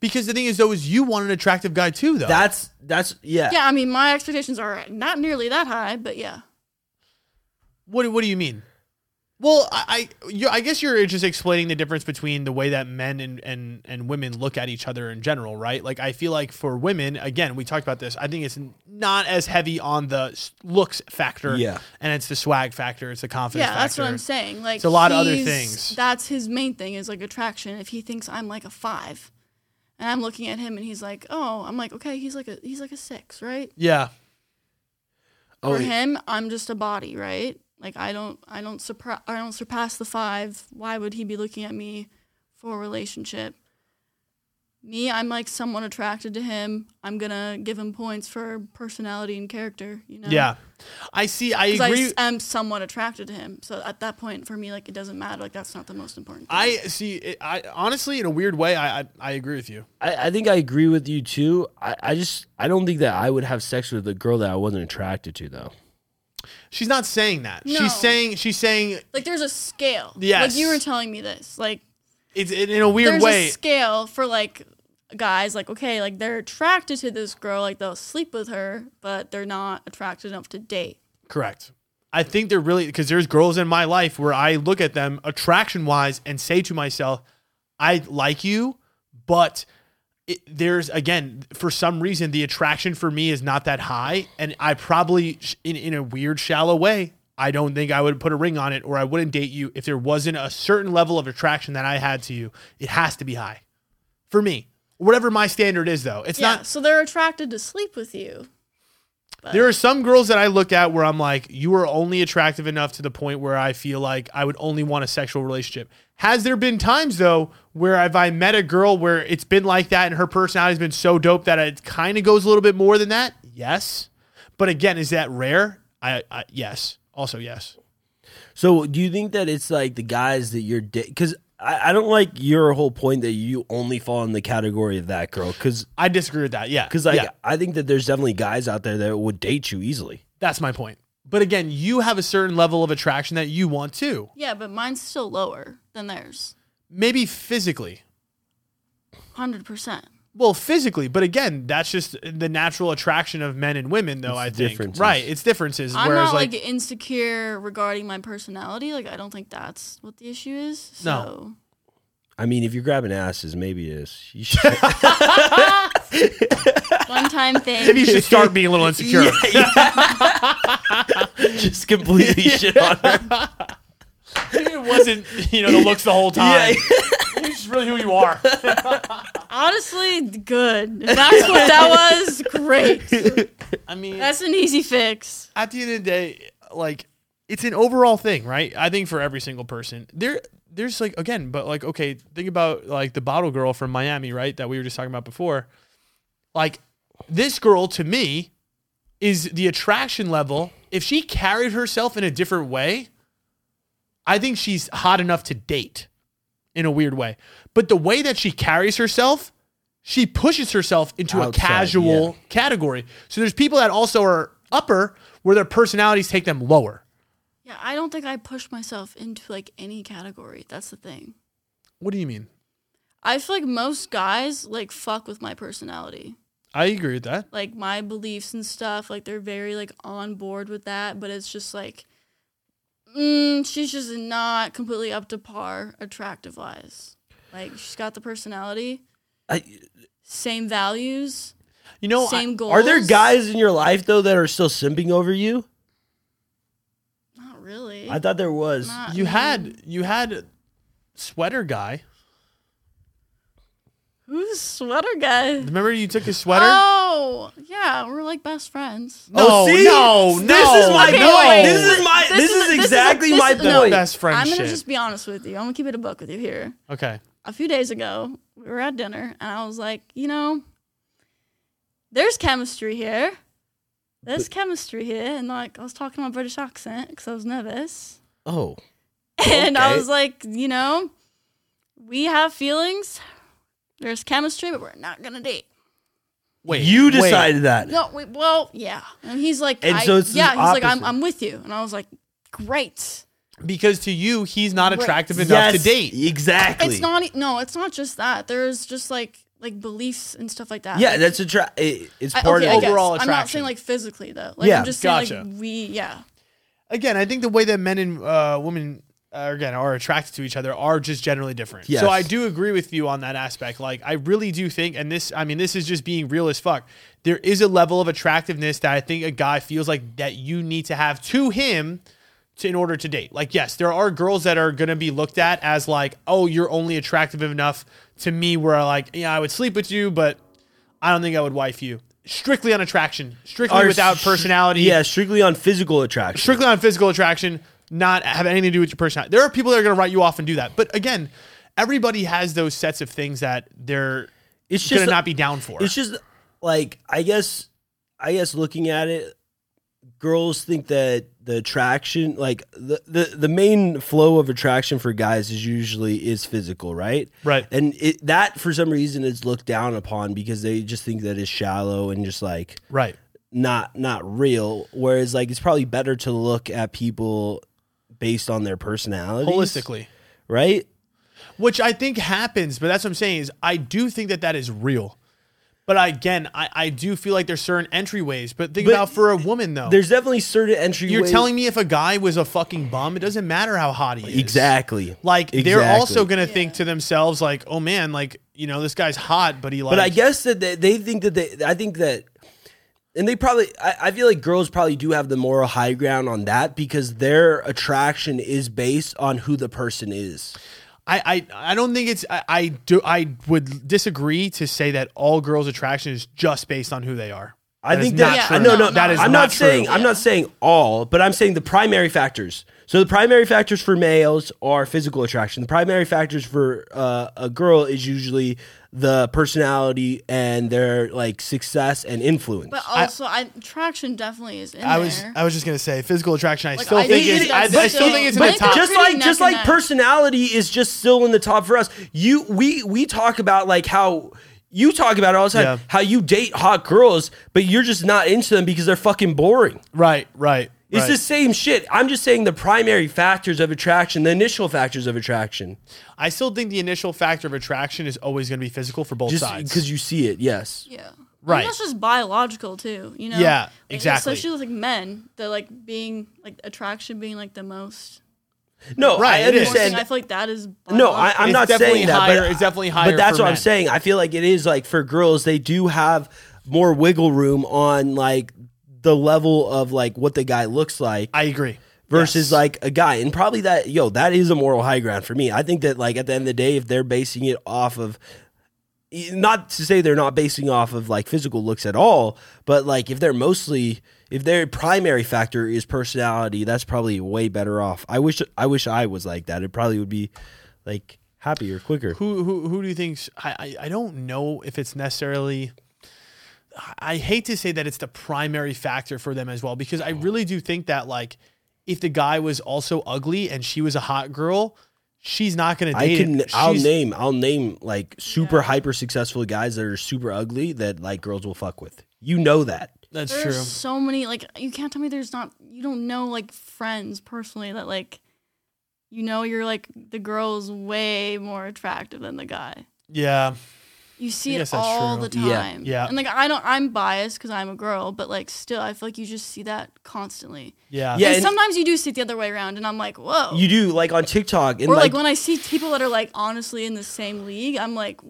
Speaker 1: Because the thing is, though, is you want an attractive guy too, though.
Speaker 2: that's that's yeah.
Speaker 3: Yeah, I mean my expectations are not nearly that high, but yeah.
Speaker 1: what What do you mean? Well, I I, you, I guess you're just explaining the difference between the way that men and, and and women look at each other in general, right? Like I feel like for women, again, we talked about this. I think it's not as heavy on the s- looks factor,
Speaker 2: Yeah.
Speaker 1: and it's the swag factor, it's the confidence.
Speaker 3: Yeah, that's what
Speaker 1: factor.
Speaker 3: I'm saying. Like
Speaker 1: It's a lot of other
Speaker 3: he's-
Speaker 1: things.
Speaker 3: That's his main thing is like attraction. If he thinks I'm like a five, and I'm looking at him and he's like, oh, I'm like okay, he's like a he's like a six, right?
Speaker 1: Yeah,
Speaker 2: Oh,
Speaker 3: For him, I'm just a body, right? Like I don't I don't surpri- I don't surpass the 5. Why would he be looking at me for a relationship? Me, I'm like somewhat attracted to him. I'm going to give him points for personality and character, you know.
Speaker 1: Yeah. I see. I
Speaker 3: 'Cause I
Speaker 1: agree.
Speaker 3: s- am somewhat attracted to him. So at that point for me like it doesn't matter. Like that's not the most important. thing.
Speaker 1: I see. It, I honestly, in a weird way, I I, I agree with you.
Speaker 2: I, I think I agree with you too. I, I just I don't think that I would have sex with a girl that I wasn't attracted to though.
Speaker 1: She's not saying that.
Speaker 3: No.
Speaker 1: She's saying she's saying
Speaker 3: like there's a scale.
Speaker 1: Yes.
Speaker 3: Like you were telling me this. Like
Speaker 1: it's in, in a weird
Speaker 3: there's
Speaker 1: way.
Speaker 3: a scale for like guys like okay like they're attracted to this girl like they'll sleep with her but they're not attracted enough to date
Speaker 1: Correct. I think they're really because there's girls in my life where I look at them attraction wise and say to myself, I like you, but it, there's again for some reason the attraction for me is not that high, and I probably sh- in in a weird shallow way. I don't think I would put a ring on it or I wouldn't date you if there wasn't a certain level of attraction that I had to you. It has to be high for me. Whatever my standard is though. It's
Speaker 3: yeah
Speaker 1: not
Speaker 3: so they're attracted to sleep with you
Speaker 1: There are some girls that I look at where I'm like, you are only attractive enough to the point where I feel like I would only want a sexual relationship. Has there been times though where have I met a girl where it's been like that and her personality's been so dope that it kind of goes a little bit more than that? Yes. But again, is that rare? I, I yes. Also yes.
Speaker 2: So do you think that it's like the guys that you're because I, I don't like your whole point that you only fall in the category of that girl because
Speaker 1: I disagree with that. Yeah.
Speaker 2: because like
Speaker 1: Yeah.
Speaker 2: I think that there's definitely guys out there that would date you easily.
Speaker 1: that's my point. But again, you have a certain level of attraction that you want too.
Speaker 3: yeah but mine's still lower than theirs
Speaker 1: Maybe physically.
Speaker 3: 100%
Speaker 1: Well, physically, but again, that's just the natural attraction of men and women, though.
Speaker 2: It's
Speaker 1: I think
Speaker 2: differences.
Speaker 1: right, it's differences.
Speaker 3: i'm
Speaker 1: whereas,
Speaker 3: not
Speaker 1: like,
Speaker 3: like, insecure regarding my personality like i don't think that's what the issue is so
Speaker 2: I mean, if you're grabbing asses, maybe it is. You should-
Speaker 3: one time thing
Speaker 1: maybe you should start being a little insecure.
Speaker 2: just completely shit on her.
Speaker 1: it wasn't, you know, the looks the whole time. It's just really who you are.
Speaker 3: honestly good if that's what that was great
Speaker 1: I mean,
Speaker 3: that's an easy fix
Speaker 1: at the end of the day, like it's an overall thing, right? I think for every single person, there, there's like again, but like okay, think about like the bottle girl from Miami, right? That we were just talking about before. Like this girl to me is the attraction level. If she carried herself in a different way, I think she's hot enough to date in a weird way. But the way that she carries herself, she pushes herself into a
Speaker 2: Outside,
Speaker 1: casual
Speaker 2: yeah.
Speaker 1: category. So there's people that also are upper where their personalities take them lower.
Speaker 3: Yeah, I don't think I push myself into like any category. That's the thing.
Speaker 1: What do you mean?
Speaker 3: I feel like most guys like fuck with my personality,
Speaker 1: I agree with that.
Speaker 3: like my beliefs and stuff. Like they're very like on board with that, but it's just like, mm, she's just not completely up to par attractive wise. Like she's got the personality,
Speaker 2: I,
Speaker 3: same values,
Speaker 1: You know, I-
Speaker 3: same goals.
Speaker 2: are there guys in your life though that are still simping over you?
Speaker 3: Not really.
Speaker 2: I thought there was.
Speaker 3: Not-
Speaker 1: you had you had sweater guy.
Speaker 3: who's sweater guy?
Speaker 1: Remember you took his sweater?
Speaker 3: Oh yeah, we're like best friends.
Speaker 1: no,
Speaker 2: oh, see?
Speaker 1: no, no,
Speaker 2: This is my
Speaker 1: no.
Speaker 2: point. This is my. This, is, exactly
Speaker 3: this
Speaker 2: my
Speaker 3: is- no,
Speaker 2: point.
Speaker 1: Best friend
Speaker 3: I'm gonna
Speaker 1: shit.
Speaker 3: just be honest with you. I'm gonna keep it a buck with you here.
Speaker 1: Okay.
Speaker 3: A few days ago, we were at dinner, and I was like, you know, there's chemistry here. There's chemistry here, and like I was talking my British accent because I was nervous,
Speaker 2: Oh,
Speaker 3: and I
Speaker 2: Okay.
Speaker 3: was like, you know, we have feelings. There's chemistry, but we're not gonna date.
Speaker 1: Wait.
Speaker 2: you
Speaker 1: wait.
Speaker 2: decided that.
Speaker 3: No, we, well, yeah. And he's like,
Speaker 2: And
Speaker 3: I-
Speaker 2: so it's the
Speaker 3: yeah. He's like, I'm,
Speaker 2: opposite.
Speaker 3: I'm with you, and I was like, great.
Speaker 1: because to you he's not attractive
Speaker 2: Yes,
Speaker 1: enough to date.
Speaker 2: Exactly.
Speaker 3: It's not e- no, it's not just that. There's just like like beliefs and stuff like that.
Speaker 2: Yeah,
Speaker 3: Like,
Speaker 2: that's a tra- it, It's
Speaker 3: I-
Speaker 2: part
Speaker 3: okay,
Speaker 2: of
Speaker 3: I guess.
Speaker 1: overall
Speaker 3: I'm not
Speaker 1: attraction.
Speaker 3: saying like physically though. Like
Speaker 2: Yeah,
Speaker 3: I'm just saying
Speaker 1: gotcha.
Speaker 3: like we yeah.
Speaker 1: again, I think the way that men and uh, women uh, again are attracted to each other are just generally different.
Speaker 2: Yes.
Speaker 1: So I do agree with you on that aspect. Like I really do think, and this, I mean, this is just being real as fuck. There is a level of attractiveness that I think a guy feels like that you need to have to him. To, in order to date, like yes, there are girls that are gonna be looked at as like, oh, you're only attractive enough to me. Where like, yeah, I would sleep with you, but I don't think I would wife you. Strictly on attraction, strictly
Speaker 2: Or
Speaker 1: without
Speaker 2: sh-
Speaker 1: personality
Speaker 2: Yeah, strictly on physical attraction.
Speaker 1: strictly on physical attraction. not have anything to do with your personality. There are people that are going to write you off and do that. But again, everybody has those sets of things that they're
Speaker 2: It's
Speaker 1: going
Speaker 2: just
Speaker 1: to not be down for.
Speaker 2: It's just like I guess I guess looking at it, girls think that the attraction, like the the, the main flow of attraction for guys is usually is physical, right?
Speaker 1: Right.
Speaker 2: And it, that for some reason is looked down upon because they just think that it's shallow and just like
Speaker 1: right.
Speaker 2: not not real. Whereas like it's probably better to look at people based on their personality
Speaker 1: Holistically.
Speaker 2: right?
Speaker 1: which I think happens. But that's what I'm saying is I do think that that is real. But again, I, I do feel like there's certain entryways. But think
Speaker 2: But
Speaker 1: about for a woman though.
Speaker 2: There's definitely certain entry.
Speaker 1: you're telling me if a guy was a fucking bum, it doesn't matter how hot he is.
Speaker 2: exactly.
Speaker 1: Like they're
Speaker 2: Exactly.
Speaker 1: also gonna think to themselves like, oh man, like you know this guy's hot, but he like.
Speaker 2: But I guess that they, they think that they, I think that, and they probably, I, I feel like girls probably do have the moral high ground on that because their attraction is based on who the person is.
Speaker 1: I, I I don't think it's I, I do I would disagree to say that all girls' attraction is just based on who they are.
Speaker 2: I
Speaker 1: That is
Speaker 2: think
Speaker 1: not
Speaker 2: that
Speaker 3: true.
Speaker 2: I no, no,
Speaker 3: Yeah, no,
Speaker 1: that is
Speaker 2: I'm
Speaker 1: not,
Speaker 2: not, saying
Speaker 1: true.
Speaker 2: I'm not saying all, but I'm saying the primary factors. So the primary factors for males are physical attraction. The primary factors for uh, a girl is usually the personality and their like success and influence.
Speaker 3: But also, I, attraction definitely is in
Speaker 1: I was
Speaker 3: there.
Speaker 1: I was just gonna say physical attraction. I
Speaker 3: Like,
Speaker 1: still
Speaker 3: I
Speaker 1: think
Speaker 3: think
Speaker 1: is
Speaker 3: it-
Speaker 1: I, I
Speaker 3: but-
Speaker 1: still think it's in
Speaker 3: but
Speaker 1: the top.
Speaker 2: Just
Speaker 3: Pretty
Speaker 2: like
Speaker 3: neck
Speaker 2: just
Speaker 3: and
Speaker 2: like
Speaker 3: neck.
Speaker 2: personality is just still in the top for us. You we we talk about like how you talk about it all the time
Speaker 1: Yeah.
Speaker 2: how you date hot girls, but you're just not into them because they're fucking boring.
Speaker 1: Right, right.
Speaker 2: It's
Speaker 1: right.
Speaker 2: the same shit. I'm just saying the primary factors of attraction, the initial factors of attraction,
Speaker 1: I still think the initial factor of attraction is always going to be physical for both
Speaker 2: just
Speaker 1: sides.
Speaker 2: because you see it. Yes,
Speaker 3: Yeah. And
Speaker 1: Right.
Speaker 3: that's just biological too, you know?
Speaker 1: Yeah,
Speaker 3: Like,
Speaker 1: exactly.
Speaker 3: Especially with like men, the like being like attraction being like the most
Speaker 2: no,
Speaker 1: Right, it
Speaker 2: I
Speaker 1: is.
Speaker 3: important
Speaker 2: understand.
Speaker 3: thing. I feel like that is
Speaker 2: No, I, I'm
Speaker 1: It's
Speaker 2: not
Speaker 1: definitely
Speaker 2: saying that.
Speaker 1: higher-
Speaker 2: but,
Speaker 1: it's definitely higher
Speaker 2: But that's
Speaker 1: for
Speaker 2: what I'm
Speaker 1: men.
Speaker 2: saying. I feel like it is like for girls, they do have more wiggle room on like the level of like what the guy looks like
Speaker 1: I agree.
Speaker 2: versus
Speaker 1: Yes.
Speaker 2: like a guy, and probably that yo that is a moral high ground for me. I think that like at the end of the day, if they're basing it off of not to say they're not basing off of like physical looks at all, but like if they're mostly if their primary factor is personality, that's probably way better off. I wish I wish I was like that. It probably would be like happier, quicker.
Speaker 1: Who who who do you think? I, I I don't know if it's necessarily. I- I hate to say that it's the primary factor for them as well because I really do think that like if the guy was also ugly and she was a hot girl, she's not going to
Speaker 2: I
Speaker 1: date.
Speaker 2: can
Speaker 1: him.
Speaker 2: I'll
Speaker 1: She's-
Speaker 2: name I'll name like super hyper successful guys that are super ugly that like girls will fuck with. You know that.
Speaker 1: That's
Speaker 3: There's
Speaker 1: true.
Speaker 3: so many like you can't tell me there's not you don't know like friends personally that like you know you're like the girl's way more attractive than the guy.
Speaker 1: Yeah.
Speaker 3: You
Speaker 1: I
Speaker 3: see
Speaker 1: guess
Speaker 3: it
Speaker 1: that's
Speaker 3: all
Speaker 1: true.
Speaker 3: the
Speaker 2: Yeah,
Speaker 3: time.
Speaker 1: yeah.
Speaker 3: And like I don't I'm biased because I'm a girl, but like still I feel like you just see that constantly.
Speaker 1: Yeah.
Speaker 2: Yeah,
Speaker 3: and,
Speaker 2: and-
Speaker 3: sometimes you do see it the other way around and I'm like, whoa.
Speaker 2: You do like on TikTok and
Speaker 3: or like,
Speaker 2: like,
Speaker 3: when I see people that are like honestly in the same league, I'm like,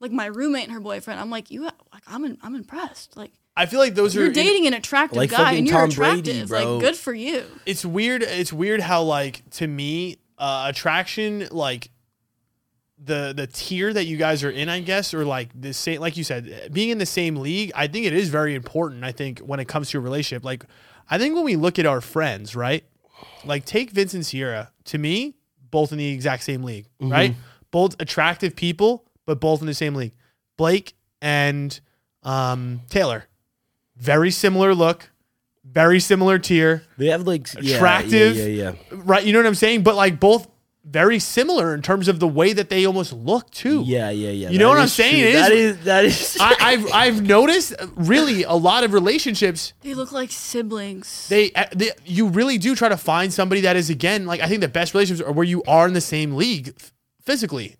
Speaker 3: like my roommate and her boyfriend. I'm like, you, ha- like I'm, in, I'm impressed. Like
Speaker 1: I feel like those are
Speaker 3: you're dating an attractive
Speaker 2: Like
Speaker 3: guy
Speaker 2: fucking
Speaker 3: and you're
Speaker 2: Tom Brady,
Speaker 3: attractive.
Speaker 2: bro.
Speaker 3: Like good for you.
Speaker 1: it's weird it's weird how like to me uh attraction like the the tier that you guys are in i guess or like the same like you said being in the same league i think it is very important i think when it comes to a relationship like i think when we look at our friends right like take vince and sierra to me both in the exact same league right both attractive people but both in the same league blake and um taylor very similar look very similar tier
Speaker 2: they have like yeah,
Speaker 1: attractive.
Speaker 2: Yeah, yeah, yeah.
Speaker 1: right? You know what I'm saying? But like both very similar in terms of the way that they almost look too.
Speaker 2: Yeah, yeah, yeah.
Speaker 1: You know
Speaker 2: That
Speaker 1: what I'm
Speaker 2: is
Speaker 1: saying?
Speaker 2: true.
Speaker 1: It
Speaker 2: that
Speaker 1: is-
Speaker 2: is that is.
Speaker 1: I, I've I've noticed uh, really a lot of relationships
Speaker 3: They look like siblings.
Speaker 1: they, uh, they you really do try to find somebody that is again like I think the best relationships are where you are in the same league f- physically.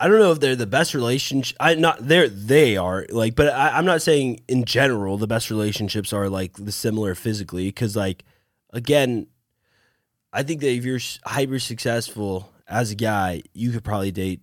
Speaker 2: I don't know if they're the best relationship. I not they're they are like, but I, I'm not saying in general the best relationships are like the similar physically because like again, I think that if you're s- hyper successful as a guy, you could probably date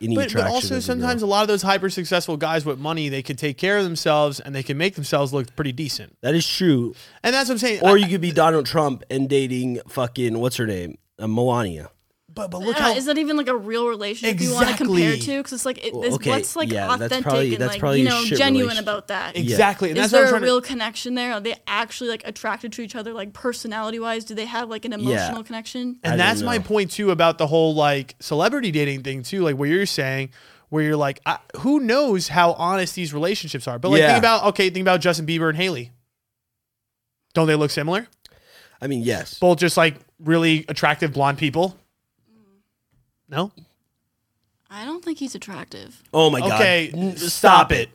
Speaker 2: any
Speaker 1: But, but
Speaker 2: attraction.
Speaker 1: also
Speaker 2: of a girl.
Speaker 1: sometimes a lot of those hyper successful guys with money they can take care of themselves and they can make themselves look pretty decent.
Speaker 2: that is true.
Speaker 1: And that's what I'm saying.
Speaker 2: Or
Speaker 1: I-
Speaker 2: you could be Donald Trump and dating fucking what's her name, uh, Melania. but but look
Speaker 3: I don't know,
Speaker 2: how
Speaker 3: is that even like a real relationship you want to compare
Speaker 2: Exactly.
Speaker 3: to? Because it's like it,
Speaker 2: Well,
Speaker 3: it's
Speaker 2: okay,
Speaker 3: what's like
Speaker 2: yeah, that's
Speaker 3: authentic
Speaker 2: probably-
Speaker 3: and
Speaker 2: that's
Speaker 3: like
Speaker 2: probably
Speaker 3: you
Speaker 2: a
Speaker 3: know
Speaker 2: shit
Speaker 3: genuine
Speaker 2: relationship.
Speaker 3: about that.
Speaker 1: Exactly, and
Speaker 3: Is
Speaker 1: that's what I'm
Speaker 3: there a
Speaker 1: trying
Speaker 3: real
Speaker 1: to.
Speaker 3: connection there? Are they actually like attracted to each other, like personality wise? Do they have like an
Speaker 2: Yeah.
Speaker 3: emotional connection?
Speaker 2: I
Speaker 1: And
Speaker 2: don't
Speaker 1: that's my
Speaker 2: know.
Speaker 1: point too about the whole like celebrity dating thing too, like where you're saying, where you're like, I, who knows how honest these relationships are? But like,
Speaker 2: Yeah.
Speaker 1: think about okay, think about Justin Bieber and Haley. Don't they look similar?
Speaker 2: I mean, yes.
Speaker 1: Both just like really attractive blonde people. No,
Speaker 3: I don't think he's attractive.
Speaker 2: Oh my god.
Speaker 1: Okay,
Speaker 2: N-
Speaker 1: stop
Speaker 2: stop
Speaker 1: it.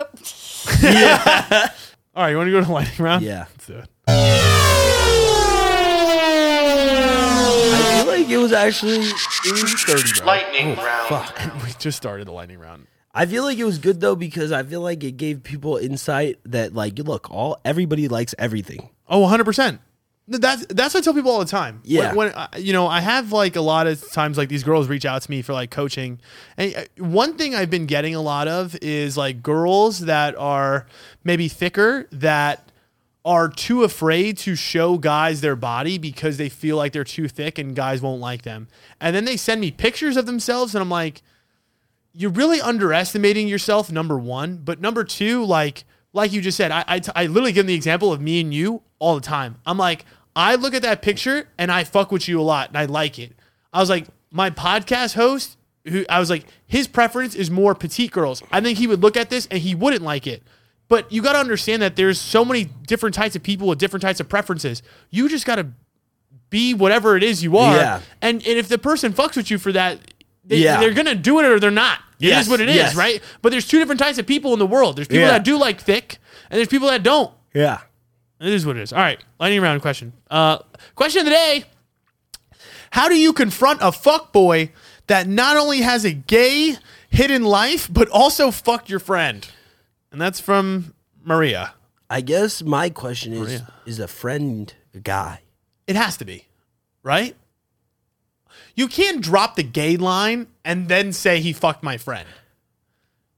Speaker 2: it.
Speaker 1: All right, you want to go to the lightning round?
Speaker 2: Yeah.
Speaker 1: Let's do it.
Speaker 2: I feel like it was actually it was 30 bro.
Speaker 5: Lightning round.
Speaker 1: We just started the lightning round.
Speaker 2: I feel like it was good though because I feel like it gave people insight that like look, all everybody likes everything.
Speaker 1: Oh, 100%. Th- That's that's what I tell people all the time.
Speaker 2: Yeah.
Speaker 1: When, when uh, you know, I have like a lot of times like these girls reach out to me for like coaching, and uh, one thing I've been getting a lot of is like girls that are maybe thicker that are too afraid to show guys their body because they feel like they're too thick and guys won't like them, and then they send me pictures of themselves, and I'm like, you're really underestimating yourself number one but number two like like you just said I I t- I literally give them the example of me and you all the time i'm like i look at that picture and i fuck with you a lot and i like it i was like my podcast host who i was like his preference is more petite girls i think he would look at this and he wouldn't like it but you got to understand that there's so many different types of people with different types of preferences you just got to be whatever it is you are
Speaker 2: Yeah.
Speaker 1: and and if the person fucks with you for that they,
Speaker 2: Yeah.
Speaker 1: they're gonna do it or they're not it
Speaker 2: Yes,
Speaker 1: is what it is,
Speaker 2: yes.
Speaker 1: right? But there's two different types of people in the world. There's people
Speaker 2: Yeah.
Speaker 1: that do like thick, and there's people that don't.
Speaker 2: Yeah.
Speaker 1: It is what it is. All right, lightning round question. Uh, question of the day: How do you confront a fuck boy that not only has a gay hidden life but also fucked your friend? And that's from Maria.
Speaker 2: I guess my question is is a friend a guy?
Speaker 1: It has to be, right? You can't drop the gay line and then say he fucked my friend.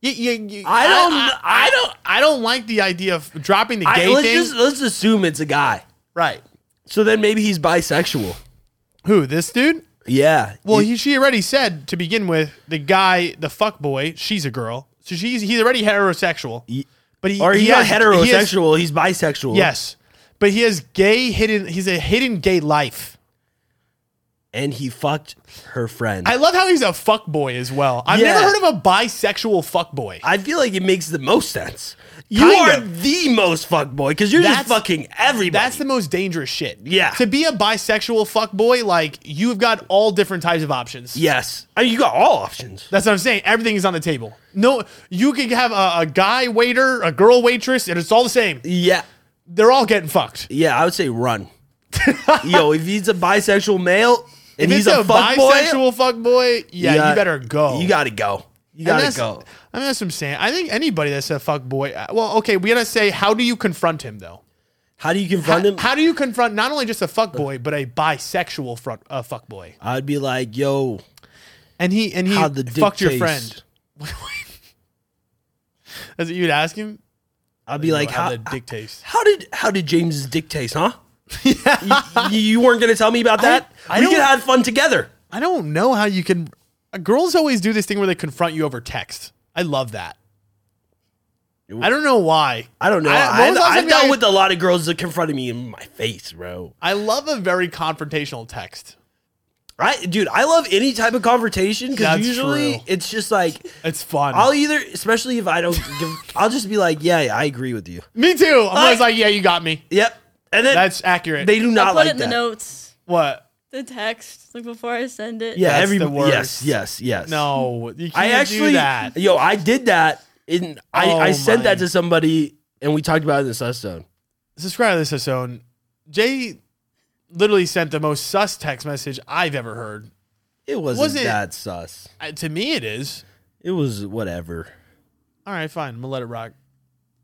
Speaker 1: You- you- you-
Speaker 2: I don't-
Speaker 1: I, I don't. I don't like the idea of dropping the
Speaker 2: I,
Speaker 1: gay
Speaker 2: let's
Speaker 1: thing.
Speaker 2: just let's assume it's a guy.
Speaker 1: right.
Speaker 2: So then maybe he's bisexual.
Speaker 1: Who this dude?
Speaker 2: Yeah.
Speaker 1: Well,
Speaker 2: You-
Speaker 1: he, she already said to begin with the guy, the fuck boy. She's a girl, so she's he's already heterosexual. but he
Speaker 2: or he's
Speaker 1: he
Speaker 2: not
Speaker 1: has- he has-
Speaker 2: heterosexual, he's bisexual.
Speaker 1: yes, but he has gay hidden. He's a hidden gay life.
Speaker 2: And he fucked her friend.
Speaker 1: I love how he's a fuck boy as well. I've
Speaker 2: Yeah.
Speaker 1: never heard of a bisexual fuck boy.
Speaker 2: I feel like it makes the most sense. You
Speaker 1: Kind
Speaker 2: are
Speaker 1: of.
Speaker 2: the most fuckboy because you're
Speaker 1: That's-
Speaker 2: just fucking everybody.
Speaker 1: That's the most dangerous shit.
Speaker 2: Yeah.
Speaker 1: To be a bisexual fuck boy, like you've got all different types of options.
Speaker 2: yes. I mean, you got all options.
Speaker 1: That's what I'm saying. Everything is on the table. No, you could have a, a guy waiter, a girl waitress, and it's all the same.
Speaker 2: Yeah.
Speaker 1: They're all getting fucked.
Speaker 2: Yeah, I would say run. Yo, if he's a bisexual male and
Speaker 1: If
Speaker 2: he's
Speaker 1: it's
Speaker 2: a, fuckboy,
Speaker 1: bisexual fuck boy, yeah, you
Speaker 2: got-
Speaker 1: better go.
Speaker 2: You gotta go. You
Speaker 1: And
Speaker 2: gotta
Speaker 1: that's-
Speaker 2: go.
Speaker 1: I mean, that's what I'm saying. I think anybody that's a fuck boy. Well, okay, we gotta say, how do you confront him though?
Speaker 2: How do you confront him?
Speaker 1: How do you confront not only just a fuck boy, but a bisexual front uh, fuck boy?
Speaker 2: I'd be like, yo,
Speaker 1: And he and he
Speaker 2: how the dick
Speaker 1: fucked your
Speaker 2: taste?
Speaker 1: friend. That's what you'd ask him.
Speaker 2: I'd be like,
Speaker 1: how
Speaker 2: how,
Speaker 1: the dick taste.
Speaker 2: how did how did James's dick taste, huh? you, you weren't gonna tell me about that.
Speaker 1: I
Speaker 2: we
Speaker 1: don't-
Speaker 2: could have fun together.
Speaker 1: I don't know how you can. uh, Girls always do this thing where they confront you over text. I love that. I don't know why.
Speaker 2: I don't know.
Speaker 1: when was
Speaker 2: I've,
Speaker 1: the last
Speaker 2: I've
Speaker 1: time
Speaker 2: dealt
Speaker 1: you-
Speaker 2: with a lot of girls that confronted me in my face, bro.
Speaker 1: I love a very confrontational text.
Speaker 2: I, dude, I love any type of confrontation because
Speaker 1: That's
Speaker 2: usually
Speaker 1: true.
Speaker 2: it's just like
Speaker 1: It's fun.
Speaker 2: I'll either, especially if I don't give, I'll just be like, yeah, I agree with you.
Speaker 1: me too. I'm always
Speaker 2: I-
Speaker 1: like, yeah, you got me.
Speaker 2: Yep, and then
Speaker 1: That's accurate.
Speaker 2: they do
Speaker 3: I
Speaker 2: not
Speaker 3: put
Speaker 2: like
Speaker 3: it in
Speaker 2: that.
Speaker 3: the notes,
Speaker 1: what?
Speaker 3: the text, like before I send it.
Speaker 2: Yeah,
Speaker 1: That's
Speaker 2: every
Speaker 1: the worst.
Speaker 2: yes, yes, yes.
Speaker 1: No, you can't
Speaker 2: I actually,
Speaker 1: do that.
Speaker 2: yo, I did that. In I,
Speaker 1: Oh
Speaker 2: I sent
Speaker 1: my.
Speaker 2: that to somebody, and we talked about it in the sus zone.
Speaker 1: Subscribe to this his own. Jay literally sent the most sus text message I've ever heard.
Speaker 2: It wasn't
Speaker 1: Wasn't-
Speaker 2: that sus.
Speaker 1: Uh, to me, it is.
Speaker 2: It was whatever.
Speaker 1: All right, fine. I'm gonna let it rock.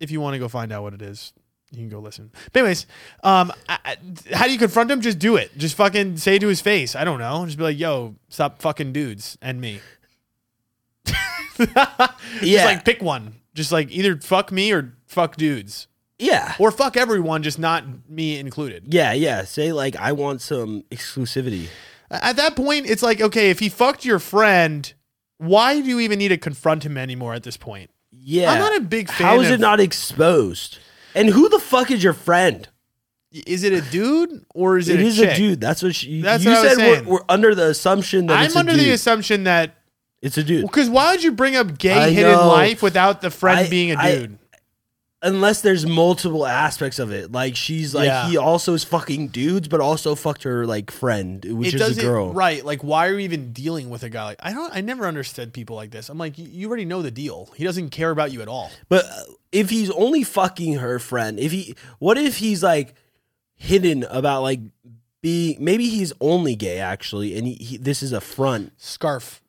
Speaker 1: If you want to go find out what it is, you can go listen. But anyways, um, I, I- how do you confront him? Just do it. Just fucking say it to his face. I don't know. Just be like, "Yo, stop fucking dudes and me."
Speaker 2: Yeah.
Speaker 1: Just like pick one. Just like either fuck me or fuck dudes
Speaker 2: Yeah,
Speaker 1: or fuck everyone, just not me included.
Speaker 2: yeah, yeah. Say like, I want some exclusivity.
Speaker 1: At that point, it's like, okay, if he fucked your friend, why do you even need to confront him anymore at this point?
Speaker 2: Yeah.
Speaker 1: I'm not a big fan
Speaker 2: How is
Speaker 1: of-
Speaker 2: it not exposed? And who the fuck is your friend?
Speaker 1: Is it a dude or is it,
Speaker 2: It
Speaker 1: a
Speaker 2: is
Speaker 1: chick?
Speaker 2: a dude. That's what she,
Speaker 1: That's
Speaker 2: you
Speaker 1: what I was
Speaker 2: said. we're,
Speaker 1: saying.
Speaker 2: we're under the assumption that it's
Speaker 1: I'm
Speaker 2: a
Speaker 1: under
Speaker 2: dude.
Speaker 1: the assumption that
Speaker 2: it's a dude.
Speaker 1: because why would you bring up gay
Speaker 2: I
Speaker 1: hidden
Speaker 2: know.
Speaker 1: life without the friend
Speaker 2: I-
Speaker 1: being a
Speaker 2: I-
Speaker 1: dude?
Speaker 2: Unless there's multiple aspects of it. Like she's like
Speaker 1: Yeah.
Speaker 2: he also is fucking dudes, but also fucked her like friend, which
Speaker 1: it
Speaker 2: is a
Speaker 1: doesn't
Speaker 2: girl.
Speaker 1: right. Like, why are you even dealing with a guy like? I don't. I never understood people like this. I'm like, you, you already know the deal. He doesn't care about you at all.
Speaker 2: But uh, if he's only fucking her friend, if he, what if he's like hidden about like being, maybe he's only gay actually, and he, he this is a front.
Speaker 1: Scarf,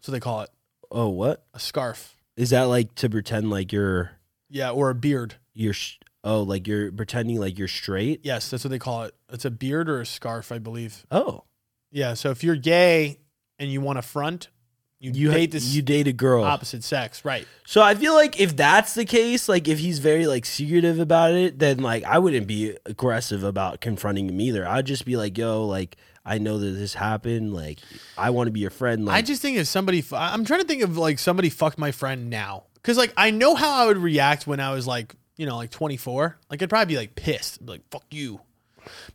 Speaker 1: so they call it
Speaker 2: Oh, what
Speaker 1: a scarf.
Speaker 2: is that like to pretend like you're
Speaker 1: Yeah, or a beard.
Speaker 2: you're sh- oh like you're pretending like you're straight?
Speaker 1: Yes, that's what they call it. It's a beard or a scarf, I believe.
Speaker 2: Oh,
Speaker 1: Yeah. So if you're gay and you want to front, you,
Speaker 2: you
Speaker 1: hate
Speaker 2: hate
Speaker 1: this
Speaker 2: you date a girl.
Speaker 1: opposite sex, right?
Speaker 2: So I feel like if that's the case, like if he's very like secretive about it, then like I wouldn't be aggressive about confronting him either. I'd just be like, yo, like I know that this happened. Like I want to be your friend. Like
Speaker 1: I just think if somebody, fu- I'm trying to think of like somebody fucked my friend now, because like I know how I would react when I was like, you know, like 24. Like I'd probably be like pissed, like fuck you.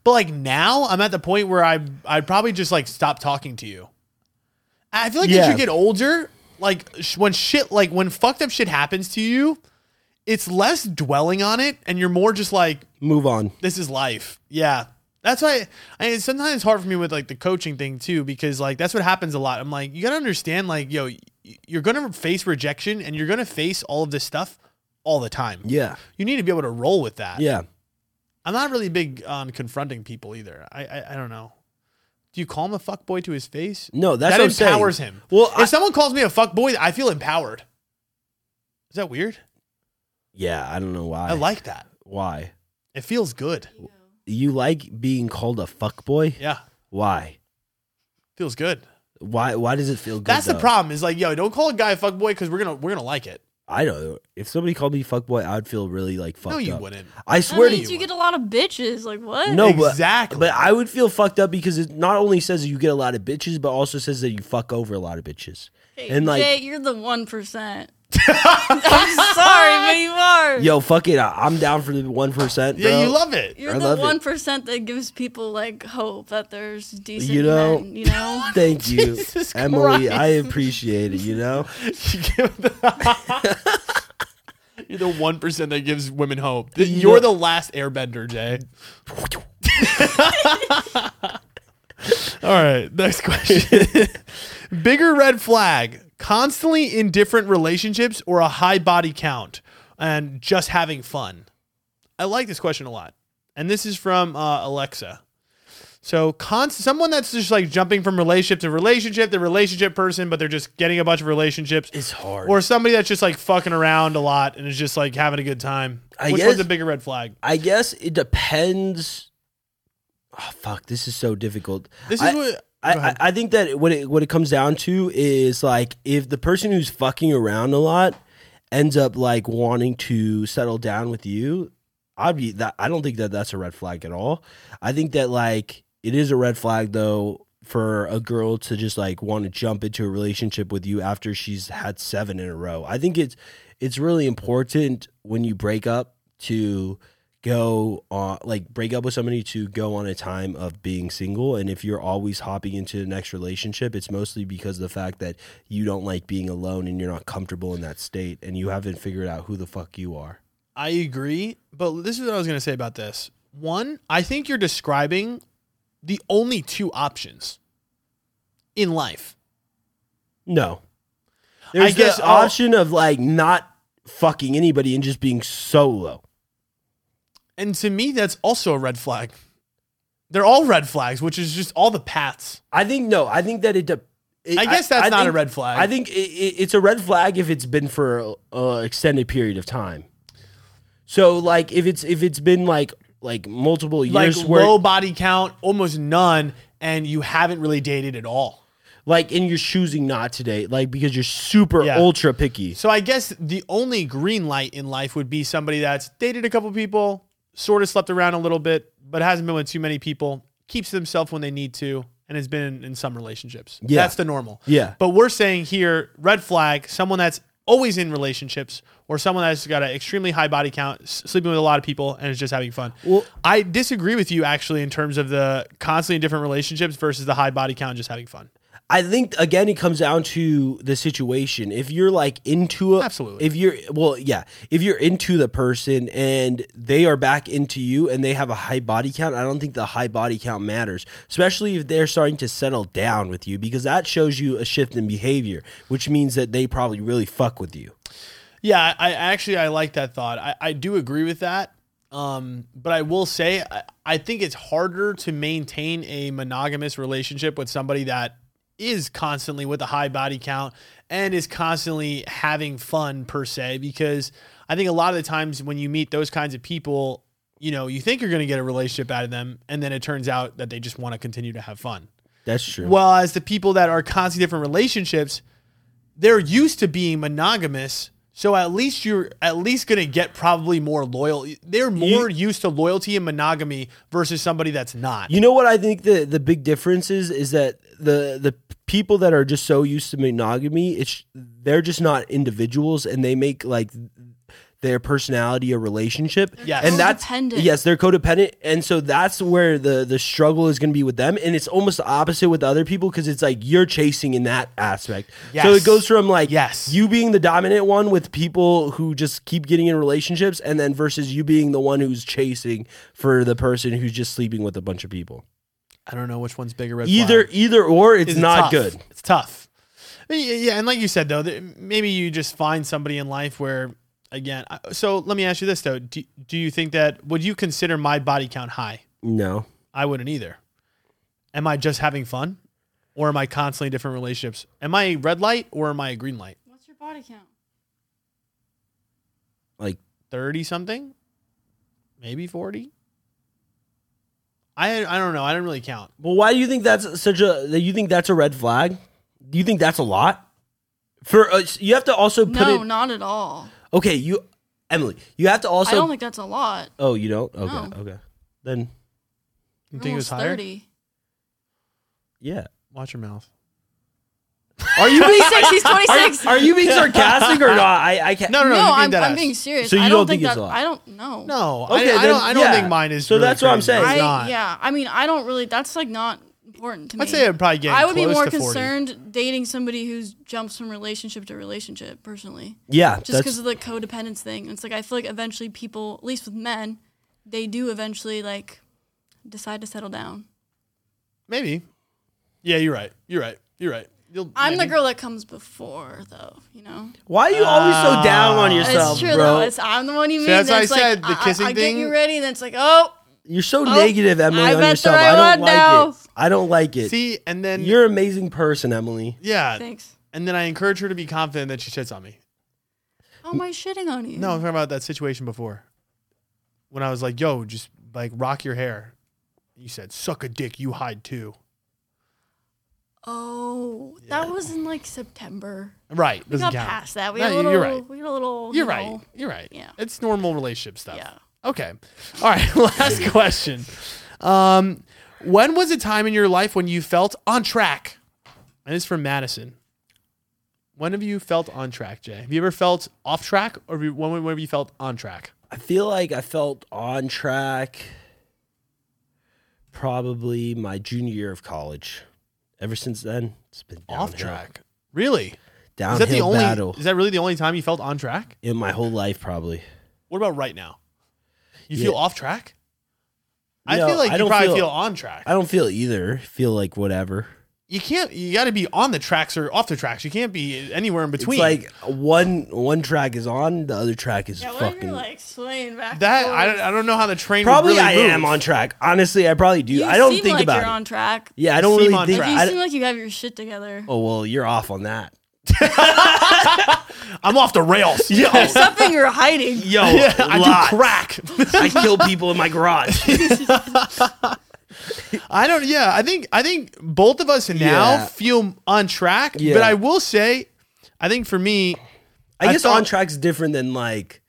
Speaker 1: But like now, I'm at the point where I I'd probably just like stop talking to you. I feel like as
Speaker 2: Yeah.
Speaker 1: you get older, like sh- when shit, like when fucked up shit happens to you, it's less dwelling on it, and you're more just like,
Speaker 2: move on.
Speaker 1: this is life. Yeah. That's why I mean, sometimes it's hard for me with like the coaching thing too, because like that's what happens a lot. I'm like, you got to understand, like, yo, y- you're going to face rejection and you're going to face all of this stuff all the time.
Speaker 2: Yeah,
Speaker 1: You need to be able to roll with that.
Speaker 2: yeah.
Speaker 1: I'm not really big on confronting people either. I, I, I don't know. Do you call him a fuckboy to his face?
Speaker 2: No, that's
Speaker 1: that
Speaker 2: what I'm saying.
Speaker 1: empowers him.
Speaker 2: Well,
Speaker 1: If
Speaker 2: I,
Speaker 1: someone calls me a fuckboy, I feel empowered. Is that weird?
Speaker 2: yeah, I don't know why.
Speaker 1: I like that.
Speaker 2: why
Speaker 1: It feels good.
Speaker 2: you like being called a fuck boy.
Speaker 1: Yeah.
Speaker 2: Why?
Speaker 1: Feels good.
Speaker 2: Why? Why does it feel good?
Speaker 1: That's the
Speaker 2: though?
Speaker 1: problem. Is like, yo, don't call a guy a fuckboy because we're gonna we're gonna like it.
Speaker 2: I don't. If somebody called me fuck boy, I'd feel really like fucked
Speaker 1: no, you
Speaker 2: up.
Speaker 1: wouldn't.
Speaker 2: I
Speaker 3: That
Speaker 2: swear to
Speaker 3: means you get a lot of bitches. Like what?
Speaker 2: No, but-
Speaker 1: exactly.
Speaker 2: But I would feel fucked up because it not only says that you get a lot of bitches, but also says that you fuck over a lot of bitches.
Speaker 3: Hey,
Speaker 2: and, like-
Speaker 3: Jay, you're the one percent. I'm sorry, but you are.
Speaker 2: Yo, fuck it, I, am down for the one percent.
Speaker 1: yeah, you love it.
Speaker 3: you're
Speaker 2: I
Speaker 3: the
Speaker 2: love it.
Speaker 3: one percent that gives people like hope that there's decent
Speaker 2: You know-
Speaker 3: men. You know.
Speaker 2: Thank you,
Speaker 1: Jesus
Speaker 2: Emily.
Speaker 1: Christ.
Speaker 2: I appreciate it. You know,
Speaker 1: You give the- You're the one percent that gives women hope. Th-
Speaker 2: You
Speaker 1: You're the
Speaker 2: know-
Speaker 1: last airbender, Jay. All right, next question. Bigger red flag: constantly indifferent relationships or a high body count and just having fun. I like this question a lot, and this is from uh, Alexa. So, const- someone that's just like jumping from relationship to relationship, the relationship person, but they're just getting a bunch of relationships.
Speaker 2: it's hard.
Speaker 1: Or somebody that's just like fucking around a lot and is just like having a good time.
Speaker 2: I
Speaker 1: Which
Speaker 2: guess-
Speaker 1: one's a bigger red flag?
Speaker 2: I guess it depends. Oh fuck, this is so difficult.
Speaker 1: This is
Speaker 2: I-
Speaker 1: what
Speaker 2: I,
Speaker 1: Go ahead.
Speaker 2: I, I think that what it what it comes down to is like if the person who's fucking around a lot ends up like wanting to settle down with you, I'd be that. I don't think that that's a red flag at all. I think that like it is a red flag though for a girl to just like want to jump into a relationship with you after she's had seven in a row. I think it's it's really important when you break up to go on like break up with somebody to go on a time of being single and if you're always hopping into the next relationship it's mostly because of the fact that you don't like being alone and you're not comfortable in that state and you haven't figured out who the fuck you are
Speaker 1: I agree, but this is what I was going to say about this. One, I think you're describing the only two options in life.
Speaker 2: no there's
Speaker 1: I guess
Speaker 2: the
Speaker 1: I'll-
Speaker 2: option of like not fucking anybody and just being solo
Speaker 1: And to me, that's also a red flag. They're all red flags, which is just all the paths.
Speaker 2: i think no i think that it, de- it-
Speaker 1: I guess that's not
Speaker 2: think-
Speaker 1: a red flag.
Speaker 2: i think it, it, it's a red flag if it's been for an extended period of time so like if it's if it's been like like multiple
Speaker 1: like
Speaker 2: years where
Speaker 1: low body count, almost none, and you haven't really dated at all.
Speaker 2: like and you're choosing not today like because you're super
Speaker 1: Yeah.
Speaker 2: ultra picky
Speaker 1: So I guess the only green light in life would be somebody that's dated a couple people, sort of slept around a little bit, but hasn't been with too many people, keeps to themselves when they need to, and has been in some relationships.
Speaker 2: Yeah.
Speaker 1: That's the normal.
Speaker 2: Yeah.
Speaker 1: But we're saying here, red flag, someone that's always in relationships or someone that's got an extremely high body count, s- sleeping with a lot of people, and is just having fun. Well, I disagree with you actually in terms of the constantly in different relationships versus the high body count and just having fun.
Speaker 2: I think again it comes down to the situation. If you're like into a
Speaker 1: Absolutely.
Speaker 2: if you're well, yeah, if you're into the person and they are back into you and they have a high body count, I don't think the high body count matters, especially if they're starting to settle down with you because that shows you a shift in behavior, which means that they probably really fuck with you.
Speaker 1: Yeah, I, I actually I like that thought. I, I do agree with that. Um, but I will say I, I think it's harder to maintain a monogamous relationship with somebody that is constantly with a high body count and is constantly having fun per se because I think a lot of the times when you meet those kinds of people, you know, you think you're going to get a relationship out of them and then it turns out that they just want to continue to have fun.
Speaker 2: That's true.
Speaker 1: Well, as the people that are constantly different relationships, they're used to being monogamous. So at least you're at least gonna get probably more loyal. They're more used to loyalty and monogamy versus somebody that's not.
Speaker 2: You know what I think the the big difference is is that the the people that are just so used to monogamy, it's they're just not individuals and they make like their personality a relationship.
Speaker 1: Yes.
Speaker 2: And that's
Speaker 3: Codependent.
Speaker 2: yes, they're codependent and so that's where the the struggle is going to be with them and it's almost the opposite with other people cuz it's like you're chasing in that aspect. So
Speaker 1: Yes.
Speaker 2: it goes from like
Speaker 1: Yes.
Speaker 2: you being the dominant one with people who just keep getting in relationships and then versus you being the one who's chasing for the person who's just sleeping with a bunch of people
Speaker 1: I don't know which one's bigger. Red
Speaker 2: either
Speaker 1: flag.
Speaker 2: either or it's
Speaker 1: It's
Speaker 2: not
Speaker 1: tough.
Speaker 2: good
Speaker 1: It's tough. I mean, Yeah, and like you said though, that maybe you just find somebody in life where again. I- So let me ask you this though: do, do you think that would you consider my body count high?
Speaker 2: no
Speaker 1: I wouldn't either. Am I just having fun? Or am I constantly in different relationships? Am I a red light or am I a green light?
Speaker 3: What's your body count?
Speaker 2: like
Speaker 1: 30 something? Maybe 40? I I don't know. I didn't really count.
Speaker 2: well why do you think that's such a that you think that's a red flag do you think that's a lot for uh, you have to also put
Speaker 3: No,
Speaker 2: it
Speaker 3: not at all.
Speaker 2: okay you emily you have to also
Speaker 3: I don't think that's a lot.
Speaker 2: oh you don't okay
Speaker 3: No.
Speaker 2: okay then
Speaker 1: You
Speaker 3: You're
Speaker 1: think it was
Speaker 3: almost
Speaker 1: higher?
Speaker 3: 30.
Speaker 2: yeah
Speaker 1: Watch your mouth.
Speaker 2: are you being
Speaker 3: 26, he's 26.
Speaker 2: are you being sarcastic or not i i can't
Speaker 1: No, no, no.
Speaker 3: no,
Speaker 1: you're being
Speaker 3: I'm,
Speaker 1: dead
Speaker 3: I'm
Speaker 1: ass.
Speaker 3: being serious.
Speaker 2: So you
Speaker 3: I
Speaker 2: don't
Speaker 3: don't
Speaker 2: think
Speaker 3: think,
Speaker 2: it's
Speaker 3: that.
Speaker 2: a lot?
Speaker 3: I don't know.
Speaker 1: No,
Speaker 2: Okay,
Speaker 1: I, I
Speaker 2: then,
Speaker 1: don't. I don't
Speaker 2: yeah.
Speaker 1: think mine is.
Speaker 2: So
Speaker 1: really
Speaker 2: that's what I'm
Speaker 1: crazy.
Speaker 2: saying.
Speaker 1: It's
Speaker 3: I,
Speaker 1: not.
Speaker 3: Yeah, I mean, I don't really. That's like not important to me.
Speaker 1: I'd say I'd probably get.
Speaker 3: I would be
Speaker 1: close
Speaker 3: more
Speaker 1: to 40.
Speaker 3: concerned dating somebody who jumps from relationship to relationship. Personally,
Speaker 2: yeah
Speaker 3: just
Speaker 2: that's-
Speaker 3: because of the codependence thing, it's like I feel like eventually people, at least with men, they do eventually like decide to settle down.
Speaker 1: Maybe. Yeah, you're right. You're right. You're right. You'll,
Speaker 3: I'm
Speaker 1: maybe.
Speaker 3: the girl that comes before, though. You know,
Speaker 2: why are you always so down
Speaker 1: Ah.
Speaker 2: on
Speaker 3: it's
Speaker 2: yourself
Speaker 3: true
Speaker 2: bro
Speaker 3: though. It's I'm the one you mean.
Speaker 1: that's why I
Speaker 3: that's like,
Speaker 1: said the kissing
Speaker 3: I, I
Speaker 1: thing-
Speaker 3: get you ready, then it's like, oh,
Speaker 2: you're so negative emily
Speaker 3: I
Speaker 2: on
Speaker 3: bet
Speaker 2: yourself
Speaker 3: the
Speaker 2: i
Speaker 3: right
Speaker 2: don't
Speaker 3: one
Speaker 2: like
Speaker 3: now.
Speaker 2: it i don't like it
Speaker 1: See, and then
Speaker 2: you're an amazing person emily
Speaker 1: yeah,
Speaker 3: thanks.
Speaker 1: and then I encourage her to be confident that she shits on me.
Speaker 3: How am I oh, shitting on you?
Speaker 1: No, I'm talking about that situation before. When I was like, yo, just like rock your hair. You said, suck a dick, you hide too.
Speaker 3: Oh, that was in like September.
Speaker 1: Right.
Speaker 3: We
Speaker 1: doesn't
Speaker 3: got
Speaker 1: count.
Speaker 3: past that. We
Speaker 1: No,
Speaker 3: got a little.
Speaker 1: You're right.
Speaker 3: We got a little.
Speaker 1: You're
Speaker 3: you
Speaker 1: right.
Speaker 3: know,
Speaker 1: You're right.
Speaker 3: Yeah.
Speaker 1: It's normal relationship stuff.
Speaker 3: Yeah.
Speaker 1: Okay. All right. Last question. Um, when was a time in your life when you felt on track? And this is from Madison. When have you felt on track, Jay? Have you ever felt off track or have you- when, when have you felt on track?
Speaker 2: I feel like I felt on track probably my junior year of college. Ever since then, it's been downhill,
Speaker 1: Off track. Really? Is
Speaker 2: Downhill
Speaker 1: that the only
Speaker 2: battle
Speaker 1: is that really the only time you felt on track?
Speaker 2: in my whole life, probably.
Speaker 1: What about right now? You
Speaker 2: Yeah.
Speaker 1: feel off track?
Speaker 2: No,
Speaker 1: I feel like
Speaker 2: I
Speaker 1: you
Speaker 2: don't
Speaker 1: probably feel,
Speaker 2: feel-
Speaker 1: on track.
Speaker 2: I don't feel either. Feel like whatever.
Speaker 1: You can't. You got to be on the tracks or off the tracks. You can't be anywhere in between.
Speaker 2: It's like one one track is on, the other track is
Speaker 3: Yeah, what if
Speaker 2: fucking.
Speaker 3: you're like swaying back?
Speaker 1: that.
Speaker 3: and
Speaker 1: I don't,
Speaker 3: forth?
Speaker 1: I don't know how the train. would
Speaker 2: probably
Speaker 1: really
Speaker 2: I
Speaker 1: move.
Speaker 2: am on track. Honestly, I probably do.
Speaker 3: You
Speaker 2: I don't
Speaker 3: seem
Speaker 2: think
Speaker 3: like
Speaker 2: about
Speaker 3: you're
Speaker 2: it.
Speaker 3: on track.
Speaker 2: yeah, I
Speaker 1: You
Speaker 2: don't
Speaker 1: seem
Speaker 2: really
Speaker 1: on
Speaker 2: think.
Speaker 1: track.
Speaker 3: Like,
Speaker 2: I
Speaker 3: you
Speaker 2: don't-
Speaker 3: seem like you have your shit together.
Speaker 2: oh well, you're off on that.
Speaker 1: I'm off the rails. Yo,
Speaker 3: Something you're hiding.
Speaker 2: Yo,
Speaker 1: Oh. yeah, I
Speaker 2: lots.
Speaker 1: do crack.
Speaker 2: I kill people in my garage.
Speaker 1: I don't. Yeah, I think. I think both of us now
Speaker 2: Yeah.
Speaker 1: feel on track.
Speaker 2: Yeah.
Speaker 1: But I will say, I think for me,
Speaker 2: I,
Speaker 1: I
Speaker 2: guess
Speaker 1: thought-
Speaker 2: on track's different than like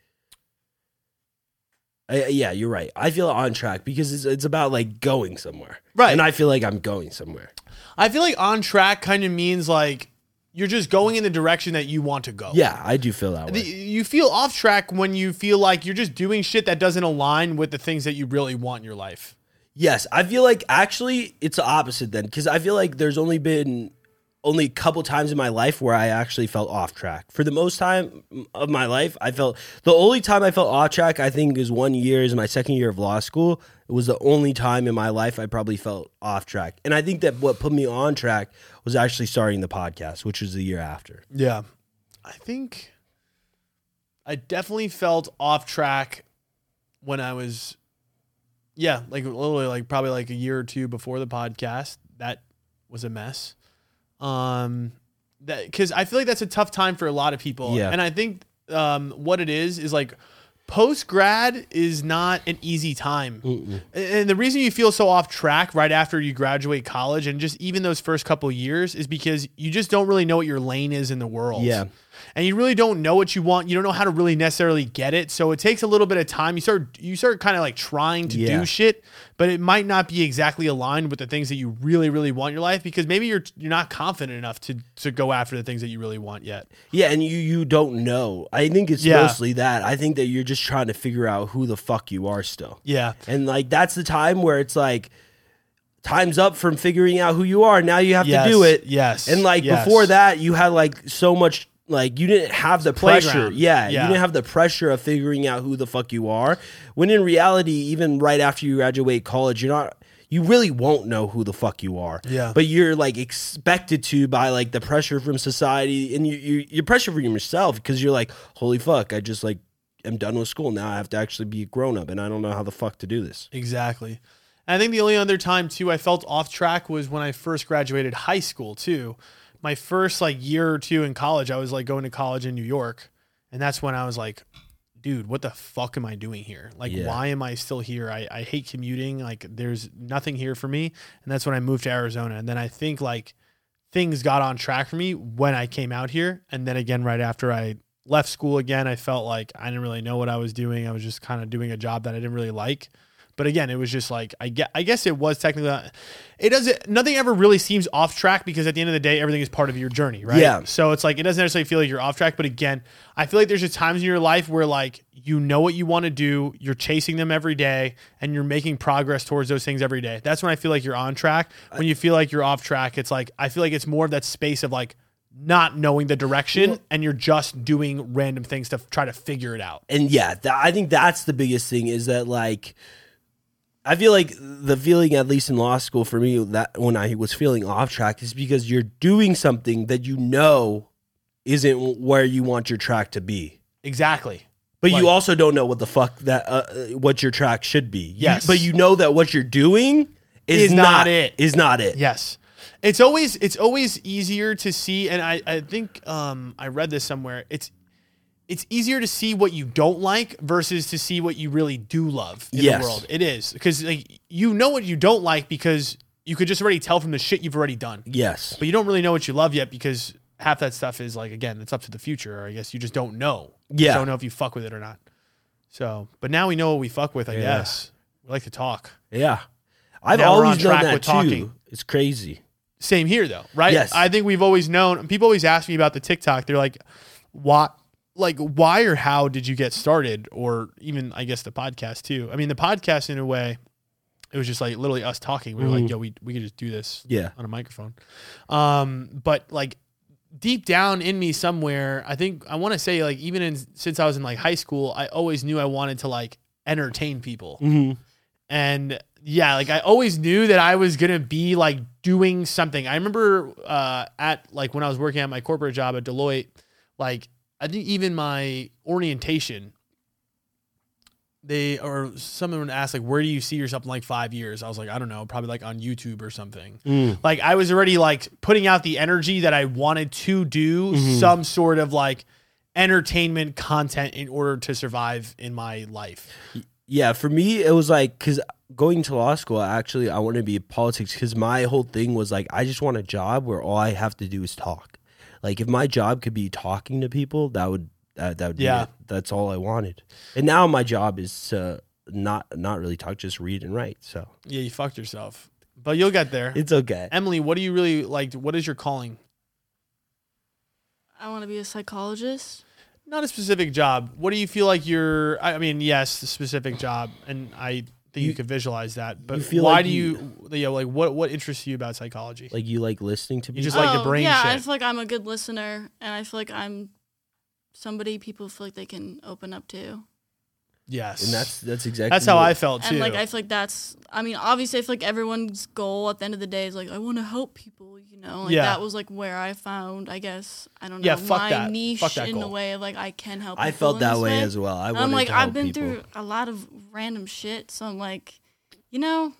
Speaker 2: I, I- yeah, you're right. I feel on track because it's, it's about like going somewhere.
Speaker 1: Right.
Speaker 2: And I feel like I'm going somewhere.
Speaker 1: I feel like on track kind of means like you're just going in the direction that you want to go.
Speaker 2: Yeah, I do feel that
Speaker 1: The-
Speaker 2: way.
Speaker 1: you feel off track when you feel like you're just doing shit that doesn't align with the things that you really want in your life.
Speaker 2: Yes, I feel like actually it's the opposite then because I feel like there's only been only a couple times in my life where I actually felt off track. For the most time of my life, I felt the only time I felt off track, I think, is one year is my second year of law school. It was the only time in my life I probably felt off track. And I think that what put me on track was actually starting the podcast, which was the year after.
Speaker 1: Yeah. I think I definitely felt off track when I was yeah, like literally like probably like a year or two before the podcast. That was a mess. Um that cuz I feel like that's a tough time for a lot of people.
Speaker 2: Yeah.
Speaker 1: And I think um what it is is like post grad is not an easy time. And the reason you feel so off track right after you graduate college and just even those first couple years is because you just don't really know what your lane is in the world.
Speaker 2: Yeah.
Speaker 1: And you really don't know what you want. You don't know how to really necessarily get it. So it takes a little bit of time. You start you start kind of like trying to
Speaker 2: Yeah.
Speaker 1: do shit, but it might not be exactly aligned with the things that you really really want in your life because maybe you're you're not confident enough to to go after the things that you really want yet.
Speaker 2: Yeah, and you you don't know. I think it's
Speaker 1: Yeah.
Speaker 2: mostly that. I think that you're just trying to figure out who the fuck you are still.
Speaker 1: Yeah.
Speaker 2: And like that's the time where it's like time's up from figuring out who you are. Now you have
Speaker 1: Yes,
Speaker 2: to do it.
Speaker 1: yes,
Speaker 2: And like
Speaker 1: yes.
Speaker 2: before that, you had like so much like you didn't have the pressure.
Speaker 1: Playground.
Speaker 2: Yeah,
Speaker 1: Yeah.
Speaker 2: You didn't have the pressure of figuring out who the fuck you are. When in reality, even right after you graduate college, you're not you really won't know who the fuck you are.
Speaker 1: Yeah.
Speaker 2: But you're like expected to by like the pressure from society and you you you're pressure from yourself because you're like, holy fuck, I just like am done with school now. I have to actually be a grown up and I don't know how the fuck to do this.
Speaker 1: Exactly. And I think the only other time too I felt off track was when I first graduated high school too. My first like year or two in college, I was like going to college in New York, and that's when I was like, dude, what the fuck am I doing here? Like,
Speaker 2: Yeah.
Speaker 1: why am I still here? I, I hate commuting. Like, there's nothing here for me. And that's when I moved to Arizona. And then I think like things got on track for me when I came out here. And then again, right after I left school again, I felt like I didn't really know what I was doing. I was just kind of doing a job that I didn't really like. But again, it was just like I guess, I guess it was technically not- it doesn't nothing ever really seems off track because at the end of the day everything is part of your journey, right?
Speaker 2: Yeah.
Speaker 1: So it's like it doesn't necessarily feel like you're off track, but again, I feel like there's just times in your life where like you know what you want to do, you're chasing them every day, and you're making progress towards those things every day. That's when I feel like you're on track. When you feel like you're off track, it's like I feel like it's more of that space of like not knowing the direction and you're just doing random things to f- try to figure it out.
Speaker 2: and yeah, tha- I think that's the biggest thing is that like I feel like the feeling, at least in law school for me, that when I was feeling off track is because you're doing something that you know isn't where you want your track to be.
Speaker 1: Exactly.
Speaker 2: But
Speaker 1: Like-
Speaker 2: you also don't know what the fuck that uh, uh, what your track should be. You-
Speaker 1: Yes.
Speaker 2: but you know that what you're doing is,
Speaker 1: Is not it.
Speaker 2: Is not it.
Speaker 1: Yes. It's always it's always easier to see and I I think um I read this somewhere. It's it's easier to see what you don't like versus to see what you really do love in
Speaker 2: Yes.
Speaker 1: the world. It is because like you know what you don't like because you could just already tell from the shit you've already done.
Speaker 2: Yes.
Speaker 1: But you don't really know what you love yet because half that stuff is like again, it's up to the future or I guess you just don't know. You
Speaker 2: Yeah.
Speaker 1: just don't know if you fuck with it or not. So, but now we know what we fuck with, I
Speaker 2: Yeah.
Speaker 1: guess. We like to talk.
Speaker 2: Yeah. I've
Speaker 1: Now we're on
Speaker 2: always known
Speaker 1: track
Speaker 2: that
Speaker 1: with
Speaker 2: too.
Speaker 1: talking.
Speaker 2: It's crazy.
Speaker 1: same here though, right?
Speaker 2: Yes.
Speaker 1: I think we've always known people always ask me about the TikTok. They're like, why like why or how did you get started? Or even I guess the podcast too. I mean the podcast in a way, it was just like literally us talking. We were like, yo, we we could just do this
Speaker 2: Yeah.
Speaker 1: on a microphone. Um, but like deep down in me somewhere, I think I want to say like even in since I was in like high school, I always knew I wanted to like entertain people. And yeah, like I always knew that I was gonna be like doing something. I remember uh, at like when I was working at my corporate job at Deloitte, like I think even my orientation, they or someone asked like, where do you see yourself in like five years? I was like, I don't know, probably like on YouTube or something. Like I was already like putting out the energy that I wanted to do some sort of like entertainment content in order to survive in my life.
Speaker 2: Yeah, for me, it was like because going to law school, actually, I wanted to be in politics because my whole thing was like, I just want a job where all I have to do is talk. Like, if my job could be talking to people, that would that, that would
Speaker 1: Yeah.
Speaker 2: be it. That's all I wanted. And now my job is to not not really talk, just read and write. So
Speaker 1: Yeah, you fucked yourself, but you'll get there.
Speaker 2: it's okay.
Speaker 1: Emily, what do you really like? What is your calling?
Speaker 3: I want to be a psychologist.
Speaker 1: Not a specific job. What do you feel like you're? I I mean, yes, a specific job, and I think you,
Speaker 2: You-
Speaker 1: could visualize that. But
Speaker 2: you feel
Speaker 1: why
Speaker 2: like
Speaker 1: do you,
Speaker 2: you-
Speaker 1: Yeah, like what what interests you about psychology?
Speaker 2: Like you like listening to
Speaker 1: You
Speaker 2: people.
Speaker 1: just like the brain
Speaker 3: yeah, I
Speaker 1: shit.
Speaker 3: feel like I'm a good listener, and I feel like I'm somebody people feel like they can open up to.
Speaker 1: yes,
Speaker 2: and that's that's exactly
Speaker 1: that's how
Speaker 2: what-
Speaker 1: I felt too.
Speaker 3: And like I feel like that's I mean, obviously I feel like everyone's goal at the end of the day is like I want to help people, you know. Like
Speaker 1: Yeah.
Speaker 3: that was like where I found, I guess, I don't know,
Speaker 1: Yeah, fuck
Speaker 3: my
Speaker 1: that.
Speaker 3: niche
Speaker 1: Fuck that
Speaker 3: in the
Speaker 1: goal.
Speaker 3: way of like I can help
Speaker 2: I
Speaker 3: people
Speaker 2: felt
Speaker 3: in
Speaker 2: that
Speaker 3: this
Speaker 2: way as well. I
Speaker 3: And
Speaker 2: wanted
Speaker 3: I'm like
Speaker 2: to help
Speaker 3: I've been
Speaker 2: people.
Speaker 3: through a lot of random shit, so I'm like, you know,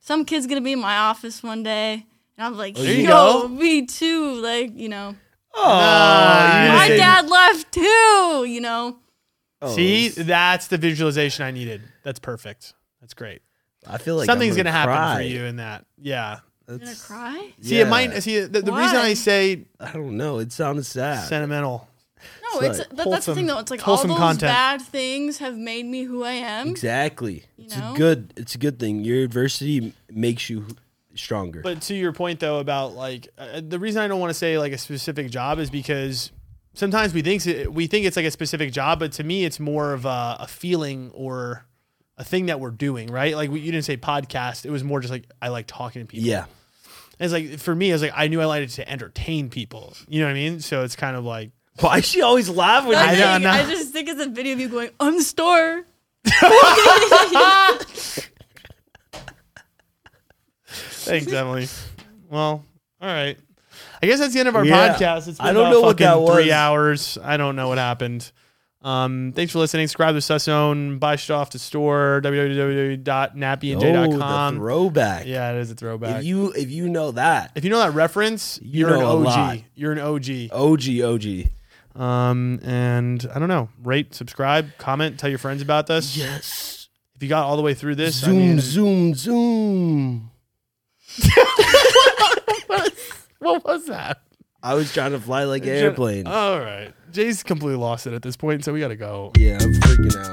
Speaker 3: some kid's going to be in my office one day. And I'm like,
Speaker 1: There you
Speaker 3: yo,
Speaker 1: go.
Speaker 3: me too. Like, you know,
Speaker 2: Oh,
Speaker 1: Nice.
Speaker 2: you
Speaker 3: my
Speaker 2: said-
Speaker 3: dad left too, you know.
Speaker 2: Oh,
Speaker 1: See, that's the visualization I needed. That's perfect. That's great.
Speaker 2: I feel like
Speaker 1: Something's
Speaker 2: I'm
Speaker 1: gonna,
Speaker 2: gonna,
Speaker 1: happen for
Speaker 2: cry.
Speaker 1: you in that. Yeah.
Speaker 3: I'm going to
Speaker 2: That's-
Speaker 3: cry?
Speaker 1: See, it
Speaker 2: Yeah.
Speaker 1: might. See, the, the reason
Speaker 3: Why?
Speaker 1: I say
Speaker 2: I don't know. It sounded sad.
Speaker 1: sentimental.
Speaker 3: No,
Speaker 2: It's
Speaker 3: it's,
Speaker 2: like
Speaker 3: that, that's the
Speaker 1: wholesome-
Speaker 3: thing though. It's like all
Speaker 1: wholesome
Speaker 3: those
Speaker 1: content.
Speaker 3: bad things have made me who I am.
Speaker 2: exactly. It's
Speaker 3: know?
Speaker 2: a good. It's a good thing. Your adversity m- makes you stronger.
Speaker 1: But to your point though about like uh, the reason I don't want to say like a specific job is because sometimes we think uh, we think it's like a specific job, but to me it's more of a, a feeling or a thing that we're doing, right? Like we, you didn't say podcast; it was more just like I like talking to people.
Speaker 2: yeah.
Speaker 1: And it's like for me, it's like I knew I liked to entertain people. You know what I mean? So it's kind of like
Speaker 2: Why is she always laugh when
Speaker 3: I,
Speaker 1: I
Speaker 2: you?
Speaker 1: know,
Speaker 3: think-
Speaker 1: I know.
Speaker 3: I just think it's a video of you going, I'm the store.
Speaker 1: thanks, Emily. Well, all right. I guess that's the end of our
Speaker 2: Yeah.
Speaker 1: podcast. It's been
Speaker 2: I don't
Speaker 1: about
Speaker 2: know what
Speaker 1: fucking
Speaker 2: that
Speaker 1: three
Speaker 2: was.
Speaker 1: hours. I don't know what happened. Um, thanks for listening. Subscribe to Suszone. Buy shit off the store.
Speaker 2: Oh, the
Speaker 1: www.nappyandj.com.
Speaker 2: throwback.
Speaker 1: yeah, it is a throwback.
Speaker 2: If
Speaker 1: If you,
Speaker 2: you if you know that
Speaker 1: know that reference,
Speaker 2: You
Speaker 1: you are an
Speaker 2: know a
Speaker 1: OG.
Speaker 2: lot.
Speaker 1: You're an
Speaker 2: OG OG.
Speaker 1: OG. Um, and I don't know. Rate, subscribe, comment, tell your friends about this.
Speaker 2: Yes.
Speaker 1: If you got all the way through this, I
Speaker 2: Zoom
Speaker 1: mean-
Speaker 2: zoom zoom.
Speaker 1: what was that?
Speaker 2: I was trying to fly like an airplane.
Speaker 1: Oh. All right. Jay's completely lost it at this point, so we got to go.
Speaker 2: yeah, I'm freaking out.
Speaker 1: uh,